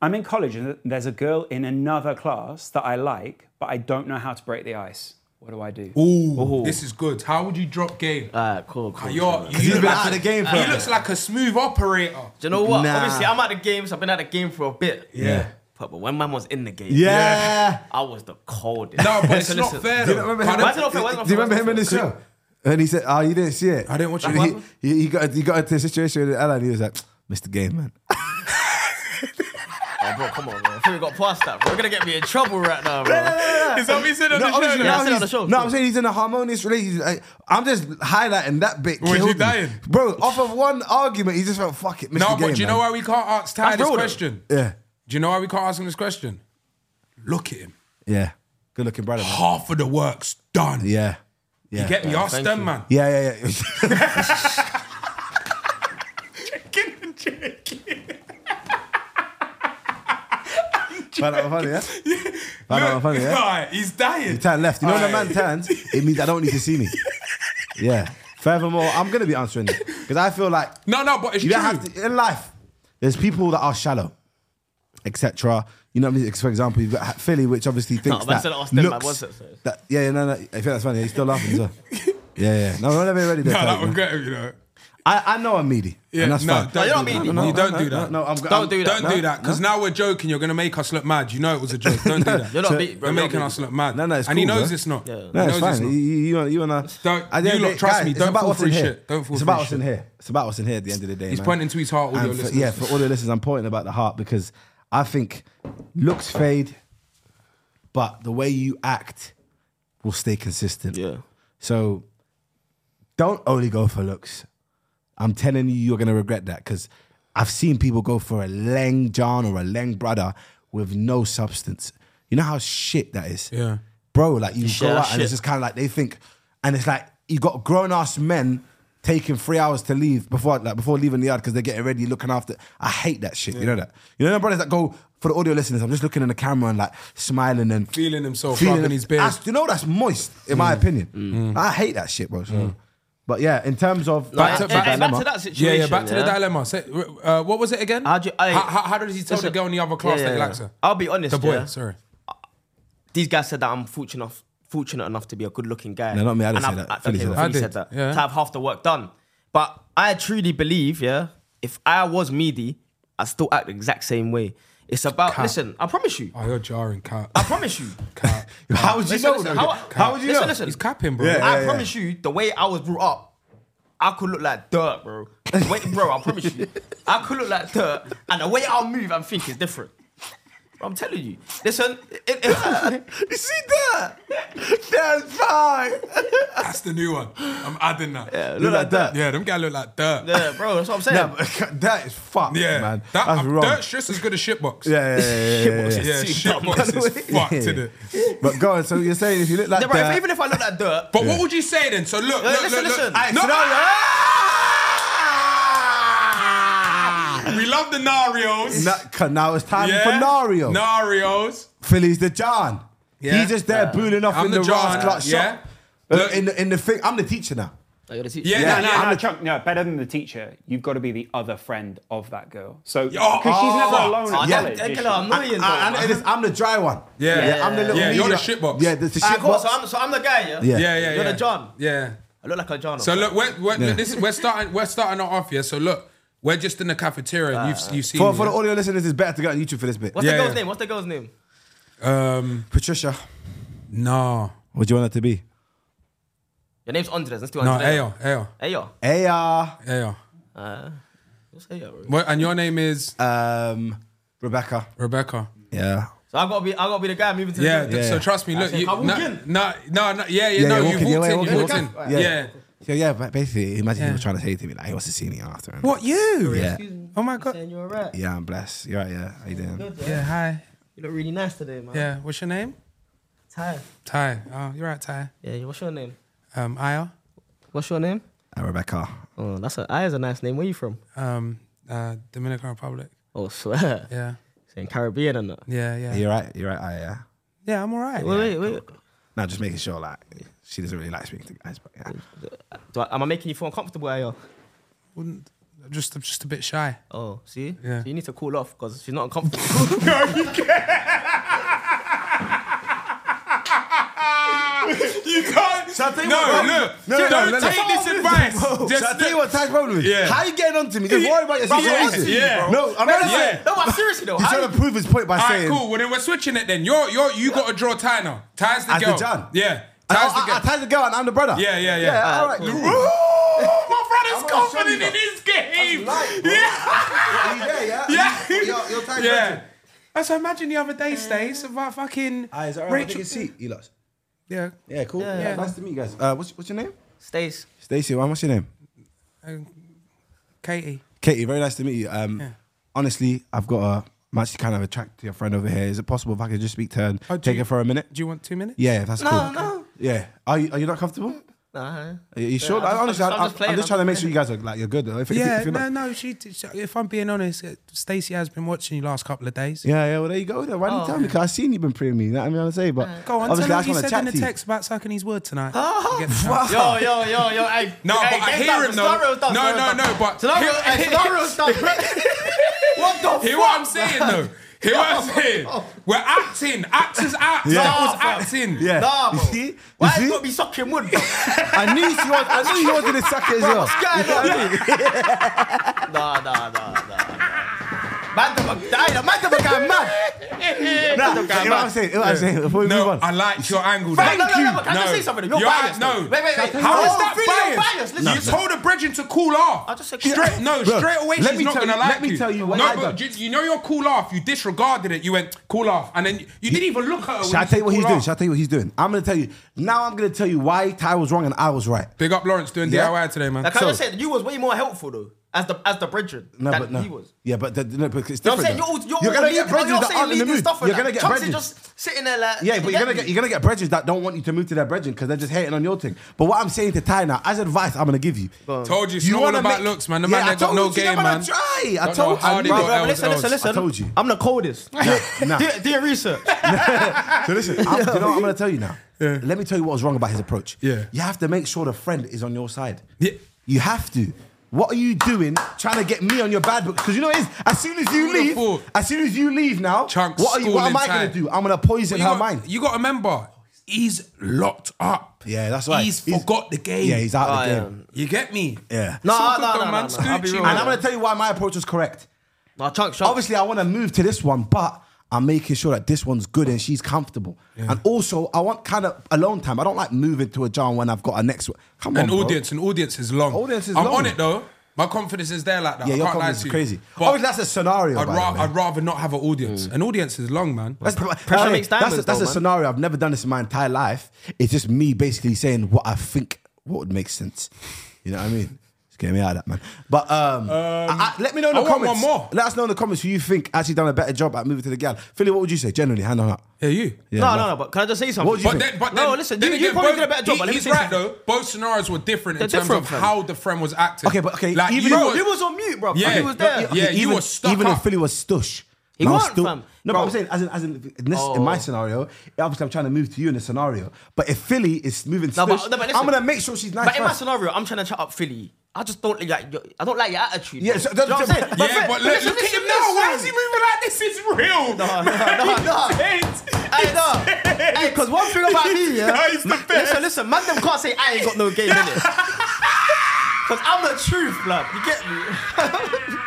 [SPEAKER 7] I'm in college and there's a girl in another class that I like, but I don't know how to break the ice. What do I do?
[SPEAKER 5] Ooh, this is good. How would you drop game?
[SPEAKER 4] Uh,
[SPEAKER 6] Alright, cool. cool
[SPEAKER 5] You're,
[SPEAKER 6] cool.
[SPEAKER 5] you
[SPEAKER 4] He's
[SPEAKER 5] look
[SPEAKER 4] been
[SPEAKER 5] like
[SPEAKER 4] out of
[SPEAKER 5] a-
[SPEAKER 4] the game for
[SPEAKER 5] <laughs> He
[SPEAKER 4] a bit.
[SPEAKER 5] looks like a smooth operator.
[SPEAKER 6] Do you know what?
[SPEAKER 4] Nah.
[SPEAKER 6] Obviously, I'm at the games. I've been at the game for a bit.
[SPEAKER 5] Yeah.
[SPEAKER 6] But but when man was in the game,
[SPEAKER 4] Yeah.
[SPEAKER 6] I was the coldest.
[SPEAKER 5] No,
[SPEAKER 6] <laughs>
[SPEAKER 5] but it's
[SPEAKER 6] So
[SPEAKER 5] not
[SPEAKER 6] listen,
[SPEAKER 5] fair.
[SPEAKER 4] Do you
[SPEAKER 5] though.
[SPEAKER 4] remember him?
[SPEAKER 5] But I don't-
[SPEAKER 6] Why is it not fair? Why is it not
[SPEAKER 4] Do you
[SPEAKER 6] fair?
[SPEAKER 4] remember him in the
[SPEAKER 6] Why is it
[SPEAKER 4] show? And he said, "Oh, you didn't see it.
[SPEAKER 5] I didn't watch it.
[SPEAKER 4] He-
[SPEAKER 5] What happened?
[SPEAKER 4] He, he, got he got into a situation with Alan. he was like, "Mr. Game, man."
[SPEAKER 6] Oh, bro, come on, bro. I think we got past that. Bro. We're gonna get me in trouble right
[SPEAKER 5] <laughs>
[SPEAKER 6] now, bro.
[SPEAKER 5] Is that what he said on the show?
[SPEAKER 4] obviously
[SPEAKER 6] yeah,
[SPEAKER 4] now
[SPEAKER 6] I said on
[SPEAKER 4] he's-
[SPEAKER 6] the show,
[SPEAKER 4] no,
[SPEAKER 6] too.
[SPEAKER 4] I'm saying he's in a harmonious relationship. Like, I'm just highlighting that bit.
[SPEAKER 5] Was he
[SPEAKER 4] killed me.
[SPEAKER 5] dying?
[SPEAKER 4] bro? Off of one argument, he just went, "Fuck it, Mr.
[SPEAKER 5] No,
[SPEAKER 4] Game."
[SPEAKER 5] but do you know
[SPEAKER 4] man."
[SPEAKER 5] why we can't ask Ty
[SPEAKER 6] That's
[SPEAKER 5] this
[SPEAKER 6] real, though.
[SPEAKER 5] question?
[SPEAKER 4] Yeah,
[SPEAKER 5] Do you know why we can't ask him this question? Look at him.
[SPEAKER 4] yeah. Good looking brother. Man.
[SPEAKER 5] Half of the work's done.
[SPEAKER 4] Yeah, yeah.
[SPEAKER 5] You get me? Ask
[SPEAKER 6] thank
[SPEAKER 5] them,
[SPEAKER 6] you.
[SPEAKER 5] man.
[SPEAKER 4] Yeah, yeah, yeah.
[SPEAKER 5] <laughs>
[SPEAKER 4] Find out funny, yeah? Find out funny,
[SPEAKER 5] <laughs>
[SPEAKER 4] yeah?
[SPEAKER 5] Alright, he's dying.
[SPEAKER 4] You turn left. You know when a man
[SPEAKER 5] Alright.
[SPEAKER 4] turns, it means I don't need to see me. Yeah. Furthermore, I'm gonna be answering it because I feel like
[SPEAKER 5] No, no, but it's
[SPEAKER 4] you
[SPEAKER 5] true.
[SPEAKER 4] don't have to in life. There's people that are shallow, etc. You know what I mean? For example, you've got Philly, which obviously thinks
[SPEAKER 6] but I
[SPEAKER 4] that
[SPEAKER 6] said it
[SPEAKER 4] looks.
[SPEAKER 6] was them, but I wasn't, so.
[SPEAKER 4] that, yeah, yeah, no, no. I think that's funny. He's still laughing as well. Yeah, yeah. No, we're never ready.
[SPEAKER 5] <laughs> No,
[SPEAKER 4] there,
[SPEAKER 5] that
[SPEAKER 4] Tyler.
[SPEAKER 5] would get him, you know.
[SPEAKER 4] I, I know I'm meaty.
[SPEAKER 5] Yeah,
[SPEAKER 4] and that's
[SPEAKER 5] no,
[SPEAKER 4] fine.
[SPEAKER 5] don't
[SPEAKER 6] you don't
[SPEAKER 5] do
[SPEAKER 6] mean
[SPEAKER 5] that.
[SPEAKER 6] it.
[SPEAKER 5] You don't
[SPEAKER 4] no,
[SPEAKER 5] do
[SPEAKER 4] no,
[SPEAKER 5] that.
[SPEAKER 4] No, I'm,
[SPEAKER 6] Don't
[SPEAKER 4] I'm-
[SPEAKER 6] do that.
[SPEAKER 5] Don't do that, because now we're joking. You're gonna make us look mad. You know it was a joke. Don't do that.
[SPEAKER 6] You're not beat, bro.
[SPEAKER 5] You're
[SPEAKER 6] You're not
[SPEAKER 5] making
[SPEAKER 6] beat.
[SPEAKER 5] us look mad.
[SPEAKER 4] No, no, it's
[SPEAKER 5] and he
[SPEAKER 4] cool,
[SPEAKER 5] knows
[SPEAKER 4] bro.
[SPEAKER 5] it's not. He
[SPEAKER 4] No, it's
[SPEAKER 5] knows
[SPEAKER 4] fine. You,
[SPEAKER 5] not.
[SPEAKER 4] you, you wanna, you wanna.
[SPEAKER 5] Don't-
[SPEAKER 4] At the end
[SPEAKER 5] you
[SPEAKER 4] of
[SPEAKER 5] lot,
[SPEAKER 4] the-
[SPEAKER 5] trust
[SPEAKER 4] guys,
[SPEAKER 5] me,
[SPEAKER 4] It's
[SPEAKER 5] don't
[SPEAKER 4] about
[SPEAKER 5] fall
[SPEAKER 4] what's
[SPEAKER 5] for
[SPEAKER 4] in
[SPEAKER 5] his
[SPEAKER 4] here.
[SPEAKER 5] shit. Don't fall
[SPEAKER 4] It's
[SPEAKER 5] for
[SPEAKER 4] about
[SPEAKER 5] his
[SPEAKER 4] what's in here. It's about what's in here. At the end of the day,
[SPEAKER 5] He's
[SPEAKER 4] man.
[SPEAKER 5] pointing to his heart, audio
[SPEAKER 4] And for-
[SPEAKER 5] listeners.
[SPEAKER 4] Yeah, for all the listeners, I'm pointing about the heart because I think looks fade, but the way you act will stay consistent.
[SPEAKER 6] Yeah.
[SPEAKER 4] So don't only go for looks. I'm telling you, you're gonna regret that because I've seen people go for a Leng John or a Leng brother with no substance. You know how shit that is,
[SPEAKER 5] Yeah.
[SPEAKER 4] bro. Like you
[SPEAKER 6] Shit,
[SPEAKER 4] go out
[SPEAKER 6] that's
[SPEAKER 4] and it's
[SPEAKER 6] shit.
[SPEAKER 4] just kind of like they think, and it's like you got grown ass men taking three hours to leave before like before leaving the yard because they're getting ready, looking after. I hate that shit. You know that. You know the brothers that go for the audio listeners. I'm just looking in the camera and like smiling and
[SPEAKER 5] Feeling himself, rubbing his beard. Mm.
[SPEAKER 4] That's- Ah, You know that's moist in my opinion. I hate that shit, bro. So. But yeah, in terms of back,
[SPEAKER 6] Hey,
[SPEAKER 4] to,
[SPEAKER 6] hey,
[SPEAKER 4] back,
[SPEAKER 6] hey,
[SPEAKER 4] dilemma,
[SPEAKER 6] back to that
[SPEAKER 5] Yeah,
[SPEAKER 6] situation.
[SPEAKER 5] yeah. Back to the dilemma. Say, uh, what was it again?
[SPEAKER 6] How do you- I-
[SPEAKER 5] how, how, how does he tell the
[SPEAKER 6] Listen-
[SPEAKER 5] girl in the other class
[SPEAKER 6] Yeah,
[SPEAKER 5] that he
[SPEAKER 6] yeah,
[SPEAKER 5] likes her?
[SPEAKER 6] I'll be honest.
[SPEAKER 5] The boy,
[SPEAKER 6] yeah.
[SPEAKER 5] sorry.
[SPEAKER 6] These guys said that I'm fortunate enough, fortunate enough to be a good-looking guy.
[SPEAKER 4] No, not me, I didn't
[SPEAKER 6] And
[SPEAKER 4] say
[SPEAKER 6] I've-
[SPEAKER 4] that.
[SPEAKER 6] I,
[SPEAKER 4] Philly
[SPEAKER 6] okay,
[SPEAKER 4] said
[SPEAKER 6] well,
[SPEAKER 4] that.
[SPEAKER 5] I
[SPEAKER 6] Philly
[SPEAKER 5] did,
[SPEAKER 6] said that.
[SPEAKER 5] yeah.
[SPEAKER 6] To have half the work done, but I truly believe, yeah, if I was meaty, I still act the exact same way. It's about listen. I promise you.
[SPEAKER 5] Oh, you're jarring, cat.
[SPEAKER 6] I promise you.
[SPEAKER 5] Cat.
[SPEAKER 4] how would you
[SPEAKER 6] Listen,
[SPEAKER 4] know?
[SPEAKER 6] listen,
[SPEAKER 4] though?
[SPEAKER 6] how-
[SPEAKER 4] how would you
[SPEAKER 6] listen,
[SPEAKER 4] know?
[SPEAKER 6] listen.
[SPEAKER 5] He's capping, bro.
[SPEAKER 4] Yeah.
[SPEAKER 6] I promise you, the way I was brought up, I could look like dirt, bro. The way, bro, I promise you, I could look like dirt, and the way I move and think is different. Bro, I'm telling you. Listen, it,
[SPEAKER 4] <laughs>
[SPEAKER 6] it,
[SPEAKER 4] You see that? That's fine.
[SPEAKER 5] That's the new one. I'm adding that. Yeah,
[SPEAKER 4] Look like that.
[SPEAKER 5] them guys look like dirt. Yeah,
[SPEAKER 6] yeah, bro, that's what I'm saying.
[SPEAKER 4] Yeah, but <laughs> that is fucked, man.
[SPEAKER 5] That,
[SPEAKER 4] that's
[SPEAKER 5] uh,
[SPEAKER 4] wrong.
[SPEAKER 5] Dirt's just as good as shitbox.
[SPEAKER 4] yeah, yeah,
[SPEAKER 5] <laughs>
[SPEAKER 4] yeah, yeah, yeah, yeah.
[SPEAKER 5] yeah, yeah shitbox
[SPEAKER 4] By the
[SPEAKER 5] is
[SPEAKER 4] way- <laughs>
[SPEAKER 5] fucked,
[SPEAKER 4] Yeah.
[SPEAKER 5] innit?
[SPEAKER 4] But go on. So you're saying if you look like
[SPEAKER 6] Yeah, bro, if-
[SPEAKER 4] that,
[SPEAKER 6] even if I look like dirt,
[SPEAKER 5] But what would you say then? So look,
[SPEAKER 6] Yeah,
[SPEAKER 5] look,
[SPEAKER 6] listen,
[SPEAKER 5] look, look.
[SPEAKER 6] listen.
[SPEAKER 5] Aight,
[SPEAKER 4] No,
[SPEAKER 5] so now-
[SPEAKER 4] no.
[SPEAKER 5] We love the Narios.
[SPEAKER 4] Nah, 'cause now it's time
[SPEAKER 5] Yeah.
[SPEAKER 4] for Nario.
[SPEAKER 5] Narios.
[SPEAKER 4] Philly's the John.
[SPEAKER 5] Yeah.
[SPEAKER 4] He's just there booling off
[SPEAKER 5] I'm
[SPEAKER 4] in
[SPEAKER 5] the
[SPEAKER 4] the,
[SPEAKER 5] John,
[SPEAKER 4] Ross Clark
[SPEAKER 5] yeah.
[SPEAKER 4] shop. Uh,
[SPEAKER 5] Look-
[SPEAKER 4] in the in the thing, I'm the teacher now.
[SPEAKER 6] Like, you're the teacher.
[SPEAKER 5] Yeah,
[SPEAKER 4] Yeah.
[SPEAKER 5] no, no,
[SPEAKER 7] No,
[SPEAKER 5] no.
[SPEAKER 7] no, Chuck, no, better than the teacher, you've got to be the other friend of that girl. So,
[SPEAKER 5] Oh,
[SPEAKER 7] because she's never
[SPEAKER 5] oh,
[SPEAKER 7] alone
[SPEAKER 6] Oh,
[SPEAKER 4] yeah.
[SPEAKER 7] at
[SPEAKER 6] that-
[SPEAKER 7] college.
[SPEAKER 6] that
[SPEAKER 7] is
[SPEAKER 6] girl
[SPEAKER 7] she?
[SPEAKER 6] are annoying,
[SPEAKER 4] I-
[SPEAKER 6] though.
[SPEAKER 4] I- and it's- I'm the dry one.
[SPEAKER 5] Yeah.
[SPEAKER 4] yeah I'm the little.
[SPEAKER 5] Yeah, you're the
[SPEAKER 4] media-
[SPEAKER 5] shitbox.
[SPEAKER 4] Yeah, the, the
[SPEAKER 6] Ah, cool,
[SPEAKER 4] shitbox.
[SPEAKER 6] so, I'm, so I'm the guy, yeah?
[SPEAKER 4] Yeah.
[SPEAKER 5] Yeah, yeah,
[SPEAKER 6] You're
[SPEAKER 5] yeah.
[SPEAKER 6] the John.
[SPEAKER 5] Yeah.
[SPEAKER 6] I look like a John.
[SPEAKER 5] So look, we're, we're, this is, we're starting. We're starting it off here. So look, we're just in the cafeteria. and you've you've seen
[SPEAKER 4] Uh, For,
[SPEAKER 5] me,
[SPEAKER 4] for the
[SPEAKER 5] yeah?
[SPEAKER 4] audio listeners, it's better to go on YouTube for this bit.
[SPEAKER 6] What's
[SPEAKER 5] Yeah,
[SPEAKER 6] the girl's
[SPEAKER 5] yeah.
[SPEAKER 6] name? What's the girl's name?
[SPEAKER 5] um
[SPEAKER 4] Patricia,
[SPEAKER 5] no
[SPEAKER 4] what do you want it to be?
[SPEAKER 6] Your name's Andres. Let's do
[SPEAKER 5] no
[SPEAKER 6] Andres.
[SPEAKER 5] Ayo Ayo
[SPEAKER 6] Ayo.
[SPEAKER 4] Aya,
[SPEAKER 5] Ayo.
[SPEAKER 6] What's Ayo, bro?
[SPEAKER 5] Well, and your name is
[SPEAKER 4] um, Rebecca.
[SPEAKER 5] Rebecca.
[SPEAKER 4] Yeah.
[SPEAKER 6] So I gotta be, I gotta be the guy moving to
[SPEAKER 5] Yeah,
[SPEAKER 6] the
[SPEAKER 5] th-
[SPEAKER 4] Yeah.
[SPEAKER 5] so trust me, look,
[SPEAKER 6] That's it.
[SPEAKER 5] you,
[SPEAKER 6] Can I walk
[SPEAKER 5] no,
[SPEAKER 6] in?
[SPEAKER 5] no, no, no, yeah, yeah,
[SPEAKER 4] Yeah,
[SPEAKER 5] no,
[SPEAKER 4] yeah, walk in,
[SPEAKER 5] you walked
[SPEAKER 4] yeah,
[SPEAKER 5] in,
[SPEAKER 4] walk
[SPEAKER 5] you
[SPEAKER 4] in,
[SPEAKER 5] walked
[SPEAKER 4] walk
[SPEAKER 5] in,
[SPEAKER 4] in.
[SPEAKER 5] yeah.
[SPEAKER 4] Yeah. So yeah, but basically, imagine he was
[SPEAKER 5] Yeah.
[SPEAKER 4] trying to say to me like he wants to see me after. and-
[SPEAKER 5] What you?
[SPEAKER 4] Yeah.
[SPEAKER 5] Oh my god.
[SPEAKER 6] Saying you're alright.
[SPEAKER 4] Yeah, I'm blessed. You're right. Yeah, how you doing?
[SPEAKER 5] Yeah, hi.
[SPEAKER 6] You look really nice today, man.
[SPEAKER 5] Yeah, what's your name?
[SPEAKER 6] Tired.
[SPEAKER 5] Ty. Oh, you're right, Ty.
[SPEAKER 6] Yeah, what's your name?
[SPEAKER 5] Um, Aya.
[SPEAKER 6] What's your name?
[SPEAKER 4] Uh, Rebecca.
[SPEAKER 6] Oh, that's a I is a nice name. Where you from?
[SPEAKER 5] Um, uh, Dominican Republic.
[SPEAKER 6] Oh, <laughs> swear.
[SPEAKER 5] Yeah,
[SPEAKER 6] Saying Caribbean and that.
[SPEAKER 5] yeah, yeah. Yeah,
[SPEAKER 4] You're right. You're right. I, yeah.
[SPEAKER 5] I'm alright.
[SPEAKER 6] Wait, wait, wait.
[SPEAKER 4] Now just making sure like she doesn't really like speaking to guys, but yeah.
[SPEAKER 6] Do I, am I making you feel uncomfortable, Ayo?
[SPEAKER 5] Wouldn't, just, I'm just a bit shy.
[SPEAKER 6] Oh, see?
[SPEAKER 5] Yeah.
[SPEAKER 6] So you need to cool off because she's not uncomfortable. <laughs>
[SPEAKER 5] You can't.
[SPEAKER 4] Shall I tell you
[SPEAKER 5] No,
[SPEAKER 4] what-
[SPEAKER 5] look,
[SPEAKER 4] No, no,
[SPEAKER 5] don't
[SPEAKER 4] no, no,
[SPEAKER 5] take
[SPEAKER 4] no.
[SPEAKER 5] this advice.
[SPEAKER 4] Shall
[SPEAKER 5] Just
[SPEAKER 4] I tell you what Ty's problem is?
[SPEAKER 5] Yeah.
[SPEAKER 4] How you getting on to me? Just worry about your
[SPEAKER 5] Bro, yeah,
[SPEAKER 4] situation.
[SPEAKER 5] yeah.
[SPEAKER 4] No, I'm
[SPEAKER 6] No,
[SPEAKER 4] not
[SPEAKER 6] no,
[SPEAKER 5] Yeah.
[SPEAKER 4] saying.
[SPEAKER 6] no, but seriously though,
[SPEAKER 4] He's
[SPEAKER 6] I-
[SPEAKER 4] trying to prove his point by
[SPEAKER 5] All right,
[SPEAKER 4] saying.
[SPEAKER 5] cool. Well, then we're switching it then. You're, you're, you got to draw Ty now. Ty's the
[SPEAKER 4] As
[SPEAKER 5] girl.
[SPEAKER 4] the John.
[SPEAKER 5] Yeah.
[SPEAKER 4] I,
[SPEAKER 5] Ty's the
[SPEAKER 4] I,
[SPEAKER 5] girl.
[SPEAKER 4] I, Ty's the girl and I'm the brother.
[SPEAKER 5] Yeah, yeah, yeah.
[SPEAKER 4] Yeah, all right.
[SPEAKER 5] Cool.
[SPEAKER 4] cool.
[SPEAKER 5] <laughs> Ooh, my
[SPEAKER 4] <laughs>
[SPEAKER 5] brother's
[SPEAKER 4] I'm gonna show
[SPEAKER 5] confident
[SPEAKER 4] you
[SPEAKER 5] in
[SPEAKER 4] that.
[SPEAKER 5] his game.
[SPEAKER 4] Light, bro. Are you there, yeah?
[SPEAKER 5] Yeah.
[SPEAKER 4] Yo, yo, Ty,
[SPEAKER 5] yeah. And so imagine the other day, Stace, about fucking
[SPEAKER 4] Eyes are Ah, right.
[SPEAKER 5] Rachel.
[SPEAKER 4] Take a seat, you lot.
[SPEAKER 5] Yeah.
[SPEAKER 4] Yeah, cool.
[SPEAKER 6] Yeah.
[SPEAKER 4] Nice to meet you guys. Uh, what's, what's your name?
[SPEAKER 6] Stays.
[SPEAKER 4] Stacey, wha- what's your name?
[SPEAKER 5] Katie.
[SPEAKER 4] Katie, very nice to meet you. Um, Honestly, I've got a. I'm actually kind of attracted to your friend over here. Is it possible if I could just speak to her and
[SPEAKER 5] Oh, do
[SPEAKER 4] take
[SPEAKER 5] you-
[SPEAKER 4] her for a minute?
[SPEAKER 5] Do you want two minutes?
[SPEAKER 4] Yeah, that's
[SPEAKER 6] No,
[SPEAKER 4] cool.
[SPEAKER 6] no.
[SPEAKER 4] Yeah. Are you, are you not comfortable?
[SPEAKER 6] Nah.
[SPEAKER 4] Are you sure?
[SPEAKER 6] I'm just-
[SPEAKER 4] I- honestly,
[SPEAKER 6] I'm
[SPEAKER 4] I'm, I'm,
[SPEAKER 6] just
[SPEAKER 4] I'm just,
[SPEAKER 6] playing, I'm
[SPEAKER 4] trying to make sure you guys are like you're good. Though. If, if-
[SPEAKER 5] Yeah,
[SPEAKER 4] if you're
[SPEAKER 5] no,
[SPEAKER 4] not,
[SPEAKER 5] no. She, she- if I'm being honest, uh, Stacey has been watching you last couple of days.
[SPEAKER 4] Yeah, yeah. Well, there you go. Then why didn't you tell me? Because I've seen you've been preying me. You know what I mean? I'm saying, but
[SPEAKER 5] Go on,
[SPEAKER 4] obviously,
[SPEAKER 5] tell
[SPEAKER 4] I
[SPEAKER 5] him
[SPEAKER 4] just
[SPEAKER 5] you
[SPEAKER 4] want to
[SPEAKER 5] said in
[SPEAKER 4] chat
[SPEAKER 5] the
[SPEAKER 4] to you.
[SPEAKER 5] text about sucking his word
[SPEAKER 4] <laughs>
[SPEAKER 5] tonight. You get the chance.
[SPEAKER 6] Yo, yo, yo, yo, hey.
[SPEAKER 5] No,
[SPEAKER 6] hey,
[SPEAKER 5] but I
[SPEAKER 6] game
[SPEAKER 5] hear
[SPEAKER 6] done,
[SPEAKER 5] him though.
[SPEAKER 6] scenario's done,
[SPEAKER 5] No, no,
[SPEAKER 6] scenario's done.
[SPEAKER 5] no, but- <laughs>
[SPEAKER 6] Scenario, hey, scenario's done. What the
[SPEAKER 5] Hear what I'm saying though. Hear what
[SPEAKER 4] <laughs>
[SPEAKER 5] I'm saying. We're acting. Actors act.
[SPEAKER 4] Oh. Yeah.
[SPEAKER 5] That was
[SPEAKER 6] Nah, fam.
[SPEAKER 5] acting.
[SPEAKER 4] Yeah.
[SPEAKER 6] Nah,
[SPEAKER 4] you
[SPEAKER 6] bro.
[SPEAKER 4] see? You
[SPEAKER 6] Why
[SPEAKER 4] see?
[SPEAKER 6] you gotta be sucking wood,
[SPEAKER 4] I
[SPEAKER 6] bro?
[SPEAKER 4] knew she was. I knew you wanted to suck it as
[SPEAKER 6] <laughs>
[SPEAKER 4] well. <laughs>
[SPEAKER 6] Nah, nah, nah, nah. Man, the fuck died. Man, the fuck got mad.
[SPEAKER 4] <laughs> Nah,
[SPEAKER 6] Man, the fuck got
[SPEAKER 4] you know what I'm
[SPEAKER 6] mad.
[SPEAKER 4] saying? You know what I'm saying? Before we
[SPEAKER 5] No,
[SPEAKER 4] move
[SPEAKER 5] I
[SPEAKER 4] on.
[SPEAKER 5] liked your angle.
[SPEAKER 6] Thank
[SPEAKER 5] though.
[SPEAKER 6] no, no, no, you. but can I just say something? You're
[SPEAKER 5] You're
[SPEAKER 6] biased,
[SPEAKER 5] No.
[SPEAKER 6] though. Wait, wait, wait.
[SPEAKER 5] How is
[SPEAKER 6] Oh,
[SPEAKER 5] that
[SPEAKER 6] really, you're
[SPEAKER 5] biased?
[SPEAKER 6] biased. Listen.
[SPEAKER 5] you told the brethren to cool off.
[SPEAKER 6] I just said-
[SPEAKER 5] straight, no,
[SPEAKER 4] Bro,
[SPEAKER 5] straight away.
[SPEAKER 4] let
[SPEAKER 5] she's
[SPEAKER 4] me
[SPEAKER 5] not
[SPEAKER 4] tell
[SPEAKER 5] gonna
[SPEAKER 4] you-
[SPEAKER 5] like
[SPEAKER 4] let me tell you what
[SPEAKER 5] no,
[SPEAKER 4] I
[SPEAKER 5] but
[SPEAKER 4] done.
[SPEAKER 5] you, you know your cool off. You disregarded it. You went cool off, and then you, you didn't even look at her. when
[SPEAKER 4] Shall I
[SPEAKER 5] you
[SPEAKER 4] tell you what
[SPEAKER 5] said
[SPEAKER 4] he's
[SPEAKER 5] cool
[SPEAKER 4] doing?
[SPEAKER 5] off.
[SPEAKER 4] Shall I tell you what he's doing? I'm gonna tell you now. I'm gonna tell you why Ty was wrong and I was right.
[SPEAKER 5] Big up Lawrence doing
[SPEAKER 4] Yeah.
[SPEAKER 5] DIY today, man.
[SPEAKER 6] Like, I
[SPEAKER 4] So-
[SPEAKER 6] just said, you was way more helpful, though, as the, as the brethren
[SPEAKER 4] No,
[SPEAKER 6] than
[SPEAKER 4] but no.
[SPEAKER 6] he was.
[SPEAKER 4] Yeah, but the, no, because it's
[SPEAKER 6] You know
[SPEAKER 4] different.
[SPEAKER 6] what I'm saying?
[SPEAKER 4] though.
[SPEAKER 6] You're, you're,
[SPEAKER 4] gonna get
[SPEAKER 6] you're,
[SPEAKER 4] brethren
[SPEAKER 6] you're
[SPEAKER 4] that
[SPEAKER 6] saying
[SPEAKER 4] aren't in the
[SPEAKER 6] leading
[SPEAKER 4] mood.
[SPEAKER 6] stuff and
[SPEAKER 4] You're
[SPEAKER 6] that.
[SPEAKER 4] gonna get
[SPEAKER 6] Chunks is
[SPEAKER 4] brethren.
[SPEAKER 6] just sitting there like...
[SPEAKER 4] Yeah, but you're gonna get you're gonna get brethren that don't want you to move to their brethren because they're just hating on your thing. But what I'm saying to Ty now, as advice, I'm gonna give you.
[SPEAKER 5] Told you, it's not all
[SPEAKER 4] wanna
[SPEAKER 5] about
[SPEAKER 4] make-
[SPEAKER 5] looks, man. The
[SPEAKER 4] Yeah,
[SPEAKER 5] man
[SPEAKER 4] I
[SPEAKER 5] that got
[SPEAKER 4] told
[SPEAKER 5] no
[SPEAKER 4] you, the
[SPEAKER 5] game,
[SPEAKER 4] man I
[SPEAKER 5] man.
[SPEAKER 4] Try. I
[SPEAKER 5] Don't
[SPEAKER 4] told
[SPEAKER 5] know how they
[SPEAKER 4] bro,
[SPEAKER 5] got
[SPEAKER 4] bro,
[SPEAKER 5] L's.
[SPEAKER 4] listen-
[SPEAKER 6] Listen, listen, listen.
[SPEAKER 4] I told you.
[SPEAKER 6] I'm the coldest.
[SPEAKER 4] nah.
[SPEAKER 6] <laughs> Do do
[SPEAKER 4] <laughs>
[SPEAKER 6] your research.
[SPEAKER 4] <laughs> So listen, I'm, do you know what I'm gonna tell you
[SPEAKER 5] <laughs>
[SPEAKER 4] now. Let me tell you what was wrong about his approach.
[SPEAKER 5] Yeah.
[SPEAKER 4] You have to make sure the friend is on your side.
[SPEAKER 5] Yeah.
[SPEAKER 4] You have to. What are you doing trying to get me on your bad book? Because you know what it is, as soon as you
[SPEAKER 5] Who would've
[SPEAKER 4] leave,
[SPEAKER 5] thought?
[SPEAKER 4] as soon as you leave now,
[SPEAKER 5] Chunks
[SPEAKER 4] what, are you, what am I
[SPEAKER 5] schooling
[SPEAKER 4] gonna
[SPEAKER 5] time.
[SPEAKER 4] do? I'm gonna poison
[SPEAKER 5] You
[SPEAKER 4] her
[SPEAKER 5] got,
[SPEAKER 4] mind.
[SPEAKER 5] You got to remember, he's locked up.
[SPEAKER 4] Yeah, that's right.
[SPEAKER 5] He's,
[SPEAKER 4] He's-
[SPEAKER 5] forgot the game.
[SPEAKER 4] Yeah, he's out of the
[SPEAKER 6] Oh, yeah.
[SPEAKER 4] game.
[SPEAKER 5] You get me?
[SPEAKER 4] Yeah.
[SPEAKER 6] No,
[SPEAKER 5] Sort of
[SPEAKER 6] no,
[SPEAKER 5] the
[SPEAKER 6] no, no,
[SPEAKER 5] man's
[SPEAKER 6] no, I'll be
[SPEAKER 5] Gucci,
[SPEAKER 6] real.
[SPEAKER 5] man.
[SPEAKER 4] And I'm gonna tell you why my approach was correct.
[SPEAKER 6] Nah, chunk, chunk.
[SPEAKER 4] Obviously, I want to move to this one, but I'm making sure that this one's good and she's comfortable. And also, I want kind of alone time. I don't like moving to a John when I've got a next one. Come on,
[SPEAKER 5] an
[SPEAKER 4] bro.
[SPEAKER 5] audience. An audience is long.
[SPEAKER 4] Audience is
[SPEAKER 5] I'm
[SPEAKER 4] long.
[SPEAKER 5] on it though. My confidence is there like that.
[SPEAKER 4] Yeah,
[SPEAKER 5] I
[SPEAKER 4] your
[SPEAKER 5] can't lie
[SPEAKER 4] confidence
[SPEAKER 5] to
[SPEAKER 4] is
[SPEAKER 5] you.
[SPEAKER 4] crazy.
[SPEAKER 5] But
[SPEAKER 4] Obviously, that's a scenario.
[SPEAKER 5] I'd,
[SPEAKER 4] by
[SPEAKER 5] ra-
[SPEAKER 4] the way. Mm.
[SPEAKER 5] I'd rather not have an audience. An audience is long, man.
[SPEAKER 4] That's,
[SPEAKER 6] pressure
[SPEAKER 4] hey,
[SPEAKER 6] makes
[SPEAKER 4] that's, a,
[SPEAKER 6] diamonds,
[SPEAKER 4] that's
[SPEAKER 6] though,
[SPEAKER 4] a
[SPEAKER 6] man.
[SPEAKER 4] scenario. I've never done this in my entire life. It's just me basically saying what I think what would make sense. You know what I mean? It's getting me out of that, man. But um, I- I- let me know in
[SPEAKER 5] I
[SPEAKER 4] the
[SPEAKER 5] want one
[SPEAKER 4] comments.
[SPEAKER 5] more.
[SPEAKER 4] Let us know in the comments who you think actually done a better job at moving to the gal. Philly, what would you say? Generally, hand on up.
[SPEAKER 5] yeah, you.
[SPEAKER 4] Yeah,
[SPEAKER 6] no,
[SPEAKER 4] no.
[SPEAKER 6] no, no, but can I just say something?
[SPEAKER 4] What would you
[SPEAKER 5] But
[SPEAKER 4] think?
[SPEAKER 5] then, but
[SPEAKER 6] No,
[SPEAKER 5] then,
[SPEAKER 6] listen,
[SPEAKER 5] then
[SPEAKER 6] you- you
[SPEAKER 5] again,
[SPEAKER 6] probably
[SPEAKER 5] both-
[SPEAKER 6] did a better job,
[SPEAKER 5] he-
[SPEAKER 6] but let me
[SPEAKER 5] he's
[SPEAKER 6] say
[SPEAKER 5] right
[SPEAKER 6] something.
[SPEAKER 5] though. Both scenarios were different in
[SPEAKER 6] They're
[SPEAKER 5] terms of
[SPEAKER 6] different, fam.
[SPEAKER 5] how the friend was acting.
[SPEAKER 4] Okay, but okay,
[SPEAKER 5] like
[SPEAKER 4] even
[SPEAKER 5] you
[SPEAKER 4] though-
[SPEAKER 5] were-
[SPEAKER 6] He was on mute, bro.
[SPEAKER 5] Yeah.
[SPEAKER 6] He was there.
[SPEAKER 5] Yeah, you
[SPEAKER 4] even,
[SPEAKER 5] were stuck
[SPEAKER 4] Even
[SPEAKER 5] up.
[SPEAKER 4] if Philly was stush.
[SPEAKER 6] He
[SPEAKER 4] now
[SPEAKER 6] weren't, fam. Oh.
[SPEAKER 4] No, but
[SPEAKER 6] Bro.
[SPEAKER 4] I'm saying, as in, as in, in, this, in my scenario, obviously I'm trying to move to you in a scenario. But if Philly is moving
[SPEAKER 6] No,
[SPEAKER 4] stush,
[SPEAKER 6] but, no, but listen,
[SPEAKER 4] I'm gonna make sure she's nice.
[SPEAKER 6] But in my
[SPEAKER 4] first.
[SPEAKER 6] scenario, I'm trying to chat up Philly. I just don't like your, I don't like your attitude.
[SPEAKER 4] Yeah,
[SPEAKER 6] bro.
[SPEAKER 4] so-
[SPEAKER 6] Do you know what I'm saying?
[SPEAKER 4] Yeah,
[SPEAKER 5] yeah, but look,
[SPEAKER 6] listen,
[SPEAKER 5] look at
[SPEAKER 6] listen,
[SPEAKER 5] him now. Why is he
[SPEAKER 6] <laughs> listen.
[SPEAKER 5] moving like this? It's real. <laughs>
[SPEAKER 6] No, no, no, no. Hey, no. Hey, because one thing about me, yeah.
[SPEAKER 5] He's the best.
[SPEAKER 6] Listen, listen, man, them can't say I ain't got no game in
[SPEAKER 5] <laughs>
[SPEAKER 6] it. Because I'm the truth, blood. You get me?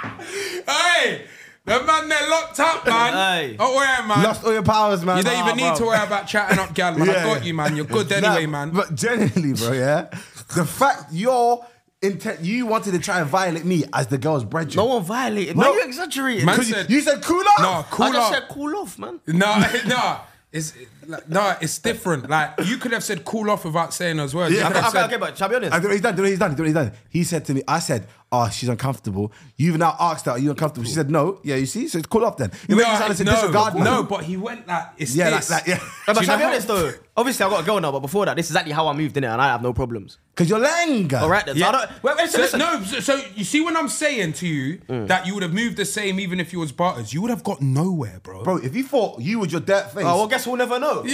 [SPEAKER 5] Hey, the man they're locked up, man.
[SPEAKER 6] Aye.
[SPEAKER 5] Don't worry, man.
[SPEAKER 4] Lost all your powers, man.
[SPEAKER 5] you don't
[SPEAKER 4] Ah,
[SPEAKER 5] even need
[SPEAKER 4] bro.
[SPEAKER 5] to worry about <laughs> chatting up, gal, man.
[SPEAKER 4] <laughs>
[SPEAKER 5] I
[SPEAKER 4] Yeah.
[SPEAKER 5] got you, man. You're good
[SPEAKER 4] Nah,
[SPEAKER 5] anyway, man.
[SPEAKER 4] But generally, bro, yeah, the fact your intent, you wanted to try and violate me as the girl's brethren.
[SPEAKER 6] No one violated. Man,
[SPEAKER 4] No.
[SPEAKER 6] you exaggerating.
[SPEAKER 5] Man
[SPEAKER 4] Because you,
[SPEAKER 5] said-
[SPEAKER 4] you said cool off.
[SPEAKER 5] No, cool
[SPEAKER 6] I just
[SPEAKER 5] off.
[SPEAKER 6] said cool off, man.
[SPEAKER 5] No, <laughs> no. It's like, no, it's different. Like you could have said cool off without saying those words. You
[SPEAKER 4] Yeah.
[SPEAKER 5] could have
[SPEAKER 6] Okay,
[SPEAKER 5] said,
[SPEAKER 6] okay, but shall I be honest?
[SPEAKER 4] I don't know what he's done. I don't know what he's done. I don't know what he's done. He said to me, I said, "Oh, she's uncomfortable." You've now asked her, "Are you uncomfortable?" She said, "No." Yeah, you see, so it's cool off then. You make it sound
[SPEAKER 5] no,
[SPEAKER 4] as a disregard.
[SPEAKER 5] no,
[SPEAKER 4] man.
[SPEAKER 5] no, but he went like it's
[SPEAKER 4] yeah, like
[SPEAKER 5] this.
[SPEAKER 4] that, yeah.
[SPEAKER 6] No,
[SPEAKER 5] Do
[SPEAKER 6] but
[SPEAKER 5] you
[SPEAKER 6] shall I be
[SPEAKER 5] know
[SPEAKER 6] honest
[SPEAKER 5] how- <laughs>
[SPEAKER 6] though? Obviously, I got a girl now, but before that, this is exactly how I moved in it, and I have no problems.
[SPEAKER 4] Because you're langa.
[SPEAKER 6] All right then. So I don't, wait, wait, so
[SPEAKER 5] So-
[SPEAKER 6] listen.
[SPEAKER 5] no, so, so you see when I'm saying to you
[SPEAKER 4] Mm.
[SPEAKER 5] that you would have moved the same even if you was barters, you would have got nowhere, bro.
[SPEAKER 4] bro. If you thought you was your dirt face,
[SPEAKER 6] Oh, well, guess we'll never know.
[SPEAKER 4] okay,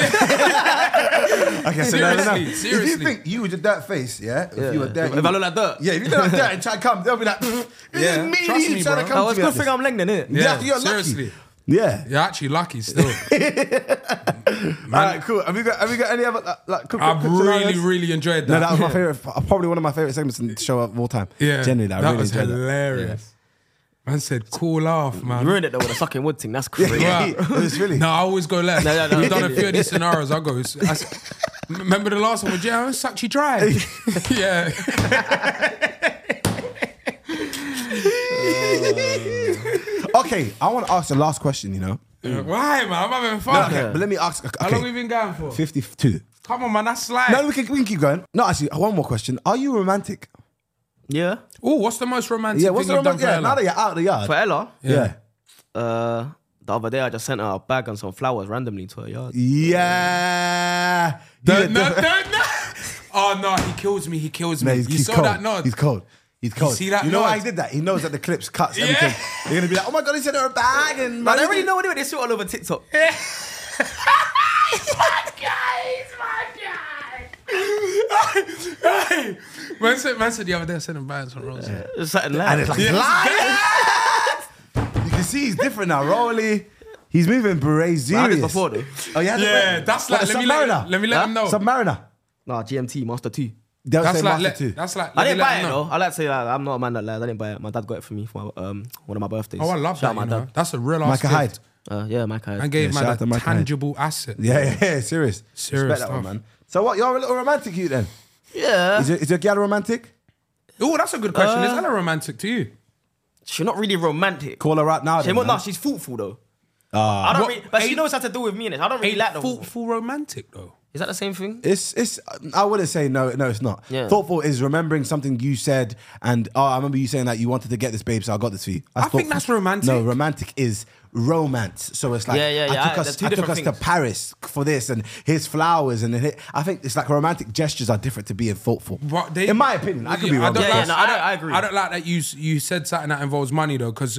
[SPEAKER 4] so no, no, no.
[SPEAKER 5] Seriously, seriously.
[SPEAKER 4] If you think you was your dirt face, yeah, if you were dirt,
[SPEAKER 6] If I look like that.
[SPEAKER 4] yeah, if you look like dirt and try to come, they'll be like, <laughs> "This
[SPEAKER 5] Yeah.
[SPEAKER 4] is me,
[SPEAKER 5] Trust
[SPEAKER 4] you
[SPEAKER 5] me,
[SPEAKER 4] trying
[SPEAKER 5] bro.
[SPEAKER 4] to
[SPEAKER 6] Oh,
[SPEAKER 4] come to me." like
[SPEAKER 6] it's good thing
[SPEAKER 4] this."
[SPEAKER 6] I'm lengthened, innit?
[SPEAKER 4] Yeah,
[SPEAKER 5] <laughs> Yeah,
[SPEAKER 4] <laughs> you're
[SPEAKER 5] seriously.
[SPEAKER 4] seriously. Yeah.
[SPEAKER 5] You're actually
[SPEAKER 4] <laughs>
[SPEAKER 5] lucky still.
[SPEAKER 4] All right, cool. Have you got Have you got any other like? like quick,
[SPEAKER 5] I've
[SPEAKER 4] quick
[SPEAKER 5] really,
[SPEAKER 4] scenarios?
[SPEAKER 5] really enjoyed that.
[SPEAKER 4] No, that was my favorite. Probably one of my favorite segments in the show of all time.
[SPEAKER 5] <laughs> Yeah,
[SPEAKER 4] generally, that, I really
[SPEAKER 5] was
[SPEAKER 4] enjoyed that.
[SPEAKER 5] hilarious. Man said, "Cool off, man."
[SPEAKER 6] You ruined it though with a sucking wood thing. That's crazy.
[SPEAKER 5] Yeah.
[SPEAKER 4] It was really.
[SPEAKER 5] No, I always go left.
[SPEAKER 6] No, no, no.
[SPEAKER 5] We've done a few of these scenarios. I go. it's- I s- remember the last one with Jerry?
[SPEAKER 4] <laughs>
[SPEAKER 5] Suchy Drive. yeah.
[SPEAKER 4] Okay, I want to ask the last question. You know.
[SPEAKER 5] Why, man? I'm having
[SPEAKER 4] Mm. No,
[SPEAKER 5] fun.
[SPEAKER 4] okay, but let me ask. Okay,
[SPEAKER 5] How long we been going for?
[SPEAKER 4] Fifty-two.
[SPEAKER 5] Come on, man. That's like.
[SPEAKER 4] No, we can, we can keep going. No, actually, one more question. Are you romantic?
[SPEAKER 6] yeah.
[SPEAKER 5] oh, what's the most romantic
[SPEAKER 4] Yeah, what's the
[SPEAKER 5] thing you've
[SPEAKER 4] romantic? Yeah,
[SPEAKER 5] done
[SPEAKER 4] now
[SPEAKER 5] for
[SPEAKER 4] that you're out of the yard.
[SPEAKER 6] For Ella,
[SPEAKER 4] yeah. yeah.
[SPEAKER 6] uh, the other day I just sent her a bag and some flowers randomly to her yard.
[SPEAKER 4] He's
[SPEAKER 5] Ella?
[SPEAKER 4] a
[SPEAKER 5] No, no, <laughs>
[SPEAKER 4] different-
[SPEAKER 5] no, no. Oh no, he kills me. He kills me.
[SPEAKER 4] No, he's,
[SPEAKER 5] you
[SPEAKER 4] he's
[SPEAKER 5] saw
[SPEAKER 4] cold.
[SPEAKER 5] that nod.
[SPEAKER 4] He's cold. He's cold.
[SPEAKER 5] see that
[SPEAKER 4] you know why
[SPEAKER 5] nod?
[SPEAKER 4] he did that? He knows that the clips cuts
[SPEAKER 5] Yeah.
[SPEAKER 4] everything. They're gonna be like, oh my god, he sent her a bag and
[SPEAKER 6] Man, I already know what they do. They saw it all over TikTok.
[SPEAKER 5] man, said, man said the other day, I sent him bags and rolls. <laughs>
[SPEAKER 6] It's something
[SPEAKER 4] And
[SPEAKER 6] like
[SPEAKER 4] it's like
[SPEAKER 5] Yeah.
[SPEAKER 4] lies! you can see he's different now, Rolly. He's moving beret
[SPEAKER 6] I had
[SPEAKER 4] serious.
[SPEAKER 6] this before though.
[SPEAKER 4] Oh yeah,
[SPEAKER 5] Yeah, that's like- let me let-
[SPEAKER 4] Submariner.
[SPEAKER 5] let me let him know.
[SPEAKER 4] Submariner.
[SPEAKER 6] Nah, GMT Master Two.
[SPEAKER 4] They'll
[SPEAKER 5] That's
[SPEAKER 4] say
[SPEAKER 5] like,
[SPEAKER 4] Master
[SPEAKER 5] let-
[SPEAKER 4] too.
[SPEAKER 5] that's like.
[SPEAKER 6] I
[SPEAKER 5] let me
[SPEAKER 6] didn't
[SPEAKER 5] let
[SPEAKER 6] buy
[SPEAKER 5] him
[SPEAKER 6] it
[SPEAKER 5] know.
[SPEAKER 6] though. I like to say that I'm not a man that lies. I didn't buy it. My dad got it for me for my, um one of my birthdays.
[SPEAKER 5] Oh, I love
[SPEAKER 6] Shout
[SPEAKER 5] that.
[SPEAKER 6] out
[SPEAKER 5] You
[SPEAKER 6] my
[SPEAKER 5] know?
[SPEAKER 6] dad.
[SPEAKER 5] That's a real ass
[SPEAKER 4] Micah
[SPEAKER 5] gift.
[SPEAKER 4] Hyde.
[SPEAKER 6] Uh, yeah, my guy.
[SPEAKER 5] And gave
[SPEAKER 4] Yeah,
[SPEAKER 5] man
[SPEAKER 4] shout out
[SPEAKER 5] a
[SPEAKER 4] to Micah Hyde.
[SPEAKER 5] tangible asset.
[SPEAKER 4] Yeah, yeah, yeah, serious.
[SPEAKER 5] Serious
[SPEAKER 4] Respect that one,
[SPEAKER 5] stuff.
[SPEAKER 4] man. So what? You're a little romantic, you then?
[SPEAKER 6] Yeah.
[SPEAKER 4] Is your, is your gal romantic?
[SPEAKER 5] Oh, that's a good question.
[SPEAKER 4] Uh,
[SPEAKER 5] Is Ella romantic to you?
[SPEAKER 6] She's not really romantic.
[SPEAKER 4] Call her out now.
[SPEAKER 6] She's
[SPEAKER 4] Then,
[SPEAKER 6] not.
[SPEAKER 4] man.
[SPEAKER 6] Nah, she's thoughtful though. I don't
[SPEAKER 5] What?
[SPEAKER 6] really, but she
[SPEAKER 5] Ain't-
[SPEAKER 6] knows how to do with me. innit? I don't really
[SPEAKER 5] Ain't
[SPEAKER 6] like them.
[SPEAKER 5] thoughtful romantic though.
[SPEAKER 6] Is that the same thing?
[SPEAKER 4] It's it's. I wouldn't say no. No, it's not.
[SPEAKER 6] Yeah.
[SPEAKER 4] Thoughtful is remembering something you said, and oh, I remember you saying that you wanted to get this babe, so I got this for you. That's
[SPEAKER 5] I think that's romantic.
[SPEAKER 4] No, romantic is romance. So it's like
[SPEAKER 6] Yeah, yeah, yeah,
[SPEAKER 4] I took
[SPEAKER 6] I- they're
[SPEAKER 4] us,
[SPEAKER 6] two
[SPEAKER 4] I took
[SPEAKER 6] different
[SPEAKER 4] us to
[SPEAKER 6] things.
[SPEAKER 4] Paris for this, and here's flowers, and then it, I think it's like romantic gestures are different to being thoughtful.
[SPEAKER 5] But they,
[SPEAKER 4] In my opinion, I could be
[SPEAKER 5] Yeah,
[SPEAKER 4] wrong.
[SPEAKER 5] don't
[SPEAKER 6] Yeah,
[SPEAKER 5] like-
[SPEAKER 6] yeah, no, I don't- I agree.
[SPEAKER 5] I don't like that you s- you said something that involves money though, because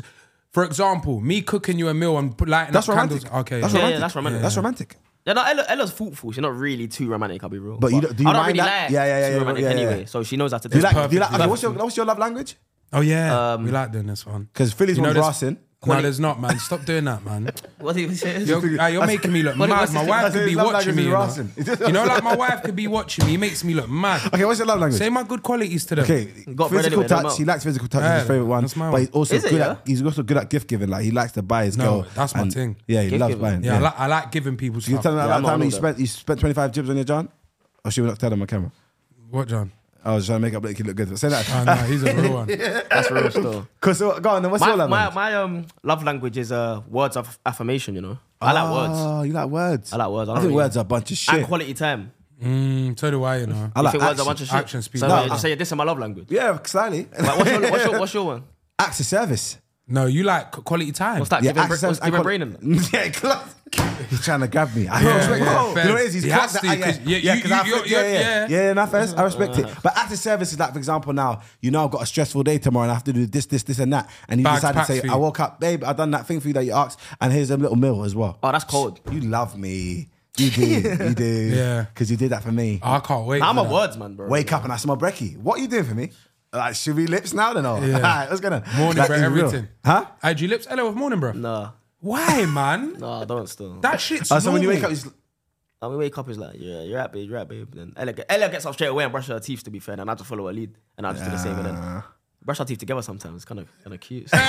[SPEAKER 5] for example, me cooking you a meal and put- lighting
[SPEAKER 4] That's
[SPEAKER 5] up
[SPEAKER 4] romantic.
[SPEAKER 5] candles. Okay,
[SPEAKER 4] that's
[SPEAKER 5] yeah.
[SPEAKER 6] yeah,
[SPEAKER 4] romantic.
[SPEAKER 6] that's romantic.
[SPEAKER 4] That's romantic.
[SPEAKER 6] Yeah, no, Ella, Ella's thoughtful. She's not really too romantic. I'll be real.
[SPEAKER 4] But you don't- do you
[SPEAKER 6] I don't
[SPEAKER 4] mind
[SPEAKER 6] really
[SPEAKER 4] that?
[SPEAKER 6] like.
[SPEAKER 4] Yeah, yeah, yeah,
[SPEAKER 6] too
[SPEAKER 4] yeah,
[SPEAKER 6] romantic
[SPEAKER 4] yeah, yeah.
[SPEAKER 6] Anyway, so she knows how to do.
[SPEAKER 4] Do you like?
[SPEAKER 6] that.
[SPEAKER 4] Do you like?
[SPEAKER 5] perfect.
[SPEAKER 4] Okay, what's your what's your love language?
[SPEAKER 5] Oh yeah, we like doing this one.
[SPEAKER 4] Um, 'Cause Philly's
[SPEAKER 5] You know
[SPEAKER 4] one's
[SPEAKER 5] this-
[SPEAKER 4] rassing.
[SPEAKER 5] No, there's not, man. Stop doing
[SPEAKER 4] <laughs>
[SPEAKER 5] that, man.
[SPEAKER 6] What do you say?
[SPEAKER 5] You're, ah, you're making me look
[SPEAKER 6] What-
[SPEAKER 5] mad.
[SPEAKER 6] what's
[SPEAKER 5] My
[SPEAKER 6] this-
[SPEAKER 5] wife
[SPEAKER 4] that's
[SPEAKER 5] could
[SPEAKER 4] his
[SPEAKER 5] be
[SPEAKER 4] love
[SPEAKER 5] watching me. You know?
[SPEAKER 4] language is rassing.
[SPEAKER 5] <laughs> You know, like my wife could be watching me. He makes me look mad.
[SPEAKER 4] Okay, what's your love language?
[SPEAKER 5] Say my good qualities to them.
[SPEAKER 4] Okay,
[SPEAKER 6] got bread
[SPEAKER 4] physical
[SPEAKER 6] anyway, don't
[SPEAKER 4] touch.
[SPEAKER 6] know.
[SPEAKER 4] He likes physical touch. is
[SPEAKER 5] Yeah,
[SPEAKER 4] his favorite one.
[SPEAKER 5] that's my
[SPEAKER 4] But
[SPEAKER 5] one.
[SPEAKER 4] he's also
[SPEAKER 6] Is it,
[SPEAKER 4] good
[SPEAKER 6] yeah?
[SPEAKER 4] at he's also good at gift giving. Like he likes to buy his
[SPEAKER 5] No,
[SPEAKER 4] girl.
[SPEAKER 5] that's my thing.
[SPEAKER 4] Yeah, he
[SPEAKER 6] Gift
[SPEAKER 4] loves
[SPEAKER 6] giving.
[SPEAKER 4] buying.
[SPEAKER 5] Yeah, I, like, I like giving
[SPEAKER 4] you
[SPEAKER 5] people stuff.
[SPEAKER 4] tell him
[SPEAKER 6] Yeah,
[SPEAKER 4] about
[SPEAKER 6] I'm
[SPEAKER 4] the time
[SPEAKER 6] not
[SPEAKER 4] you
[SPEAKER 6] on
[SPEAKER 4] spent you spent twenty five jibs on your John, or she would not tell him on camera.
[SPEAKER 5] What, John?
[SPEAKER 4] I was trying to make up that he could look good. Say
[SPEAKER 5] Oh,
[SPEAKER 4] that.
[SPEAKER 5] no, he's a real one.
[SPEAKER 6] That's real stuff.
[SPEAKER 4] <laughs> Cause so, go on. Then what's
[SPEAKER 6] My,
[SPEAKER 4] your love
[SPEAKER 6] my,
[SPEAKER 4] language?
[SPEAKER 6] my um love language is uh words of affirmation. You know, I like words.
[SPEAKER 4] Oh, you like words.
[SPEAKER 6] I like words. I
[SPEAKER 4] I,
[SPEAKER 6] don't
[SPEAKER 4] think
[SPEAKER 6] really-
[SPEAKER 4] words are a bunch of
[SPEAKER 6] And
[SPEAKER 4] shit.
[SPEAKER 6] quality time.
[SPEAKER 5] Mm, so do I, you know.
[SPEAKER 4] I
[SPEAKER 6] I
[SPEAKER 4] like
[SPEAKER 6] think words are a
[SPEAKER 4] action.
[SPEAKER 6] bunch of shit.
[SPEAKER 5] Action speaks
[SPEAKER 6] So
[SPEAKER 5] louder.
[SPEAKER 6] you just say this is my love language.
[SPEAKER 4] Yeah, slightly.
[SPEAKER 6] Like, what's, your,
[SPEAKER 4] <laughs>
[SPEAKER 6] what's, your, what's your one?
[SPEAKER 4] Acts of service.
[SPEAKER 5] No, you like qu- quality time.
[SPEAKER 6] What's that?
[SPEAKER 4] Yeah,
[SPEAKER 6] giving,
[SPEAKER 4] acts of
[SPEAKER 6] bra-
[SPEAKER 4] service.
[SPEAKER 6] what's
[SPEAKER 4] and
[SPEAKER 6] giving
[SPEAKER 4] quali-
[SPEAKER 6] brain in them?
[SPEAKER 4] <laughs> Yeah, clock. He's trying to grab me. I respect.
[SPEAKER 5] yeah,
[SPEAKER 4] Whoa,
[SPEAKER 5] fair.
[SPEAKER 4] you know what it is? He's
[SPEAKER 5] He
[SPEAKER 4] clocked that.
[SPEAKER 5] has to,
[SPEAKER 4] I- yeah,
[SPEAKER 5] 'cause you-
[SPEAKER 4] yeah,
[SPEAKER 5] you-
[SPEAKER 4] 'cause I
[SPEAKER 5] you-
[SPEAKER 4] flipped-
[SPEAKER 5] you're-
[SPEAKER 4] yeah, yeah,
[SPEAKER 5] yeah.
[SPEAKER 4] yeah. Nah, first, I respect it. But acts of service is like, for example, now you know I've got a stressful day tomorrow and I have to do this, this, this, and that, and you
[SPEAKER 5] Bags
[SPEAKER 4] decide to
[SPEAKER 5] packed
[SPEAKER 4] say,
[SPEAKER 5] for you.
[SPEAKER 4] "I woke up, babe. I done that thing for you that you asked, and here's a little meal as well."
[SPEAKER 6] Oh, that's cold.
[SPEAKER 4] You love me. You
[SPEAKER 6] <laughs>
[SPEAKER 4] do. You do.
[SPEAKER 5] Yeah. Ah.
[SPEAKER 4] Because you did that for me.
[SPEAKER 5] I can't wait.
[SPEAKER 6] I'm
[SPEAKER 5] for
[SPEAKER 6] a
[SPEAKER 5] that.
[SPEAKER 6] words man, bro.
[SPEAKER 4] Wake up and I smell brekkie. What are you doing for me? Like, should we lips now then? Or? <laughs>
[SPEAKER 5] Yeah.
[SPEAKER 4] All right, what's going on?
[SPEAKER 5] Morning,
[SPEAKER 4] That
[SPEAKER 5] bro.
[SPEAKER 4] is real.
[SPEAKER 5] Everything.
[SPEAKER 4] Huh?
[SPEAKER 5] Hey, do you lips? Hello, with morning, bro.
[SPEAKER 6] Nah,
[SPEAKER 5] Why, man?
[SPEAKER 6] nah, I don't still.
[SPEAKER 5] That shit's
[SPEAKER 4] Uh, so when you wake
[SPEAKER 5] normal.
[SPEAKER 4] up, you just,
[SPEAKER 6] I mean, wake up is like, yeah, you're right, babe, you're right, babe. Then Ella, get- Ella gets up straight away and brush her teeth. To be fair, and I just follow her lead, and I just do the same. And
[SPEAKER 4] Ah.
[SPEAKER 6] then brush our teeth together sometimes. Kind of, kind
[SPEAKER 4] <laughs>
[SPEAKER 6] of cute. nah,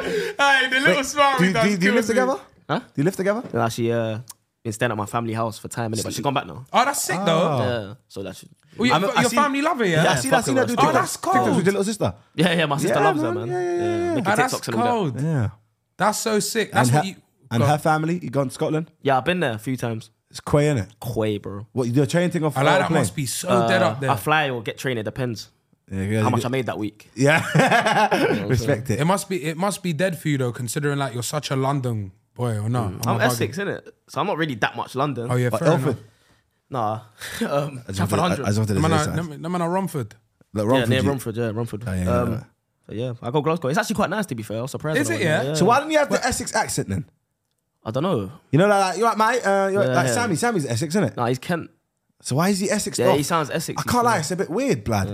[SPEAKER 5] Hey, the little smile
[SPEAKER 4] do
[SPEAKER 5] he
[SPEAKER 4] you, do,
[SPEAKER 5] does
[SPEAKER 4] you, do you live
[SPEAKER 5] kills me.
[SPEAKER 4] together? Huh? Do you live together?
[SPEAKER 6] she uh, been staying at my family house for time, innit? but she's gone back now.
[SPEAKER 5] Oh, that's sick though.
[SPEAKER 6] Yeah, so that should.
[SPEAKER 5] Well, your
[SPEAKER 4] I'm- I
[SPEAKER 5] your
[SPEAKER 4] see-
[SPEAKER 5] family love it, yeah.
[SPEAKER 4] Yeah, I
[SPEAKER 6] Yeah,
[SPEAKER 4] see that. I
[SPEAKER 6] fuck
[SPEAKER 4] see
[SPEAKER 6] it,
[SPEAKER 4] that.
[SPEAKER 6] bro.
[SPEAKER 4] Do
[SPEAKER 6] Oh,
[SPEAKER 4] TikToks.
[SPEAKER 5] that's cold.
[SPEAKER 4] TikToks with your little sister.
[SPEAKER 6] Yeah, yeah, my sister
[SPEAKER 4] Yeah,
[SPEAKER 6] loves her,
[SPEAKER 4] man.
[SPEAKER 6] man.
[SPEAKER 4] Yeah, yeah, Ah, yeah, yeah.
[SPEAKER 6] making
[SPEAKER 5] Oh, that's
[SPEAKER 6] TikToks and all that.
[SPEAKER 5] cold.
[SPEAKER 4] Yeah.
[SPEAKER 5] That's so sick.
[SPEAKER 4] And
[SPEAKER 5] That's
[SPEAKER 4] her,
[SPEAKER 5] what you.
[SPEAKER 4] and
[SPEAKER 5] Go.
[SPEAKER 4] her family, you gone to Scotland?
[SPEAKER 6] Yeah, I've been there a few times.
[SPEAKER 4] It's Quay, innit?
[SPEAKER 6] Quay, bro.
[SPEAKER 4] What, you do a train thing off
[SPEAKER 5] I like that. Must be so dead up
[SPEAKER 6] I
[SPEAKER 4] Uh,
[SPEAKER 5] there.
[SPEAKER 6] fly or get trained. It depends
[SPEAKER 4] Yeah. yeah,
[SPEAKER 6] how
[SPEAKER 4] you
[SPEAKER 6] much
[SPEAKER 4] do-
[SPEAKER 6] I made that week.
[SPEAKER 4] Yeah. Respect
[SPEAKER 5] It
[SPEAKER 4] it.
[SPEAKER 5] must be. It must be dead for you though, considering like you're such a London boy or not.
[SPEAKER 6] I'm Essex, innit? So I'm not really that much London.
[SPEAKER 5] Oh
[SPEAKER 4] Mm.
[SPEAKER 5] yeah,
[SPEAKER 4] But
[SPEAKER 5] fair enough.
[SPEAKER 4] Ilford.
[SPEAKER 6] Nah. <laughs> um,
[SPEAKER 4] I just
[SPEAKER 6] Trafford
[SPEAKER 4] wanted- I- I
[SPEAKER 6] 100.
[SPEAKER 4] just wanted to
[SPEAKER 5] No man,
[SPEAKER 4] say
[SPEAKER 5] I-
[SPEAKER 4] something.
[SPEAKER 5] no man, no man, I Romford.
[SPEAKER 4] Like
[SPEAKER 6] yeah,
[SPEAKER 4] Romford,
[SPEAKER 6] near
[SPEAKER 4] you-
[SPEAKER 6] Romford. Yeah, Romford.
[SPEAKER 4] yeah, yeah,
[SPEAKER 6] um,
[SPEAKER 4] yeah.
[SPEAKER 6] so yeah, I go Glasgow. It's actually quite nice to be fair. I was surprised.
[SPEAKER 5] Is
[SPEAKER 6] when
[SPEAKER 5] it,
[SPEAKER 6] I went
[SPEAKER 5] yeah?
[SPEAKER 6] there.
[SPEAKER 4] So why didn't you have the Essex accent then?
[SPEAKER 6] I don't know.
[SPEAKER 4] You know, like, like you're like my, uh, you're
[SPEAKER 6] Yeah,
[SPEAKER 4] like
[SPEAKER 6] yeah.
[SPEAKER 4] Sammy. Sammy's Essex, isn't it?
[SPEAKER 6] Nah, he's Kent.
[SPEAKER 4] So why is he Essex?
[SPEAKER 6] Yeah,
[SPEAKER 4] off?
[SPEAKER 6] he sounds Essex.
[SPEAKER 4] I can't lie, it's a bit weird, blood.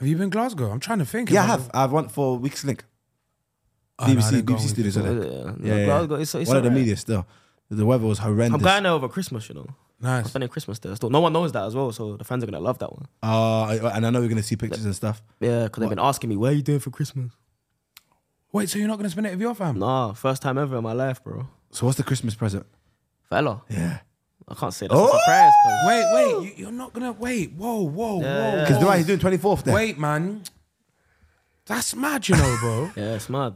[SPEAKER 5] Have you been Glasgow? I'm trying to think.
[SPEAKER 4] Yeah, I
[SPEAKER 5] Am
[SPEAKER 4] have. I've went for Weeks Link.
[SPEAKER 5] Oh, no, I
[SPEAKER 4] BBC,
[SPEAKER 5] didn't go
[SPEAKER 4] BBC
[SPEAKER 5] with
[SPEAKER 4] studios,
[SPEAKER 5] people.
[SPEAKER 4] isn't
[SPEAKER 6] Yeah,
[SPEAKER 4] it?
[SPEAKER 6] no, Glasgow, it's- it's
[SPEAKER 4] One of the
[SPEAKER 6] alright.
[SPEAKER 4] media still. The weather was horrendous.
[SPEAKER 6] I'm going there over Christmas, you know. I'm
[SPEAKER 5] Nice.
[SPEAKER 6] spending Christmas there. Still, no one knows that as well, so the fans are gonna love that one.
[SPEAKER 4] Uh, and I know we're gonna see pictures and stuff.
[SPEAKER 6] Yeah, because they've been asking me, "Where are you doing for Christmas?"
[SPEAKER 5] Wait, so you're not gonna spend it with your fam?
[SPEAKER 6] Nah, first time ever in my life, bro.
[SPEAKER 4] So what's the Christmas present?
[SPEAKER 6] Fella, Oh!
[SPEAKER 4] Yeah,
[SPEAKER 6] I can't say that's a surprise. 'cause-
[SPEAKER 5] Wait, wait, you, you're not gonna wait. Whoa, whoa, whoa.
[SPEAKER 4] because
[SPEAKER 5] whoa.
[SPEAKER 4] he's doing twenty fourth. Wait,
[SPEAKER 5] Wait, man. That's mad, you know,
[SPEAKER 4] <laughs>
[SPEAKER 5] bro.
[SPEAKER 6] Yeah, it's mad.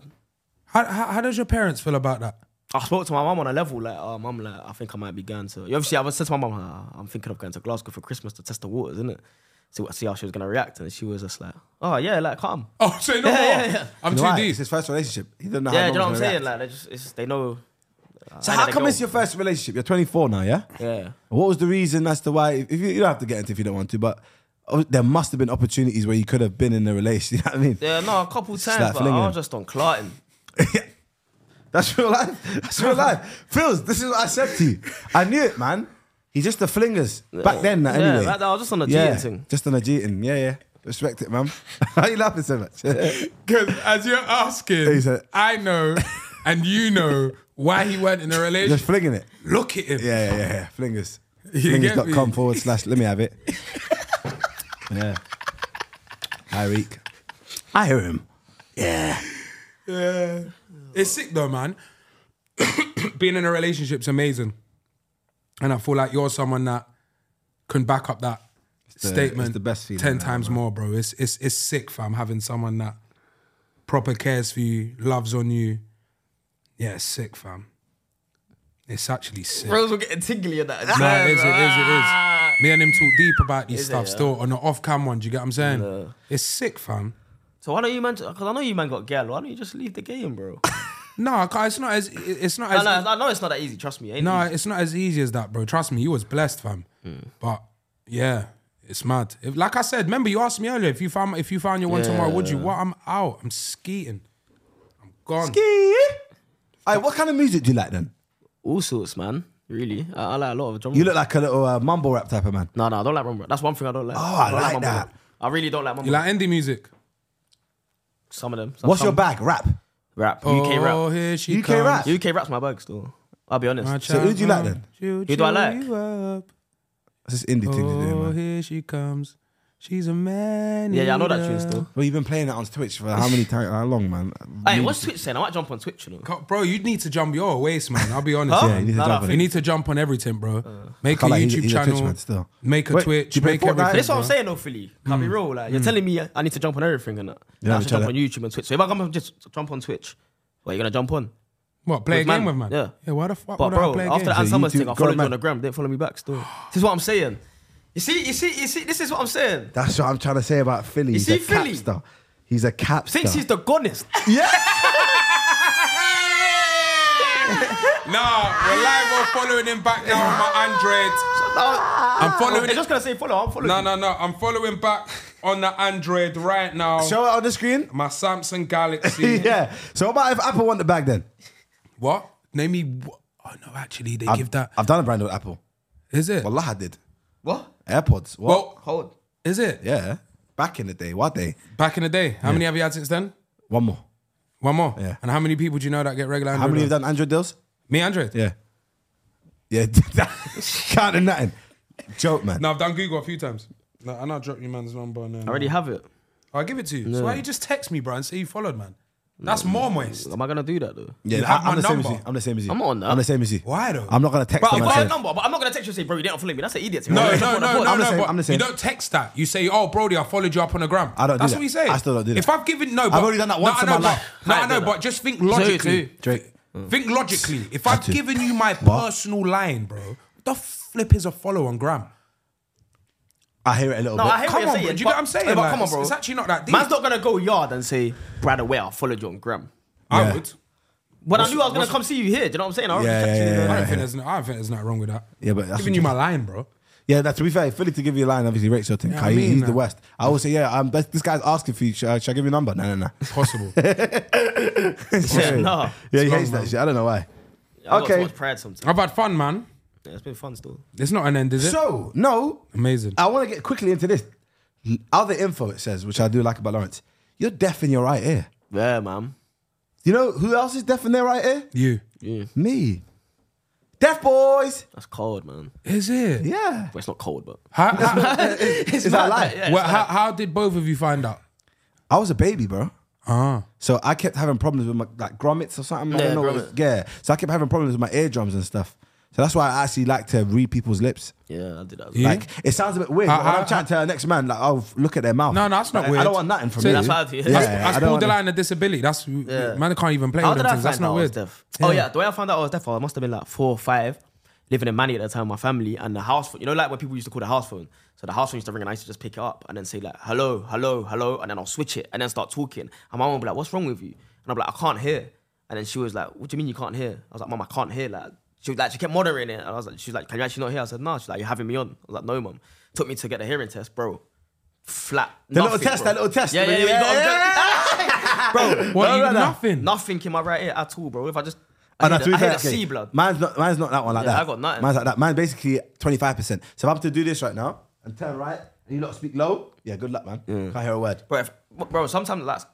[SPEAKER 5] how, how, how does your parents feel about that?
[SPEAKER 6] I spoke to my mum on a level like, oh, mum, like, I think I might be going to. Obviously, I was said to my mum, "Ah, I'm thinking of going to Glasgow for Christmas to test the waters, isn't it? See what, see how she was gonna react, and she was just like, oh yeah, like calm.
[SPEAKER 5] <laughs> Oh, say no more.
[SPEAKER 6] yeah, yeah.
[SPEAKER 5] I'm
[SPEAKER 4] why?
[SPEAKER 5] too deep.
[SPEAKER 4] It's his first relationship. He doesn't know.
[SPEAKER 6] yeah,
[SPEAKER 4] how
[SPEAKER 6] do you know what
[SPEAKER 4] mum's
[SPEAKER 6] I'm
[SPEAKER 4] gonna
[SPEAKER 6] saying?
[SPEAKER 4] react.
[SPEAKER 6] Like, they just, it's just they know.
[SPEAKER 4] So
[SPEAKER 6] I
[SPEAKER 4] how
[SPEAKER 6] gotta
[SPEAKER 4] come
[SPEAKER 6] go.
[SPEAKER 4] it's your first relationship? You're 24 now, yeah.
[SPEAKER 6] Yeah,
[SPEAKER 4] What was the reason as to why? If you, you don't have to get into it if you don't want to, but oh, there must have been opportunities where you could have been in a relationship. <laughs> You know what I mean?
[SPEAKER 6] yeah, no, a couple
[SPEAKER 4] like
[SPEAKER 6] times, but
[SPEAKER 4] flinging
[SPEAKER 6] I
[SPEAKER 4] them.
[SPEAKER 6] was just on Clarton.
[SPEAKER 4] <laughs> That's real life. That's real life. Phils, this is what I said to you. I knew it, man. He's just the flingers back then. that
[SPEAKER 6] Yeah,
[SPEAKER 4] anyway,
[SPEAKER 6] back then I was just on the cheating thing.
[SPEAKER 4] Just on a cheating. Yeah, yeah. Respect it, man. <laughs> Why are you laughing so much? <laughs>
[SPEAKER 5] Because as you're asking,
[SPEAKER 4] He said-
[SPEAKER 5] I know and
[SPEAKER 4] <laughs>
[SPEAKER 5] you know why he went in a
[SPEAKER 4] just
[SPEAKER 5] relationship.
[SPEAKER 4] flinging it.
[SPEAKER 5] Look at him.
[SPEAKER 4] Yeah, yeah, yeah. yeah. Flingers.
[SPEAKER 5] You get me?
[SPEAKER 4] Flingers.com forward slash. Let me have it. yeah. Hi, Reek. I hear him. Yeah.
[SPEAKER 5] Yeah. It's sick though, man. <coughs> Being in a relationship's amazing. And I feel like you're someone that can back up that
[SPEAKER 4] the-
[SPEAKER 5] statement
[SPEAKER 4] it's the best feeling
[SPEAKER 5] ten
[SPEAKER 4] in the
[SPEAKER 5] times more, bro. It's it's it's sick, fam, having someone that proper cares for you, loves on you. Yeah, it's sick, fam. It's actually sick.
[SPEAKER 6] Bros were getting tingly at that.
[SPEAKER 5] No, it is, it is, it is. Me and him talk deep about these stuff still on the off cam one, do you get what I'm saying? It's sick, fam.
[SPEAKER 6] So why don't you man? Because I know you man got gal. Why don't you just leave the game, <laughs> bro?
[SPEAKER 5] No, I can't- it's not as it's not
[SPEAKER 6] no,
[SPEAKER 5] as
[SPEAKER 6] no, I know it's not that easy. Trust me. Ain't
[SPEAKER 5] No,
[SPEAKER 6] it?
[SPEAKER 5] it's not as easy as that, bro. Trust me, you was blessed, fam.
[SPEAKER 4] Mm.
[SPEAKER 5] But yeah, it's mad. If, like I said, remember you asked me earlier if you found if you found your one tomorrow, would you? What? I'm out. I'm skeeting. I'm gone.
[SPEAKER 4] Hey, what kind of music do you like then?
[SPEAKER 6] all sorts, man. Really, I, I like a lot of drama.
[SPEAKER 4] You look like a little uh, mumble rap type of man.
[SPEAKER 6] no, no, I don't like mumble. rap. That's one thing I don't like. Oh,
[SPEAKER 4] I like that.
[SPEAKER 6] I really don't like mumble.
[SPEAKER 5] You like indie music?
[SPEAKER 6] rap. some of them? Some,
[SPEAKER 4] What's
[SPEAKER 6] some
[SPEAKER 4] your bag? Rap.
[SPEAKER 6] Rap, UK
[SPEAKER 5] Oh,
[SPEAKER 6] rap.
[SPEAKER 5] here she
[SPEAKER 4] UK
[SPEAKER 5] comes.
[SPEAKER 4] rap.
[SPEAKER 6] UK rap's my bag still. I'll be honest.
[SPEAKER 4] So who do you like then?
[SPEAKER 5] Who
[SPEAKER 6] do I like?
[SPEAKER 4] That's this indie thing you're doing,
[SPEAKER 5] Oh,
[SPEAKER 4] man.
[SPEAKER 5] here she comes. She's a man.
[SPEAKER 6] Yeah, yeah, I know that
[SPEAKER 5] eater.
[SPEAKER 6] tune still.
[SPEAKER 4] Well, you've been playing it on Twitch for how many times? How long, man?
[SPEAKER 6] Hey, what's Twitch saying? I might jump on Twitch, you know.
[SPEAKER 5] Co- Bro, you need to jump your waist, man.
[SPEAKER 4] <laughs>
[SPEAKER 5] I'll be honest.
[SPEAKER 4] Yeah, you need to
[SPEAKER 6] Nah,
[SPEAKER 4] jump
[SPEAKER 6] nah,
[SPEAKER 4] on
[SPEAKER 5] You
[SPEAKER 4] it.
[SPEAKER 5] need to jump on everything, bro.
[SPEAKER 4] Uh.
[SPEAKER 5] Make a
[SPEAKER 4] Can't lie, he's-
[SPEAKER 5] YouTube
[SPEAKER 4] he's a Twitch
[SPEAKER 5] channel.
[SPEAKER 4] man still.
[SPEAKER 5] Make a
[SPEAKER 4] Wait,
[SPEAKER 5] Twitch.
[SPEAKER 4] you play
[SPEAKER 5] Make
[SPEAKER 4] Fortnite?
[SPEAKER 5] everything.
[SPEAKER 6] That's what I'm
[SPEAKER 5] bro.
[SPEAKER 6] saying, though, Philly. I'll be real. Like, you're telling me I need to jump on everything, and Hmm. that.
[SPEAKER 4] Yeah,
[SPEAKER 6] I
[SPEAKER 4] we
[SPEAKER 6] should
[SPEAKER 4] try
[SPEAKER 6] jump on YouTube and Twitch. So if I come on, just jump on Twitch, what you gonna jump on?
[SPEAKER 5] What? Play a
[SPEAKER 6] man.
[SPEAKER 5] game with man?
[SPEAKER 6] Yeah.
[SPEAKER 5] Yeah. Why the fuck
[SPEAKER 6] But
[SPEAKER 5] would I
[SPEAKER 6] bro,
[SPEAKER 5] play a
[SPEAKER 6] after
[SPEAKER 5] game?
[SPEAKER 6] that and
[SPEAKER 4] So
[SPEAKER 6] Summers
[SPEAKER 4] you
[SPEAKER 6] thing,
[SPEAKER 4] do-
[SPEAKER 6] I followed
[SPEAKER 4] got a
[SPEAKER 6] you on the gram. Didn't follow me back. Still, this is what I'm saying. You see, you see, you see. This is what I'm saying.
[SPEAKER 4] That's what I'm trying to say about Philly.
[SPEAKER 6] You
[SPEAKER 4] he's
[SPEAKER 6] see
[SPEAKER 4] a
[SPEAKER 6] Philly?
[SPEAKER 4] capster. He's a capster.
[SPEAKER 6] Since he's the <laughs> goddess,
[SPEAKER 5] Nah, we're live. We're following him back now on my Android.
[SPEAKER 6] I'm
[SPEAKER 5] following
[SPEAKER 6] They're
[SPEAKER 5] it.
[SPEAKER 6] just gonna say follow. I'm following.
[SPEAKER 5] No, no, no. I'm following back on the Android right now.
[SPEAKER 4] Show it on the screen. <laughs>
[SPEAKER 5] My Samsung <laughs> Galaxy.
[SPEAKER 4] yeah. So what about if Apple want the bag then?
[SPEAKER 5] What? Name me. wh- Oh no, actually, they give that.
[SPEAKER 4] I've done a brand with Apple.
[SPEAKER 5] Is it?
[SPEAKER 4] Wallah I did.
[SPEAKER 6] What?
[SPEAKER 4] AirPods. What?
[SPEAKER 5] Well,
[SPEAKER 6] Hold.
[SPEAKER 5] is it?
[SPEAKER 4] yeah. Back in the day, what day?
[SPEAKER 5] Back in the day, how many have you had since then?
[SPEAKER 4] One more.
[SPEAKER 5] One more.
[SPEAKER 4] Yeah.
[SPEAKER 5] And how many people do you know that get regular?
[SPEAKER 4] How many have
[SPEAKER 5] Android?
[SPEAKER 4] done Android deals?
[SPEAKER 5] Me, Android.
[SPEAKER 4] Yeah. Yeah. <laughs> Counting nothing. Joke, man.
[SPEAKER 5] No, I've done Google a few times. No, I know I dropped your man's number. And,
[SPEAKER 6] I already have it.
[SPEAKER 5] I'll give it to you. So why you just text me, bro, and say you followed, man? That's more moist.
[SPEAKER 6] Am I gonna do that though?
[SPEAKER 4] Yeah,
[SPEAKER 5] You
[SPEAKER 4] I,
[SPEAKER 5] have
[SPEAKER 4] am
[SPEAKER 5] my
[SPEAKER 4] the same as
[SPEAKER 5] number.
[SPEAKER 4] you. I'm the same as you.
[SPEAKER 6] I'm not on that.
[SPEAKER 4] I'm the same as you.
[SPEAKER 5] Why though?
[SPEAKER 4] I'm not gonna text
[SPEAKER 6] Bro, I've
[SPEAKER 4] them and
[SPEAKER 6] got
[SPEAKER 4] say,
[SPEAKER 6] a number, but I'm not gonna text you and say, bro, you didn't follow me. That's an idiot.
[SPEAKER 5] <laughs> No,
[SPEAKER 6] Right?
[SPEAKER 5] no, no, no,
[SPEAKER 4] I'm the
[SPEAKER 5] no.
[SPEAKER 4] same,
[SPEAKER 5] but
[SPEAKER 4] I'm the same.
[SPEAKER 5] You don't text that. You say, "Oh, Brody, I followed you up on the gram."
[SPEAKER 4] I don't do
[SPEAKER 5] That's
[SPEAKER 4] that.
[SPEAKER 5] what you say.
[SPEAKER 4] I still don't do that.
[SPEAKER 5] If I've given no, but,
[SPEAKER 4] only done that once
[SPEAKER 5] no,
[SPEAKER 4] in
[SPEAKER 5] I know,
[SPEAKER 4] my
[SPEAKER 5] but,
[SPEAKER 4] life.
[SPEAKER 5] No,
[SPEAKER 6] I
[SPEAKER 5] I
[SPEAKER 6] did
[SPEAKER 5] know,
[SPEAKER 6] that.
[SPEAKER 5] but just think
[SPEAKER 6] too.
[SPEAKER 5] logically.
[SPEAKER 4] Drake.
[SPEAKER 5] Think logically. If I've
[SPEAKER 4] to.
[SPEAKER 5] given you my personal line, bro, what the flip is a follow on gram.
[SPEAKER 4] I hear it a little
[SPEAKER 6] No,
[SPEAKER 4] bit.
[SPEAKER 6] I hear
[SPEAKER 5] Come
[SPEAKER 6] what you're
[SPEAKER 5] on,
[SPEAKER 6] saying.
[SPEAKER 5] bro. Do you get
[SPEAKER 6] but-
[SPEAKER 5] what I'm saying?
[SPEAKER 6] Yeah, but
[SPEAKER 5] Like,
[SPEAKER 6] come on,
[SPEAKER 5] it's-
[SPEAKER 6] bro.
[SPEAKER 5] it's actually not that deep.
[SPEAKER 6] Man's not gonna go yard and say, "Brother, where I followed you on Gram."
[SPEAKER 5] I
[SPEAKER 4] Yeah.
[SPEAKER 5] would.
[SPEAKER 6] When I knew I was gonna come see you here, do you know what I'm saying? I already
[SPEAKER 4] Yeah,
[SPEAKER 6] texted you.
[SPEAKER 4] yeah,
[SPEAKER 5] I
[SPEAKER 4] yeah,
[SPEAKER 5] don't
[SPEAKER 4] yeah.
[SPEAKER 5] think there's no, I don't think there's nothing wrong with that.
[SPEAKER 4] Yeah, but that's
[SPEAKER 5] giving
[SPEAKER 4] what
[SPEAKER 5] you
[SPEAKER 4] you-
[SPEAKER 5] my line, bro.
[SPEAKER 4] Yeah, that to be fair, Philly to give you a line, obviously rates your thing.
[SPEAKER 5] I mean uh,
[SPEAKER 4] he's the
[SPEAKER 5] that.
[SPEAKER 4] worst. I always say, yeah, um, this this guy's asking for you. Should I, should I give you a number? No, no,
[SPEAKER 5] <laughs>
[SPEAKER 4] no. <laughs>
[SPEAKER 5] Possible.
[SPEAKER 6] Yeah, nah.
[SPEAKER 4] Yeah, he
[SPEAKER 5] wrong,
[SPEAKER 4] hates
[SPEAKER 5] man.
[SPEAKER 4] that shit. I don't know why.
[SPEAKER 6] I got
[SPEAKER 4] Okay.
[SPEAKER 6] so much pride sometimes.
[SPEAKER 5] I've had fun, man.
[SPEAKER 6] Yeah, it's been fun still.
[SPEAKER 5] It's not an end, is it?
[SPEAKER 4] So, no,
[SPEAKER 5] Amazing.
[SPEAKER 4] I want to get quickly into this. Other info it says, which I do like about Lawrence. You're deaf in your right ear.
[SPEAKER 6] Yeah, man.
[SPEAKER 4] Do You know who else is deaf in their right ear?
[SPEAKER 5] You.
[SPEAKER 4] Me. Deaf boys.
[SPEAKER 6] That's cold, man.
[SPEAKER 5] Is it?
[SPEAKER 4] Yeah.
[SPEAKER 6] Well, it's not cold, but
[SPEAKER 4] <laughs>
[SPEAKER 5] How, how,
[SPEAKER 4] Is that life?
[SPEAKER 5] well, how, how did both of you find out?
[SPEAKER 4] I was a baby, bro.
[SPEAKER 5] Ah.
[SPEAKER 4] So I kept having problems with my like grommets or something. I
[SPEAKER 6] Yeah,
[SPEAKER 4] don't know. what it- Yeah. So I kept having problems with my eardrums and stuff. So that's why I actually like to read people's lips.
[SPEAKER 6] yeah, I did that. as well.
[SPEAKER 5] Yeah.
[SPEAKER 4] Like it sounds a bit weird.
[SPEAKER 5] Uh,
[SPEAKER 4] but when
[SPEAKER 5] uh,
[SPEAKER 4] I'm trying to tell the next man, like, oh, look at their mouth.
[SPEAKER 5] No, no, that's not
[SPEAKER 4] Like,
[SPEAKER 5] weird.
[SPEAKER 4] I don't want nothing from
[SPEAKER 5] So
[SPEAKER 4] you.
[SPEAKER 5] that's
[SPEAKER 6] how I
[SPEAKER 4] Yeah,
[SPEAKER 6] feel. That's-
[SPEAKER 4] I
[SPEAKER 5] That's
[SPEAKER 4] don't want
[SPEAKER 5] borderline a disability. That's man can't even play
[SPEAKER 6] How
[SPEAKER 5] with
[SPEAKER 6] did
[SPEAKER 5] them
[SPEAKER 6] I
[SPEAKER 5] things.
[SPEAKER 6] find
[SPEAKER 5] That's
[SPEAKER 6] out
[SPEAKER 5] not
[SPEAKER 6] I was
[SPEAKER 5] weird.
[SPEAKER 6] deaf? Oh yeah, the way I found out I was deaf, I must have been like four or five, living in Manny at the time. My family and the house phone. You know, like what people used to call the house phone. So the house phone used to ring, and I used to just pick it up and then say like, "Hello, hello, hello," and then I'll switch it and then start talking. And my mom would be like, "What's wrong with you?" And I'm like, "I can't hear." And then she was like, "What do you mean you can't hear?" I was like, "Mom, I can't hear." Like she was like, she kept monitoring it, and I was like, "She's like, can you actually not hear?" I said, "No." She's like, "You're having me on." I was like, "No, mom." Took me to get a hearing test, bro. Flat.
[SPEAKER 4] The little
[SPEAKER 6] nothing,
[SPEAKER 4] test,
[SPEAKER 6] bro.
[SPEAKER 4] that little test.
[SPEAKER 6] Yeah, yeah, yeah.
[SPEAKER 4] Yeah,
[SPEAKER 6] you gotta-
[SPEAKER 4] yeah,
[SPEAKER 6] <laughs>
[SPEAKER 5] Bro, what?
[SPEAKER 4] No,
[SPEAKER 5] you,
[SPEAKER 4] no, no.
[SPEAKER 5] nothing.
[SPEAKER 6] Nothing in my right ear at all, bro. If I just I
[SPEAKER 4] Oh, no,
[SPEAKER 6] hear
[SPEAKER 4] to
[SPEAKER 6] the-
[SPEAKER 4] be
[SPEAKER 6] I hear
[SPEAKER 4] fair,
[SPEAKER 6] the
[SPEAKER 4] okay.
[SPEAKER 6] sea blood.
[SPEAKER 4] Mine's not. Mine's not that one like
[SPEAKER 6] Yeah,
[SPEAKER 4] that.
[SPEAKER 6] I got nothing.
[SPEAKER 4] Mine's like that. Mine's basically twenty five percent. So if I'm to do this right now and turn right, and you lot speak low. Yeah, good luck, man. Can't hear a word.
[SPEAKER 6] Bro, if, bro, sometimes that's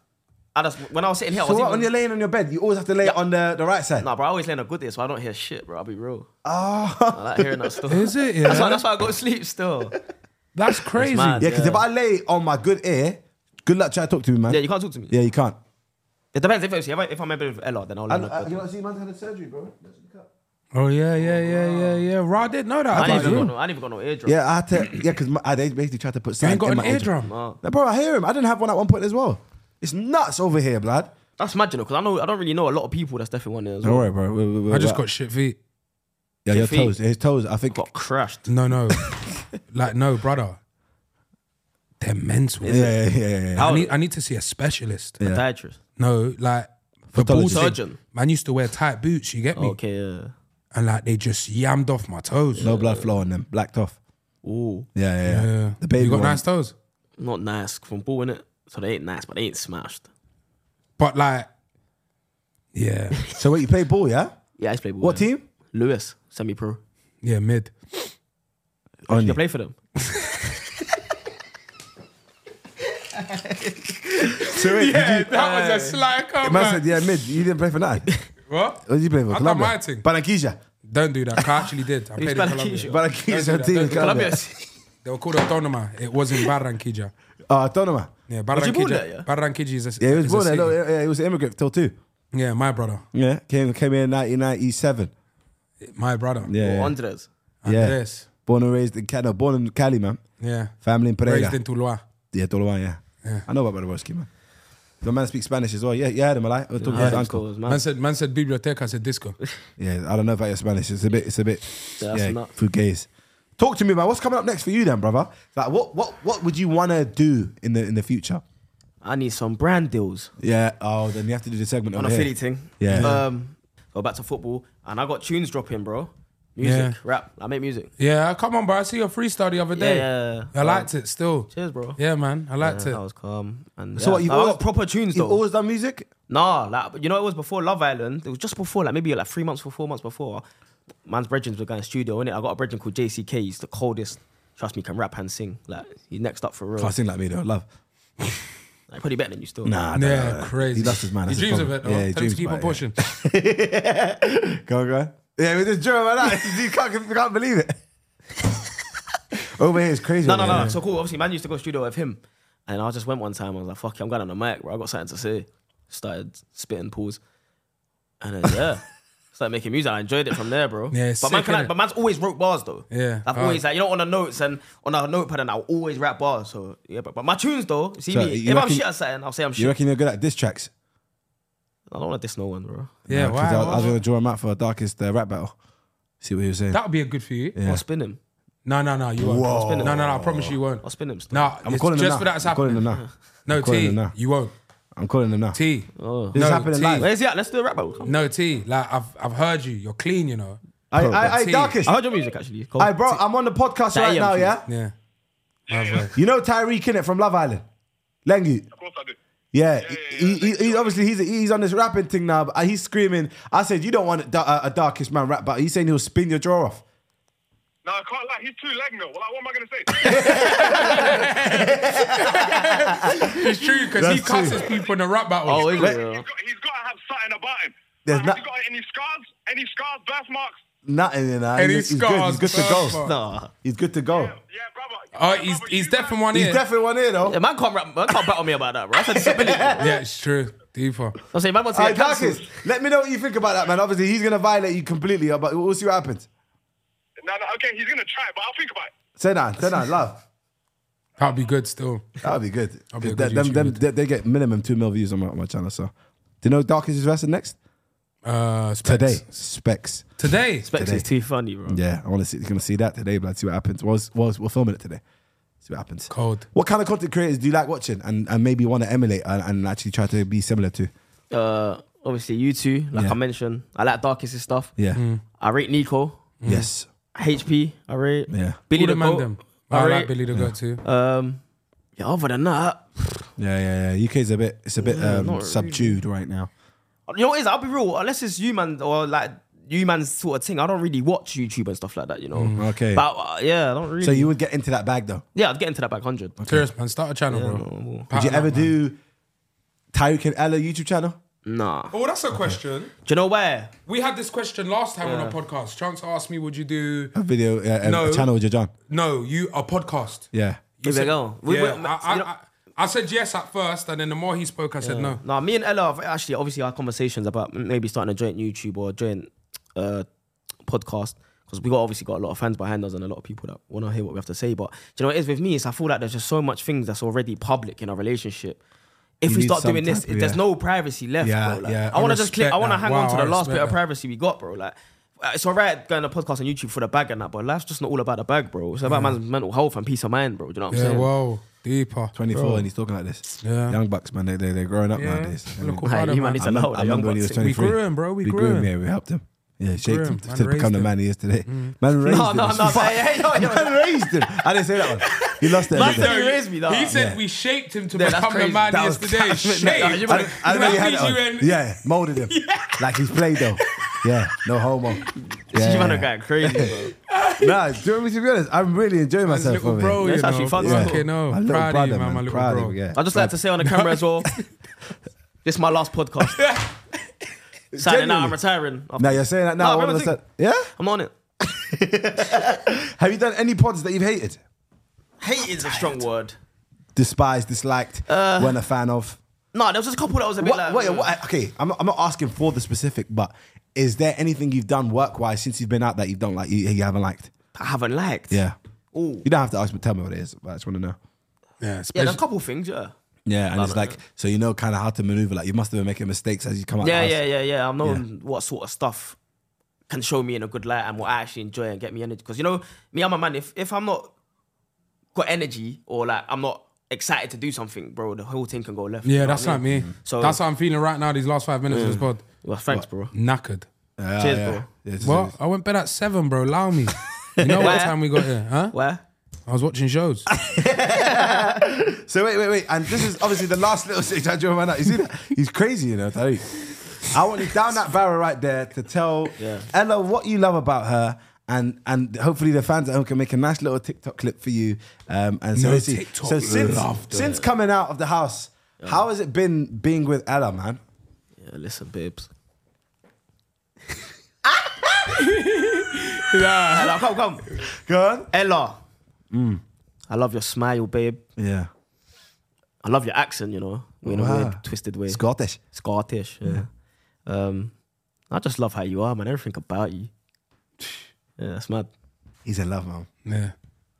[SPEAKER 6] I just when I was sitting here, I
[SPEAKER 4] So
[SPEAKER 6] was
[SPEAKER 4] what,
[SPEAKER 6] even,
[SPEAKER 4] when you're laying on your bed, you always have to lay it on the, the right side.
[SPEAKER 6] Nah, bro, I always laying a good day, so I don't hear shit, bro. I'll be real.
[SPEAKER 4] Ah.
[SPEAKER 6] I like
[SPEAKER 4] <laughs>
[SPEAKER 6] hearing that stuff.
[SPEAKER 5] Is it? <laughs>
[SPEAKER 6] That's why,
[SPEAKER 5] Yeah.
[SPEAKER 6] that's why I go to sleep still.
[SPEAKER 5] That's crazy.
[SPEAKER 6] mad.
[SPEAKER 4] Yeah, because
[SPEAKER 6] Yeah.
[SPEAKER 4] if I lay on my good ear, good luck trying to talk to me, man.
[SPEAKER 6] Yeah, you can't talk to me.
[SPEAKER 4] Yeah, you can't.
[SPEAKER 6] It depends if, if, I- if I'm in bed with Ella, then I'll lay on
[SPEAKER 4] And,
[SPEAKER 6] the
[SPEAKER 4] uh,
[SPEAKER 6] bed.
[SPEAKER 4] you know, see, man's had a surgery, bro.
[SPEAKER 5] Oh yeah, yeah, yeah, yeah, yeah. Rod didn't know that.
[SPEAKER 6] I ain't
[SPEAKER 5] about
[SPEAKER 6] even got
[SPEAKER 5] you.
[SPEAKER 6] no, I ain't even got no eardrum.
[SPEAKER 4] Yeah, I had to. Yeah, because I they basically tried to put
[SPEAKER 5] You
[SPEAKER 4] sand
[SPEAKER 5] ain't got
[SPEAKER 4] in
[SPEAKER 5] an
[SPEAKER 4] my
[SPEAKER 5] eardrum.
[SPEAKER 4] No, bro, I hear him. I didn't have one at one point as well. It's nuts over here, blood.
[SPEAKER 6] That's mad, you know, because I know I don't really know a lot of people that's definitely one there as
[SPEAKER 4] Don't
[SPEAKER 6] well.
[SPEAKER 4] worry, bro. We- we- we-
[SPEAKER 5] I just
[SPEAKER 4] we-
[SPEAKER 5] got shit feet.
[SPEAKER 4] yeah, your
[SPEAKER 6] feet.
[SPEAKER 4] toes. His toes. I think.
[SPEAKER 6] Got crashed.
[SPEAKER 5] No,
[SPEAKER 6] <laughs>
[SPEAKER 5] no. like no, brother. They're mental.
[SPEAKER 4] Yeah, yeah, yeah, yeah.
[SPEAKER 5] I need I need to see a specialist.
[SPEAKER 6] Yeah. Podiatrist.
[SPEAKER 5] No, like for
[SPEAKER 4] Pathologist.
[SPEAKER 5] ball surgeon.
[SPEAKER 6] Surgeon.
[SPEAKER 5] Man used to wear tight boots. You get me?
[SPEAKER 6] Okay, yeah.
[SPEAKER 5] And like they just yammed off my toes.
[SPEAKER 4] No blood flow on them. Blacked off.
[SPEAKER 6] Ooh,
[SPEAKER 4] Yeah, yeah, yeah.
[SPEAKER 5] Yeah.
[SPEAKER 4] The baby
[SPEAKER 5] You got
[SPEAKER 4] one.
[SPEAKER 5] nice toes.
[SPEAKER 6] not nice from ball in it. So they ain't nice, but they ain't smashed.
[SPEAKER 5] But like,
[SPEAKER 6] <laughs>
[SPEAKER 5] yeah,
[SPEAKER 4] So wait, you play ball, yeah?
[SPEAKER 6] Yeah, I used to play ball.
[SPEAKER 4] What
[SPEAKER 6] yeah.
[SPEAKER 4] team?
[SPEAKER 6] Lewis, semi-pro.
[SPEAKER 5] yeah, mid.
[SPEAKER 6] You
[SPEAKER 4] Only.
[SPEAKER 6] can play for them.
[SPEAKER 4] So wait, did you?
[SPEAKER 5] that was a slight
[SPEAKER 4] Man said, yeah, mid. You didn't play for nothing. What
[SPEAKER 5] What?
[SPEAKER 4] did you play for?
[SPEAKER 5] I done
[SPEAKER 4] Colombia?
[SPEAKER 5] my thing.
[SPEAKER 4] Barranquilla.
[SPEAKER 5] Don't do that. I actually did.
[SPEAKER 6] <laughs>
[SPEAKER 5] I played in
[SPEAKER 6] spelled
[SPEAKER 5] Colombia.
[SPEAKER 6] Keisha?
[SPEAKER 4] Barranquilla's your
[SPEAKER 5] that.
[SPEAKER 4] team.
[SPEAKER 5] Don't
[SPEAKER 4] in
[SPEAKER 5] do that.
[SPEAKER 4] Colombia.
[SPEAKER 5] They were called Autónoma. It was in Barranquilla.
[SPEAKER 4] Uh, Autónoma.
[SPEAKER 5] Yeah,
[SPEAKER 6] you born
[SPEAKER 5] Barranquilla.
[SPEAKER 6] there, yeah?
[SPEAKER 5] Barranquilla is a
[SPEAKER 4] Yeah, he was
[SPEAKER 5] is
[SPEAKER 4] born
[SPEAKER 5] a
[SPEAKER 4] there.
[SPEAKER 5] city.
[SPEAKER 4] No, yeah, yeah, he was an immigrant till two.
[SPEAKER 5] Yeah, my brother.
[SPEAKER 4] Yeah, came came here in 1997.
[SPEAKER 5] My brother.
[SPEAKER 4] Yeah,
[SPEAKER 6] Or
[SPEAKER 4] yeah.
[SPEAKER 6] Oh, Andres.
[SPEAKER 5] Andres.
[SPEAKER 4] born and raised in Canada. Born in Cali, man.
[SPEAKER 5] Yeah.
[SPEAKER 4] Family in Pereira.
[SPEAKER 5] Raised in Tuluá.
[SPEAKER 4] yeah, Toloan, yeah. I know about Barbaroski, man. The man speaks Spanish as well. Yeah, yeah, him, I like. I was talking to his
[SPEAKER 6] Yeah,
[SPEAKER 4] uncle.
[SPEAKER 6] it's
[SPEAKER 5] Man
[SPEAKER 6] mad.
[SPEAKER 5] said, man said biblioteca, I said
[SPEAKER 6] <laughs>
[SPEAKER 5] disco.
[SPEAKER 4] Yeah, I don't know about your Spanish. It's a bit, it's a bit,
[SPEAKER 6] Yeah,
[SPEAKER 4] yeah,
[SPEAKER 6] that's
[SPEAKER 4] yeah
[SPEAKER 6] nut.
[SPEAKER 4] food gaze. Talk to me, man. What's coming up next for you, then, brother? Like, what, what, what would you want to do in the in the future?
[SPEAKER 6] I need some brand deals
[SPEAKER 4] Yeah. Oh, then you have to do the segment
[SPEAKER 6] on
[SPEAKER 4] over
[SPEAKER 6] a
[SPEAKER 4] here.
[SPEAKER 6] Philly thing.
[SPEAKER 4] Yeah. Yeah.
[SPEAKER 6] Um, go back to football, and I got tunes dropping, bro. Music,
[SPEAKER 5] Yeah.
[SPEAKER 6] rap. I make music.
[SPEAKER 5] yeah, come on, bro. I see your freestyle the other day.
[SPEAKER 6] Yeah,
[SPEAKER 5] I liked it still.
[SPEAKER 6] Cheers, bro.
[SPEAKER 5] Yeah, man. I liked
[SPEAKER 6] Yeah, I
[SPEAKER 5] it.
[SPEAKER 6] was calm. And
[SPEAKER 4] So what? You've
[SPEAKER 6] I
[SPEAKER 4] always
[SPEAKER 6] got proper tunes
[SPEAKER 4] You've
[SPEAKER 6] though.
[SPEAKER 4] always done music.
[SPEAKER 6] nah, like you know, it was before Love Island. It was just before, like maybe like three months, before, four months before. Man's brethren were going studio, innit? I got a brethren called JCK. He's the coldest. Trust me, can rap and sing. Like he's next up for real.
[SPEAKER 4] Can't sing like me though. Love.
[SPEAKER 6] Like, probably better than you still.
[SPEAKER 4] Nah. nah, nah,
[SPEAKER 5] Yeah,
[SPEAKER 4] nah.
[SPEAKER 5] crazy.
[SPEAKER 4] He lost his mind.
[SPEAKER 5] He
[SPEAKER 4] That's
[SPEAKER 5] dreams of
[SPEAKER 4] problem.
[SPEAKER 5] it. Though.
[SPEAKER 4] Yeah, he
[SPEAKER 5] Tell him
[SPEAKER 4] dreams
[SPEAKER 5] to keep
[SPEAKER 4] about
[SPEAKER 5] on
[SPEAKER 4] it,
[SPEAKER 5] pushing.
[SPEAKER 4] Go on, go on. Yeah, we just drew him like that. <laughs> You can't, you can't believe it. <laughs> Over here is crazy.
[SPEAKER 6] No,
[SPEAKER 4] over
[SPEAKER 6] no, no.
[SPEAKER 4] here.
[SPEAKER 6] So cool. Obviously, man used to go studio with him, and I just went one time. I was like, "Fuck it, I'm going on the mic, bro. I got something to say." Started spitting pools, and then
[SPEAKER 4] <laughs>
[SPEAKER 6] yeah, started making music. I enjoyed it from there, bro.
[SPEAKER 5] Yeah,
[SPEAKER 6] but
[SPEAKER 5] it's
[SPEAKER 6] man,
[SPEAKER 5] sick,
[SPEAKER 6] can,
[SPEAKER 5] innit?
[SPEAKER 6] but man's always wrote bars though.
[SPEAKER 5] Yeah.
[SPEAKER 6] I've
[SPEAKER 5] Oh.
[SPEAKER 6] always like you know on the notes and on a notepad, and I'll always rap bars. So yeah, but, but my tunes though, see
[SPEAKER 4] So,
[SPEAKER 6] me.
[SPEAKER 4] you
[SPEAKER 6] If I'm
[SPEAKER 4] reckon-
[SPEAKER 6] shit at something, I'll say I'm
[SPEAKER 4] You
[SPEAKER 6] shit.
[SPEAKER 4] reckon you're good at diss tracks?
[SPEAKER 6] I don't want to diss no one, bro.
[SPEAKER 5] Yeah,
[SPEAKER 4] Uh, 'cause
[SPEAKER 5] why?
[SPEAKER 4] I, I was
[SPEAKER 5] why-
[SPEAKER 4] going to draw him out for a darkest uh, rap battle. See what he was saying.
[SPEAKER 5] That would be a good for you.
[SPEAKER 6] I'll spin him.
[SPEAKER 5] No, no, no. You won't. No, no, no. I promise you won't.
[SPEAKER 6] I'll spin him. Still.
[SPEAKER 5] No,
[SPEAKER 4] I'm
[SPEAKER 5] it's
[SPEAKER 4] calling
[SPEAKER 5] just
[SPEAKER 4] him now.
[SPEAKER 5] for that. It's
[SPEAKER 4] I'm calling
[SPEAKER 5] happening.
[SPEAKER 4] him now.
[SPEAKER 5] No,
[SPEAKER 4] I'm calling
[SPEAKER 5] T.
[SPEAKER 4] him now.
[SPEAKER 5] You won't.
[SPEAKER 4] I'm calling him now.
[SPEAKER 5] T.
[SPEAKER 6] Oh.
[SPEAKER 4] This
[SPEAKER 5] no,
[SPEAKER 4] is happening
[SPEAKER 5] T.
[SPEAKER 4] live.
[SPEAKER 6] Where's he at? Let's do a rap battle.
[SPEAKER 5] No, T. Like I've, I've heard you. You're clean. You know.
[SPEAKER 4] I, I, I,
[SPEAKER 5] T.
[SPEAKER 4] darkest.
[SPEAKER 6] I heard your music actually. It's cool.
[SPEAKER 4] Hey, bro, I'm on the podcast right
[SPEAKER 6] Damn,
[SPEAKER 4] now, yeah?
[SPEAKER 5] Yeah.
[SPEAKER 4] You know Tyreek Innit from Love Island? Lengu.
[SPEAKER 8] Of course I do.
[SPEAKER 4] Yeah,
[SPEAKER 8] yeah,
[SPEAKER 4] he,
[SPEAKER 8] yeah,
[SPEAKER 4] he, he, obviously he's he's on this rapping thing now, but he's screaming. I said you don't want a, da- a darkest man rap, but he's saying he'll spin your jaw off.
[SPEAKER 8] No, I can't lie. He's too lag now. Well, like, what am I going to say?
[SPEAKER 5] It's true because he
[SPEAKER 4] That's true.
[SPEAKER 5] cusses people in the rap battle.
[SPEAKER 4] <laughs>
[SPEAKER 6] Oh, is it?
[SPEAKER 8] he's, got, he's got to have something about him.
[SPEAKER 4] There's
[SPEAKER 8] Like,
[SPEAKER 4] not-
[SPEAKER 8] Has he got any scars? Any scars? Birthmarks?
[SPEAKER 4] Nothing in that.
[SPEAKER 5] And
[SPEAKER 4] He's,
[SPEAKER 5] he
[SPEAKER 4] he's good.
[SPEAKER 5] scars
[SPEAKER 4] He's good to
[SPEAKER 5] first,
[SPEAKER 4] go.
[SPEAKER 6] Nah.
[SPEAKER 4] He's good to go.
[SPEAKER 8] Yeah, brother.
[SPEAKER 5] Oh,
[SPEAKER 8] Yeah,
[SPEAKER 5] he's
[SPEAKER 8] brother,
[SPEAKER 5] he's
[SPEAKER 8] you
[SPEAKER 5] definitely one
[SPEAKER 4] He's
[SPEAKER 5] here.
[SPEAKER 4] definitely one here though.
[SPEAKER 6] Yeah, man can't rap, man can't battle me about that, bro. That's
[SPEAKER 4] <laughs>
[SPEAKER 6] a disability.
[SPEAKER 5] yeah, it's true. Deeper.
[SPEAKER 6] I'm saying, man wants to
[SPEAKER 4] All right,
[SPEAKER 6] get cancelled.
[SPEAKER 4] Darkest, let me know what you think about that, man. Obviously, he's gonna violate you completely, but we'll see what happens.
[SPEAKER 8] No, no, okay, he's going to try it, but I'll think about it.
[SPEAKER 4] Say that, say that, love.
[SPEAKER 5] That'd be good still.
[SPEAKER 4] That'll be good.
[SPEAKER 5] be a
[SPEAKER 4] Th-
[SPEAKER 5] good
[SPEAKER 4] them- them-
[SPEAKER 5] YouTuber.
[SPEAKER 4] they, they get minimum two mil views on my, on my channel. So, do you know Darkest is wrestling next
[SPEAKER 5] Uh, Specs.
[SPEAKER 4] today? Specs.
[SPEAKER 5] Today.
[SPEAKER 6] Specs is too funny, bro.
[SPEAKER 4] Yeah, I want to see. Gonna see that today, blood. See what happens. Was was we're filming it today. See what happens.
[SPEAKER 5] Cold.
[SPEAKER 4] What kind of content creators do you like watching, and, and maybe want to emulate and, and actually try to be similar to?
[SPEAKER 6] Uh, obviously, you two, like
[SPEAKER 4] Yeah.
[SPEAKER 6] I mentioned, I like Darkest's stuff.
[SPEAKER 4] Yeah.
[SPEAKER 5] Mm,
[SPEAKER 6] I rate Nico.
[SPEAKER 4] Yes.
[SPEAKER 6] HP, I rate.
[SPEAKER 4] Yeah.
[SPEAKER 6] Billy
[SPEAKER 5] All
[SPEAKER 6] the
[SPEAKER 5] the man
[SPEAKER 6] Goat,
[SPEAKER 5] them.
[SPEAKER 6] I
[SPEAKER 5] I
[SPEAKER 6] rate.
[SPEAKER 5] like Billy the Goat too.
[SPEAKER 6] Um, yeah, other than that,
[SPEAKER 4] Yeah, yeah, yeah. UK's a bit. It's a bit um,
[SPEAKER 6] not really.
[SPEAKER 4] subdued right now.
[SPEAKER 6] you know what it is? I'll be real. Unless it's you, man, or like you, man's sort of thing. I don't really watch YouTube and stuff like that. You know.
[SPEAKER 5] Mm-hmm.
[SPEAKER 4] okay.
[SPEAKER 6] But uh, yeah, I don't really.
[SPEAKER 4] So you would get into that bag though.
[SPEAKER 6] Yeah, I'd get into that back hundred.
[SPEAKER 5] Serious man, start a channel, bro.
[SPEAKER 4] Did you ever do Tyreek and Ella YouTube channel?
[SPEAKER 6] Nah. Do
[SPEAKER 5] Oh, that's a question.
[SPEAKER 6] you know where?
[SPEAKER 5] We had this question last time on our podcast. Chance asked me, "Would you do
[SPEAKER 4] A video, uh,
[SPEAKER 5] No.
[SPEAKER 4] a channel with your John.
[SPEAKER 5] no you a podcast?"
[SPEAKER 4] Yeah.
[SPEAKER 5] You
[SPEAKER 6] Here we
[SPEAKER 5] said-
[SPEAKER 6] go. We-
[SPEAKER 5] yeah,
[SPEAKER 6] we-
[SPEAKER 5] I, I,
[SPEAKER 6] you know-
[SPEAKER 5] I, I said yes at first, and then the more he spoke, I said no.
[SPEAKER 6] Nah, me and Ella have actually obviously had conversations about maybe starting a joint YouTube or a joint uh, podcast because we got obviously got a lot of fans behind us and a lot of people that want to hear what we have to say. But do you know what it is with me? Is I feel like there's just so much things that's already public in our relationship. If
[SPEAKER 4] You
[SPEAKER 6] we
[SPEAKER 4] need
[SPEAKER 6] start
[SPEAKER 4] some
[SPEAKER 6] doing this,
[SPEAKER 4] type of-
[SPEAKER 6] there's
[SPEAKER 4] yeah.
[SPEAKER 6] no privacy left.
[SPEAKER 4] Yeah,
[SPEAKER 6] bro. Like,
[SPEAKER 4] yeah,
[SPEAKER 6] I
[SPEAKER 5] I
[SPEAKER 6] want to just click.
[SPEAKER 5] respect
[SPEAKER 6] I want to
[SPEAKER 5] that.
[SPEAKER 6] hang
[SPEAKER 5] Wow,
[SPEAKER 6] on to the
[SPEAKER 5] I
[SPEAKER 6] last bit
[SPEAKER 5] respect
[SPEAKER 6] of
[SPEAKER 5] that.
[SPEAKER 6] privacy we got, bro. Like. uh, It's alright going to podcast on YouTube for the bag and that, but life's just not all about the bag, bro. It's about man's mental health and peace of mind, bro. Do you know what I'm
[SPEAKER 5] Yeah,
[SPEAKER 6] saying?
[SPEAKER 5] whoa, deeper.
[SPEAKER 4] 24 and he's talking like this.
[SPEAKER 5] Yeah.
[SPEAKER 4] Young bucks, man. They, they, they're growing up
[SPEAKER 5] Yeah.
[SPEAKER 4] nowadays. I
[SPEAKER 5] Look
[SPEAKER 4] mean,
[SPEAKER 5] what
[SPEAKER 6] <laughs> Like,
[SPEAKER 5] Friday,
[SPEAKER 6] you man
[SPEAKER 5] man.
[SPEAKER 6] needs
[SPEAKER 4] I
[SPEAKER 6] to
[SPEAKER 4] remember,
[SPEAKER 6] know
[SPEAKER 4] I
[SPEAKER 6] that young
[SPEAKER 4] remember when he was
[SPEAKER 6] bucks-
[SPEAKER 4] 23.
[SPEAKER 5] grew him, bro, we
[SPEAKER 4] we
[SPEAKER 5] grew
[SPEAKER 4] grew
[SPEAKER 5] him.
[SPEAKER 4] Yeah, we helped him. Yeah, Shake
[SPEAKER 5] grew him.
[SPEAKER 4] to,
[SPEAKER 5] Man
[SPEAKER 4] to become
[SPEAKER 5] raised
[SPEAKER 4] the
[SPEAKER 5] him.
[SPEAKER 4] man he is today. Man raised
[SPEAKER 6] No,
[SPEAKER 4] him.
[SPEAKER 6] <laughs> no, no,
[SPEAKER 4] <laughs> Fuck.
[SPEAKER 6] hey, hey, yo, yo.
[SPEAKER 4] Man raised him. I didn't say that one. He lost it.
[SPEAKER 6] Man
[SPEAKER 4] everything.
[SPEAKER 6] said he raised me, though.
[SPEAKER 5] He said
[SPEAKER 4] Yeah.
[SPEAKER 5] we shaped him to
[SPEAKER 6] Yeah, that's
[SPEAKER 5] become the
[SPEAKER 6] crazy.
[SPEAKER 5] man
[SPEAKER 6] That
[SPEAKER 5] he
[SPEAKER 6] was-
[SPEAKER 5] is
[SPEAKER 6] <laughs>
[SPEAKER 5] today.
[SPEAKER 6] No, you
[SPEAKER 5] Shaped.
[SPEAKER 6] man-
[SPEAKER 4] I don't know you had
[SPEAKER 5] Raised
[SPEAKER 4] that
[SPEAKER 5] you
[SPEAKER 4] one.
[SPEAKER 5] and-
[SPEAKER 4] Yeah, molded him. Like he's played though. Yeah, no homo. Yeah,
[SPEAKER 6] You
[SPEAKER 4] yeah,
[SPEAKER 6] man are
[SPEAKER 4] yeah.
[SPEAKER 6] going crazy, bro.
[SPEAKER 4] Nah, do you want me to be honest? I'm really enjoying
[SPEAKER 5] Man's
[SPEAKER 4] myself.
[SPEAKER 5] little
[SPEAKER 4] over here.
[SPEAKER 5] bro, you
[SPEAKER 6] That's
[SPEAKER 5] know.
[SPEAKER 6] actually fun,
[SPEAKER 5] fucking
[SPEAKER 6] yeah.
[SPEAKER 5] hell.
[SPEAKER 4] My little
[SPEAKER 5] Proud of
[SPEAKER 4] brother,
[SPEAKER 5] you, man,
[SPEAKER 4] man.
[SPEAKER 5] my little
[SPEAKER 4] Proud of
[SPEAKER 5] bro.
[SPEAKER 4] you, yeah.
[SPEAKER 6] I just like to say on the camera as well. This is my last podcast. <laughs> Signing out,
[SPEAKER 4] Genuinely.
[SPEAKER 6] I'm retiring.
[SPEAKER 4] Now you're saying that now.
[SPEAKER 6] No,
[SPEAKER 4] all of
[SPEAKER 6] remember
[SPEAKER 4] a
[SPEAKER 6] the
[SPEAKER 4] sudden. Yeah.
[SPEAKER 6] I'm on it.
[SPEAKER 4] Have you done any pods that you've hated,
[SPEAKER 6] Hate is a strong word.
[SPEAKER 4] despised, disliked, weren't a fan of?
[SPEAKER 6] No, there was just a couple that was a bit
[SPEAKER 4] What,
[SPEAKER 6] like. mm.
[SPEAKER 4] wait, what, okay, I'm not, I'm not asking for the specific, but is there anything you've done work-wise since you've been out that you don't like, you, you haven't liked?
[SPEAKER 6] I haven't liked.
[SPEAKER 4] Yeah.
[SPEAKER 6] Ooh.
[SPEAKER 4] You don't have to ask me. Tell me what it is. But I just want to know.
[SPEAKER 5] Yeah,
[SPEAKER 6] Yeah, there's
[SPEAKER 5] especially-
[SPEAKER 6] a couple things, yeah.
[SPEAKER 4] Yeah, and it's like so you know kind of how to maneuver. Like you must have been making mistakes as you come out.
[SPEAKER 6] Yeah,
[SPEAKER 4] the
[SPEAKER 6] yeah,
[SPEAKER 4] house.
[SPEAKER 6] yeah, yeah. I'm knowing what sort of stuff can show me in a good light and what I actually enjoy and get me energy. Because you know, me, I'm a man. If if I'm not got energy or like I'm not excited to do something, bro, the whole thing can go left. you
[SPEAKER 5] yeah,
[SPEAKER 6] know
[SPEAKER 5] that's
[SPEAKER 6] what I
[SPEAKER 5] like
[SPEAKER 6] mean.
[SPEAKER 5] me.
[SPEAKER 6] So-
[SPEAKER 5] that's how I'm feeling right now. These last five minutes
[SPEAKER 4] Mm.
[SPEAKER 5] of this pod,
[SPEAKER 6] Well, thanks, bro.
[SPEAKER 5] knackered.
[SPEAKER 4] Yeah,
[SPEAKER 6] Cheers,
[SPEAKER 4] yeah.
[SPEAKER 6] bro.
[SPEAKER 4] Yeah, it's just-
[SPEAKER 5] What? I went bed at seven, bro. Allow
[SPEAKER 4] <laughs>
[SPEAKER 5] me. You know
[SPEAKER 6] Where?
[SPEAKER 5] what time we got here? Huh?
[SPEAKER 6] Where?
[SPEAKER 5] I was watching
[SPEAKER 6] <laughs>
[SPEAKER 5] shows.
[SPEAKER 4] So wait, wait, wait. And this is obviously the last little <laughs> stage I drew man out. You see that? He's crazy, you know, Tariq. I want you down that barrel right there to tell Ella what you love about her. And and hopefully the fans at home can make a nice little TikTok clip for you. Um, and so
[SPEAKER 5] No
[SPEAKER 4] let's see.
[SPEAKER 5] TikTok
[SPEAKER 4] so since
[SPEAKER 5] loved
[SPEAKER 4] since coming out of the house, how has it been being with Ella, man?
[SPEAKER 6] Yeah, listen, <laughs> babes.
[SPEAKER 5] yeah.
[SPEAKER 6] Ella, come, come.
[SPEAKER 4] Go on.
[SPEAKER 6] Ella. Mm. I love your smile, babe.
[SPEAKER 4] Yeah.
[SPEAKER 6] I love your accent, you know, in
[SPEAKER 4] Wow.
[SPEAKER 6] a weird, twisted way.
[SPEAKER 4] Scottish.
[SPEAKER 6] Scottish, yeah. Um, I just love how you are, man. Everything about <sighs> you. Yeah, that's mad.
[SPEAKER 4] He's in love, man.
[SPEAKER 5] Yeah.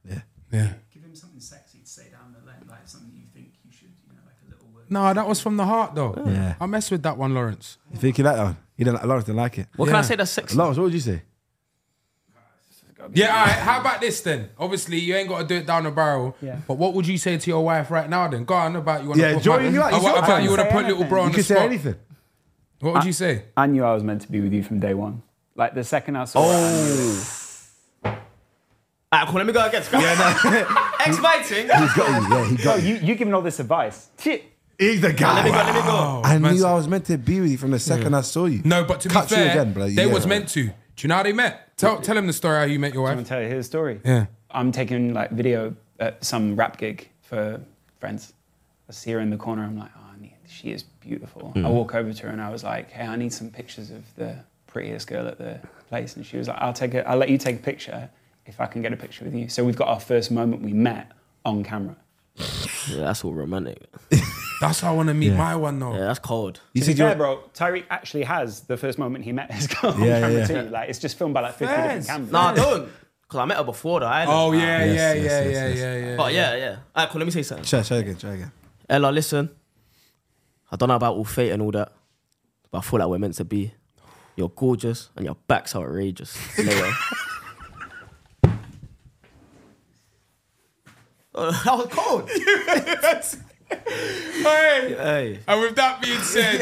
[SPEAKER 4] Yeah.
[SPEAKER 5] Yeah.
[SPEAKER 9] Give him something sexy to say down the lane, like something you think you should, you know, like a little word.
[SPEAKER 5] No, that was from the heart though.
[SPEAKER 4] Yeah.
[SPEAKER 5] I messed with that one, Lawrence.
[SPEAKER 4] You think you like that one? You don't, Lawrence didn't like it.
[SPEAKER 6] What can I
[SPEAKER 5] Yeah.
[SPEAKER 6] say that's sexy?
[SPEAKER 4] Lawrence, what would you say?
[SPEAKER 5] Yeah, all right. How about this then? Obviously, you ain't got to do it down the barrel.
[SPEAKER 7] Yeah.
[SPEAKER 5] But what would you say to your wife right now then? Go on about you want
[SPEAKER 4] Yeah,
[SPEAKER 5] to put
[SPEAKER 4] Jordan,
[SPEAKER 5] my-
[SPEAKER 4] you like-
[SPEAKER 5] uh,
[SPEAKER 4] it's your
[SPEAKER 5] what about
[SPEAKER 4] time.
[SPEAKER 5] you want to
[SPEAKER 7] Say
[SPEAKER 5] put little
[SPEAKER 7] anything.
[SPEAKER 5] bro on
[SPEAKER 4] You
[SPEAKER 5] the
[SPEAKER 4] can say
[SPEAKER 5] spot?
[SPEAKER 4] anything.
[SPEAKER 5] What would you say?
[SPEAKER 7] I knew I was meant to be with you from day one. Like the second I saw. Oh.
[SPEAKER 6] Ah, cool, let me go again. Ex-biting.
[SPEAKER 4] He's got you. Yeah, he got you.
[SPEAKER 7] You you giving all this advice? Shit.
[SPEAKER 4] He's the guy.
[SPEAKER 6] Let me go, let me go.
[SPEAKER 4] I knew
[SPEAKER 5] Manson.
[SPEAKER 4] I was meant to be with you from the second I saw you.
[SPEAKER 5] No, but to
[SPEAKER 4] Cut
[SPEAKER 5] be
[SPEAKER 4] you
[SPEAKER 5] fair,
[SPEAKER 4] again, bro. Yeah.
[SPEAKER 5] they was meant to. Do you know how they met? Tell tell him the story how you met your
[SPEAKER 7] I'm gonna
[SPEAKER 5] wife.
[SPEAKER 7] tell you his story.
[SPEAKER 5] Yeah.
[SPEAKER 7] I'm taking like video at some rap gig for friends. I see her in the corner. I'm like, oh, I need, she is beautiful.
[SPEAKER 4] Mm.
[SPEAKER 7] I walk over to her and I was like, hey, I need some pictures of the prettiest girl at the place. And she was like, I'll take a, I'll let you take a picture if I can get a picture with you. So we've got our first moment we met on camera.
[SPEAKER 6] Yeah, that's all romantic.
[SPEAKER 5] That's how I want to meet my one though.
[SPEAKER 6] Yeah, that's cold.
[SPEAKER 4] You
[SPEAKER 7] To be
[SPEAKER 4] said you're-
[SPEAKER 7] fair, bro, Tyreek actually has the first moment he met his girl on
[SPEAKER 4] Yeah, yeah,
[SPEAKER 7] camera
[SPEAKER 4] yeah.
[SPEAKER 7] too. Like it's just filmed by like 50
[SPEAKER 5] Fez.
[SPEAKER 7] different cameras.
[SPEAKER 6] No, I don't. Because I met her before though. I
[SPEAKER 5] Oh
[SPEAKER 4] yes,
[SPEAKER 5] yeah, yeah,
[SPEAKER 4] yes,
[SPEAKER 5] yeah,
[SPEAKER 4] yes,
[SPEAKER 5] yeah,
[SPEAKER 4] yes.
[SPEAKER 5] yeah, yeah.
[SPEAKER 6] But yeah, yeah. All right, cool. Let me say something.
[SPEAKER 4] Try, try again, try again.
[SPEAKER 6] Ella, listen. I don't know about all fate and all that, but I feel like we're meant to be. You're gorgeous and your back's outrageous. Leo. Oh, that was cold.
[SPEAKER 5] Hey.
[SPEAKER 6] hey.
[SPEAKER 5] And with that being
[SPEAKER 4] <laughs>
[SPEAKER 5] said,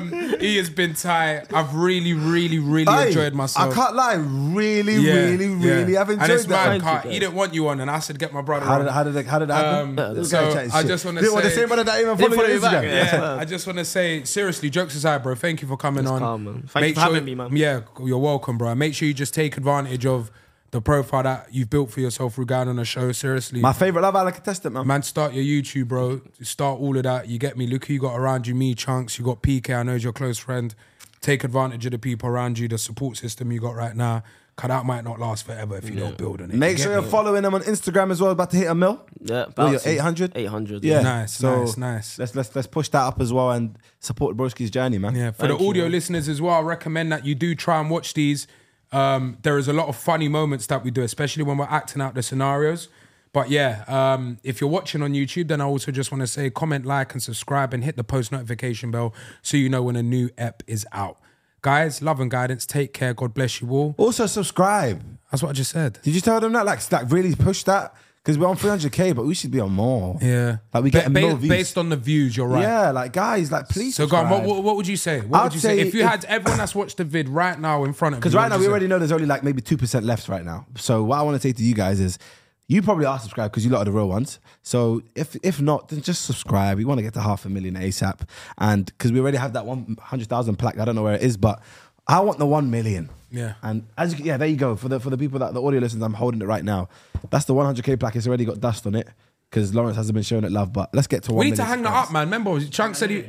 [SPEAKER 5] um, he has been tight. I've really, really, really
[SPEAKER 4] Hey,
[SPEAKER 5] enjoyed myself.
[SPEAKER 4] I can't lie, really,
[SPEAKER 5] Yeah,
[SPEAKER 4] really,
[SPEAKER 5] yeah.
[SPEAKER 4] really, I've
[SPEAKER 5] And
[SPEAKER 4] enjoyed
[SPEAKER 5] this
[SPEAKER 4] that.
[SPEAKER 5] man
[SPEAKER 6] Thank
[SPEAKER 5] can't-
[SPEAKER 6] you,
[SPEAKER 5] he
[SPEAKER 6] guys.
[SPEAKER 5] didn't want you on, and I said, get my brother
[SPEAKER 4] How
[SPEAKER 5] on.
[SPEAKER 4] did, how did that how did that happen?
[SPEAKER 5] Um,
[SPEAKER 4] this
[SPEAKER 5] so
[SPEAKER 4] guy chatting
[SPEAKER 5] I
[SPEAKER 4] shit.
[SPEAKER 5] just wanna
[SPEAKER 4] Didn't want the
[SPEAKER 5] say-
[SPEAKER 4] same brother that even
[SPEAKER 6] Didn't
[SPEAKER 4] followed
[SPEAKER 6] follow
[SPEAKER 4] you
[SPEAKER 6] you
[SPEAKER 4] on
[SPEAKER 6] back,
[SPEAKER 4] Instagram.
[SPEAKER 6] yeah.
[SPEAKER 5] yeah, I just want to say, seriously, jokes aside, bro. Thank you for coming on.
[SPEAKER 6] calm, man. Thank you for having me, man.
[SPEAKER 5] Yeah, you're welcome, bro. Make sure you just take advantage of the profile that you've built for yourself regarding the show. Seriously,
[SPEAKER 4] My favorite Love Island contestant, man.
[SPEAKER 5] man, start your YouTube, bro. Start all of that. You get me. Look who you got around you. Me, Chunks. You got PK. I know he's your close friend. Take advantage of the people around you. The support system you got right now. Cut out might not last forever if you don't build on it.
[SPEAKER 4] Make
[SPEAKER 5] You
[SPEAKER 4] sure
[SPEAKER 5] get
[SPEAKER 4] you're
[SPEAKER 5] me?
[SPEAKER 4] following him on Instagram as well. About to hit a mil.
[SPEAKER 6] Yeah,
[SPEAKER 4] Well, Oh, you're
[SPEAKER 6] bouncing.
[SPEAKER 4] 800.
[SPEAKER 6] 800,
[SPEAKER 4] Yeah,
[SPEAKER 6] yeah.
[SPEAKER 5] Nice,
[SPEAKER 4] so
[SPEAKER 5] nice, nice.
[SPEAKER 4] Let's let's let's push that up as well and support Broski's journey, man.
[SPEAKER 5] Yeah, for the audio listeners as well, I recommend that you do try and watch these. Um, there is a lot of funny moments that we do, especially when we're acting out the scenarios. But yeah, um, if you're watching on YouTube, then I also just want to say comment, like, and subscribe, and hit the post notification bell so you know when a new ep is out. Guys, love and guidance. Take care. God bless you all.
[SPEAKER 4] Also subscribe.
[SPEAKER 5] That's what I just said.
[SPEAKER 4] Did you tell them that? Like, like really push that because we're on 300k, but we should be on more.
[SPEAKER 5] Yeah,
[SPEAKER 4] like we get a
[SPEAKER 5] Ba- ba-
[SPEAKER 4] mil views.
[SPEAKER 5] based on the views. You're right.
[SPEAKER 4] Yeah, like guys, like please.
[SPEAKER 5] So, Gone, what,
[SPEAKER 4] subscribe.
[SPEAKER 5] what, what would you say? What
[SPEAKER 4] I'd
[SPEAKER 5] would you say
[SPEAKER 4] say
[SPEAKER 5] if you
[SPEAKER 4] if-
[SPEAKER 5] had everyone that's watched the vid right now in front of you?
[SPEAKER 4] Because
[SPEAKER 5] what
[SPEAKER 4] right
[SPEAKER 5] would
[SPEAKER 4] now
[SPEAKER 5] you
[SPEAKER 4] we
[SPEAKER 5] say?
[SPEAKER 4] already know there's only like maybe two percent left right now. So what I want to say to you guys is, you probably are subscribed because you lot are the real ones. So if if not, then just subscribe. We want to get to half a million ASAP, and because we already have that one hundred thousand plaque. I don't know where it is, but I want the one million.
[SPEAKER 5] Yeah.
[SPEAKER 4] And as you, yeah, there you go. For the for the people that the audio listeners, I'm holding it right now. That's the 100k plaque. It's already got dust on it because Lawrence hasn't been showing it love. But let's get to one.
[SPEAKER 5] We need to
[SPEAKER 4] million
[SPEAKER 5] hang that
[SPEAKER 4] subscribers.
[SPEAKER 5] up, man. Remember, Chunk said he,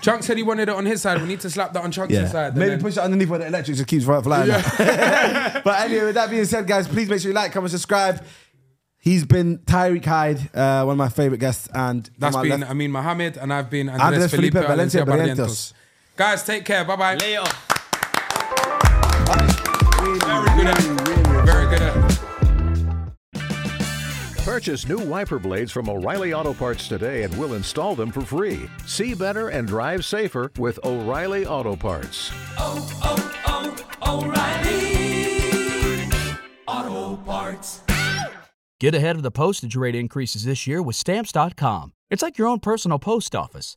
[SPEAKER 5] Chunk said he wanted it on his side. We need to slap that on Chunk's
[SPEAKER 4] Yeah.
[SPEAKER 5] side. and
[SPEAKER 4] Maybe
[SPEAKER 5] then-
[SPEAKER 4] push it underneath where the electric just keeps flying. <laughs> but anyway, with that being said, guys, please make sure you like, comment, subscribe. He's been Tyreek Hyde, uh, one of my favorite guests, and
[SPEAKER 5] That's
[SPEAKER 4] on my
[SPEAKER 5] been
[SPEAKER 4] left-
[SPEAKER 5] Amin Mohammed, and I've been Andres,
[SPEAKER 4] Andres
[SPEAKER 5] Felipe,
[SPEAKER 4] Felipe Valencia
[SPEAKER 5] Valencia Barrientos.
[SPEAKER 4] Barrientos.
[SPEAKER 5] Guys, take care. Bye bye.
[SPEAKER 6] Leo.
[SPEAKER 5] Very good. app. Very good. eh? app.
[SPEAKER 2] Purchase new wiper blades from O'Reilly Auto Parts today and we'll install them for free. See better and drive safer with O'Reilly Auto Parts.
[SPEAKER 3] Oh, oh, oh, O'Reilly. Auto parts.
[SPEAKER 10] Get ahead of the postage rate increases this year with Stamps.com. It's like your own personal post office.